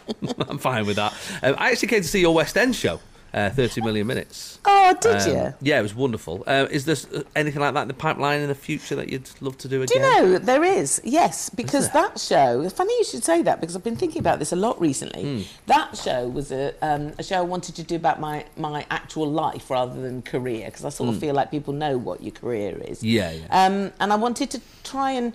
[SPEAKER 3] I'm fine with that. Um, I actually came to see your West End show, uh, 30 Million Minutes.
[SPEAKER 9] Oh, did
[SPEAKER 3] Um,
[SPEAKER 9] you?
[SPEAKER 3] Yeah, it was wonderful. Uh, is there anything like that in the pipeline in the future that you'd love to do
[SPEAKER 9] Do
[SPEAKER 3] again?
[SPEAKER 9] you know there is? Yes, because that show. Funny you should say that because I've been thinking about this a lot recently.
[SPEAKER 3] Hmm.
[SPEAKER 9] That show was a, um, a show I wanted to do about my my actual life rather than career because I sort of feel like people know what your career is.
[SPEAKER 3] Hmm. Yeah, yeah.
[SPEAKER 9] Um, and I wanted to try and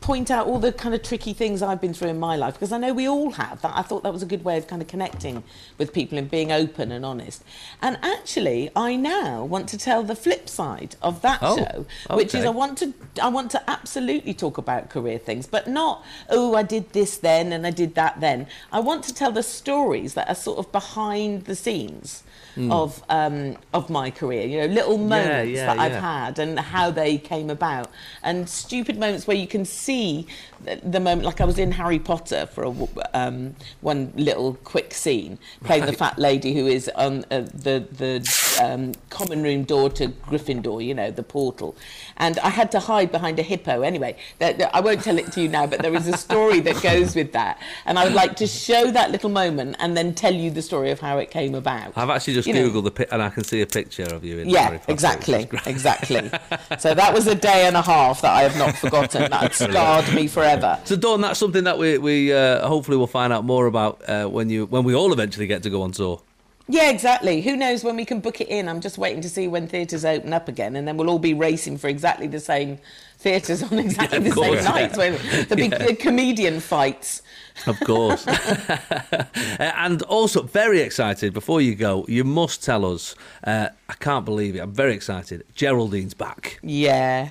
[SPEAKER 9] point out all the kind of tricky things I've been through in my life because I know we all have. That I thought that was a good way of kind of connecting with people and being open and honest. And actually, I now want to tell the flip side of that
[SPEAKER 3] Oh,
[SPEAKER 9] show, which is
[SPEAKER 3] okay.
[SPEAKER 9] I want to I want to absolutely talk about career things, but not oh I did this then and I did that then. I want to tell the stories that are sort of behind the scenes of um, of my career. You know, little moments
[SPEAKER 3] Hmm. yeah,
[SPEAKER 9] that I've
[SPEAKER 3] yeah.
[SPEAKER 9] had had and how they came about and stupid moments where you can see the, the moment like I was in Harry Potter for a, w- um, one little quick scene playing the fat lady who is on uh, the the um, common room door to Gryffindor you know the portal and I had to hide behind a hippo anyway that, that- I won't tell it to you now but there is a story that goes with that and I would like to show that little moment and then tell you the story of how it came about
[SPEAKER 3] I've actually just
[SPEAKER 9] You know.
[SPEAKER 3] Googled the pi- and I can see a picture of you in
[SPEAKER 9] Yeah,
[SPEAKER 3] Harry Potter, which is
[SPEAKER 9] exactly,
[SPEAKER 3] great.
[SPEAKER 9] exactly. So that was a day and a half that I have not forgotten. That had scarred me forever.
[SPEAKER 3] So Dawn, that's something that we, we uh, hopefully will find out more about uh, when you when we all eventually get to go on tour.
[SPEAKER 9] Yeah, exactly. Who knows when we can book it in? I'm just waiting to see when theatres open up again, and then we'll all be racing for exactly the same theatres on exactly
[SPEAKER 3] Yeah,
[SPEAKER 9] the
[SPEAKER 3] of course,
[SPEAKER 9] same nights. won't we? There'll be the comedian fights.
[SPEAKER 3] Of course. Uh, and also, very excited, before you go, you must tell us, uh, I can't believe it, I'm very excited, Geraldine's back.
[SPEAKER 9] Yeah.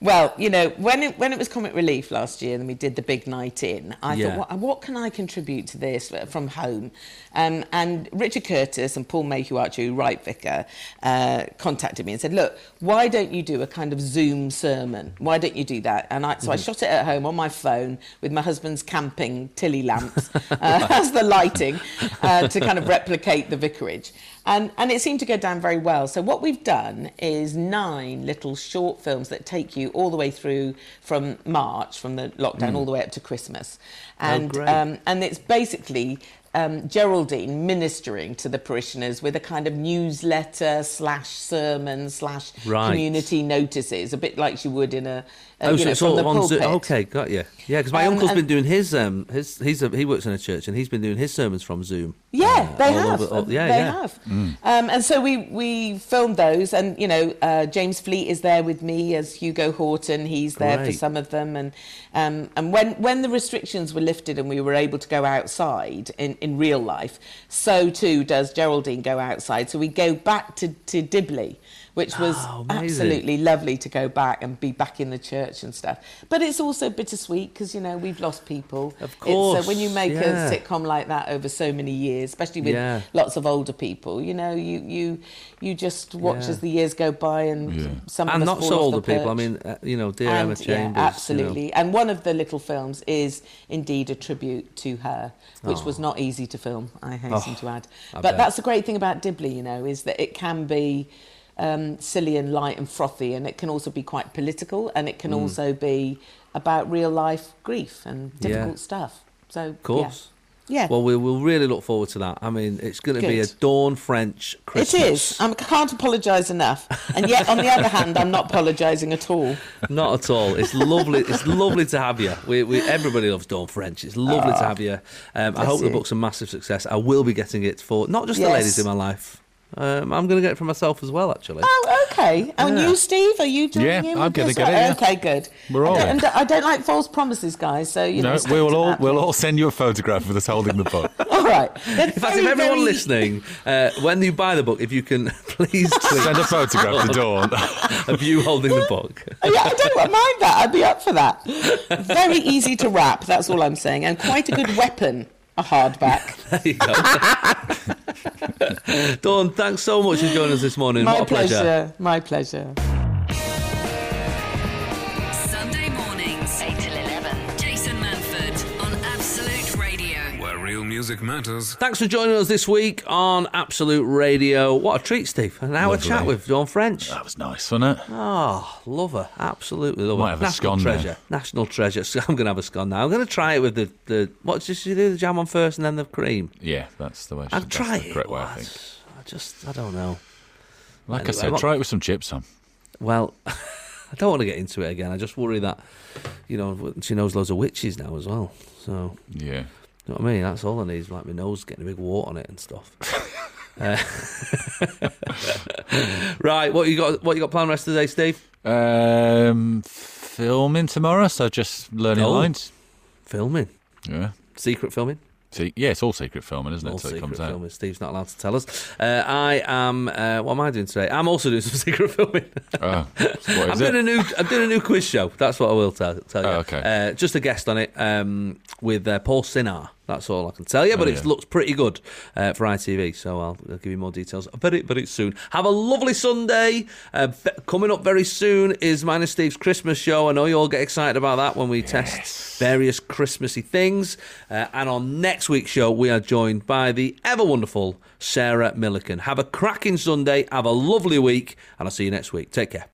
[SPEAKER 9] Well, you know, when it, when it was Comic Relief last year and we did the big night in, I
[SPEAKER 3] Yeah.
[SPEAKER 9] thought, what, what can I contribute to this uh, from home? Um, and Richard Curtis and Paul Mayhew Archer, who write Vicar, uh, contacted me and said, look, why don't you do a kind of Zoom sermon? Why don't you do that? And I, so I shot it at home on my phone with my husband's camping Tilly lamps uh, as the lighting uh, to kind of replicate the vicarage. And, and it seemed to go down very well. So, what we've done is nine little short films that take you all the way through from March, from the lockdown, all the way up to Christmas. And,
[SPEAKER 3] Oh, great.
[SPEAKER 9] um, and it's basically um, Geraldine ministering to the parishioners with a kind of newsletter slash sermon slash
[SPEAKER 3] Right.
[SPEAKER 9] community notices, a bit like she would in a, a
[SPEAKER 3] Oh,
[SPEAKER 9] you
[SPEAKER 3] so
[SPEAKER 9] know,
[SPEAKER 3] it's
[SPEAKER 9] from
[SPEAKER 3] all
[SPEAKER 9] the
[SPEAKER 3] on Zoom.
[SPEAKER 9] pulpit.
[SPEAKER 3] Okay, got you. Yeah, because my
[SPEAKER 9] Um,
[SPEAKER 3] uncle's been
[SPEAKER 9] and-
[SPEAKER 3] doing his um his he's a, he works in a church and he's been doing his sermons from Zoom.
[SPEAKER 9] Yeah,
[SPEAKER 3] uh,
[SPEAKER 9] they
[SPEAKER 3] all
[SPEAKER 9] have.
[SPEAKER 3] over- all- yeah,
[SPEAKER 9] they
[SPEAKER 3] yeah. Mm.
[SPEAKER 9] have. Um, and so we we filmed those, and you know, uh, James Fleet is there with me as Hugo Horton. He's there for
[SPEAKER 3] Great.
[SPEAKER 9] some of them, and um, and when when the restrictions were lifted and we were able to go outside in, in real life, so too does Geraldine go outside. So we go back to, to Dibley, which was
[SPEAKER 3] Oh, amazing.
[SPEAKER 9] absolutely lovely to go back and be back in the church and stuff. But it's also bittersweet because, you know, we've lost people.
[SPEAKER 3] Of
[SPEAKER 9] It's, uh, when you
[SPEAKER 3] course,
[SPEAKER 9] make
[SPEAKER 3] yeah.
[SPEAKER 9] a sitcom like that over so many years, especially with
[SPEAKER 3] Yeah.
[SPEAKER 9] lots of older people, you know, you, you, you just watch
[SPEAKER 3] Yeah.
[SPEAKER 9] as the years go by and
[SPEAKER 4] Yeah.
[SPEAKER 9] some of
[SPEAKER 3] and
[SPEAKER 9] us
[SPEAKER 3] not
[SPEAKER 9] fall
[SPEAKER 3] so
[SPEAKER 9] off
[SPEAKER 3] older
[SPEAKER 9] the
[SPEAKER 3] people. I
[SPEAKER 9] perch.
[SPEAKER 3] mean, uh, you know, dear
[SPEAKER 9] And,
[SPEAKER 3] Emma
[SPEAKER 9] yeah,
[SPEAKER 3] Chambers.
[SPEAKER 9] absolutely. And one of the little films is indeed a tribute to her, which was not easy to film, I hasten
[SPEAKER 3] Oh,
[SPEAKER 9] to add.
[SPEAKER 3] I
[SPEAKER 9] but
[SPEAKER 3] bet.
[SPEAKER 9] that's the great thing about Dibley, you know, is that it can be um, silly and light and frothy, and it can also be quite political, and it can
[SPEAKER 3] Mm.
[SPEAKER 9] also be about real life grief and
[SPEAKER 3] Yeah.
[SPEAKER 9] difficult stuff. So, of
[SPEAKER 3] course.
[SPEAKER 9] Yeah.
[SPEAKER 3] Well, we will really look forward to that. I mean, it's going to be a
[SPEAKER 9] Good.
[SPEAKER 3] dawn French Christmas.
[SPEAKER 9] It is. I'm- I can't apologise enough. And yet, on the other hand, I'm not apologising at all.
[SPEAKER 3] Not at all. It's lovely. It's lovely to have you. We, we everybody loves Dawn French. It's lovely to have you. Um, I
[SPEAKER 9] Ah, bless
[SPEAKER 3] hope the
[SPEAKER 9] you.
[SPEAKER 3] book's a massive success. I will be getting it for not just the
[SPEAKER 9] Yes.
[SPEAKER 3] ladies in my life. Um, I'm going to get it for myself as well, actually.
[SPEAKER 9] Oh, okay. And
[SPEAKER 3] Yeah.
[SPEAKER 9] you, Steve, are you doing
[SPEAKER 4] Yeah,
[SPEAKER 9] him?
[SPEAKER 4] I'm
[SPEAKER 9] with
[SPEAKER 4] gonna
[SPEAKER 9] this?
[SPEAKER 4] get it, yeah.
[SPEAKER 9] Okay, good.
[SPEAKER 4] We're all
[SPEAKER 9] I don't,
[SPEAKER 4] in.
[SPEAKER 9] and I don't like false promises, guys. So you know,
[SPEAKER 4] No,
[SPEAKER 9] stick
[SPEAKER 4] we will
[SPEAKER 9] to
[SPEAKER 4] all
[SPEAKER 9] that,
[SPEAKER 4] we'll
[SPEAKER 9] please.
[SPEAKER 4] all send you a photograph of us holding the book.
[SPEAKER 9] All right.
[SPEAKER 3] In fact, if everyone listening, uh, when you buy the book, if you can please
[SPEAKER 4] Send
[SPEAKER 3] tweet
[SPEAKER 4] a photograph to Dawn.
[SPEAKER 3] of you holding the book.
[SPEAKER 9] yeah, I don't mind that. I'd be up for that. Very easy to wrap. That's all I'm saying, and quite a good weapon. A hardback.
[SPEAKER 3] There you go. Dawn, thanks so much for joining us this morning.
[SPEAKER 9] My
[SPEAKER 3] what a pleasure.
[SPEAKER 9] pleasure. My pleasure.
[SPEAKER 1] Sunday mornings, 8 till 11. Jason Manford on Absolute Radio.
[SPEAKER 2] Where real music matters.
[SPEAKER 3] Thanks for joining us this week on Absolute Radio. What a treat, Steve. An hour
[SPEAKER 4] Lovely.
[SPEAKER 3] chat with Dawn French.
[SPEAKER 4] that was nice, wasn't it?
[SPEAKER 3] Oh, love her. Absolutely love her.
[SPEAKER 4] Might have a
[SPEAKER 3] National
[SPEAKER 4] scone now.
[SPEAKER 3] treasure. National treasure. So I'm going to have a scone now. I'm going to try it with the, the what's this you do? The jam on first and then the cream.
[SPEAKER 4] Yeah, that's the way.
[SPEAKER 3] I'll
[SPEAKER 4] that's
[SPEAKER 3] try
[SPEAKER 4] the
[SPEAKER 3] it.
[SPEAKER 4] correct way, I
[SPEAKER 3] lads.
[SPEAKER 4] think.
[SPEAKER 3] I just, I don't know.
[SPEAKER 4] Like
[SPEAKER 3] Anyway,
[SPEAKER 4] I said,
[SPEAKER 3] what-
[SPEAKER 4] try it with some chips on.
[SPEAKER 3] Well, I don't want to get into it again. I just worry that, you know, she knows loads of witches now as well. So,
[SPEAKER 4] Yeah.
[SPEAKER 3] you know what I mean? That's all I need. is, Like my nose getting a big wart on it and stuff. Uh, right, what you got? What you got planned rest of the day, Steve?
[SPEAKER 4] Um, filming tomorrow, so just learning
[SPEAKER 3] Oh.
[SPEAKER 4] lines.
[SPEAKER 3] Filming,
[SPEAKER 4] Yeah.
[SPEAKER 3] secret filming.
[SPEAKER 4] See, yeah, it's all secret filming, isn't it?
[SPEAKER 3] All
[SPEAKER 4] till it
[SPEAKER 3] secret
[SPEAKER 4] comes out.
[SPEAKER 3] filming. Steve's not allowed to tell us. Uh, I am. Uh, what am I doing today? I'm also doing some secret filming.
[SPEAKER 4] Oh, so what
[SPEAKER 3] I'm
[SPEAKER 4] is it?
[SPEAKER 3] doing a new. I'm doing a new quiz show. That's what I will tell, tell you.
[SPEAKER 4] Oh, okay.
[SPEAKER 3] Uh, just a guest on it um, with uh, Paul Sinar. That's all I can tell you. But
[SPEAKER 4] Oh,
[SPEAKER 3] it
[SPEAKER 4] yeah.
[SPEAKER 3] looks pretty good uh, for ITV. So I'll, I'll give you more details very very soon. Have a lovely Sunday. Uh, ve- coming up very soon is mine and Steve's Christmas show. I know you all get excited about that when we test various Christmassy things. Uh, and on next week's show, we are joined by the ever wonderful Sarah Milliken. Have a cracking Sunday. Have a lovely week, and I'll see you next week. Take care.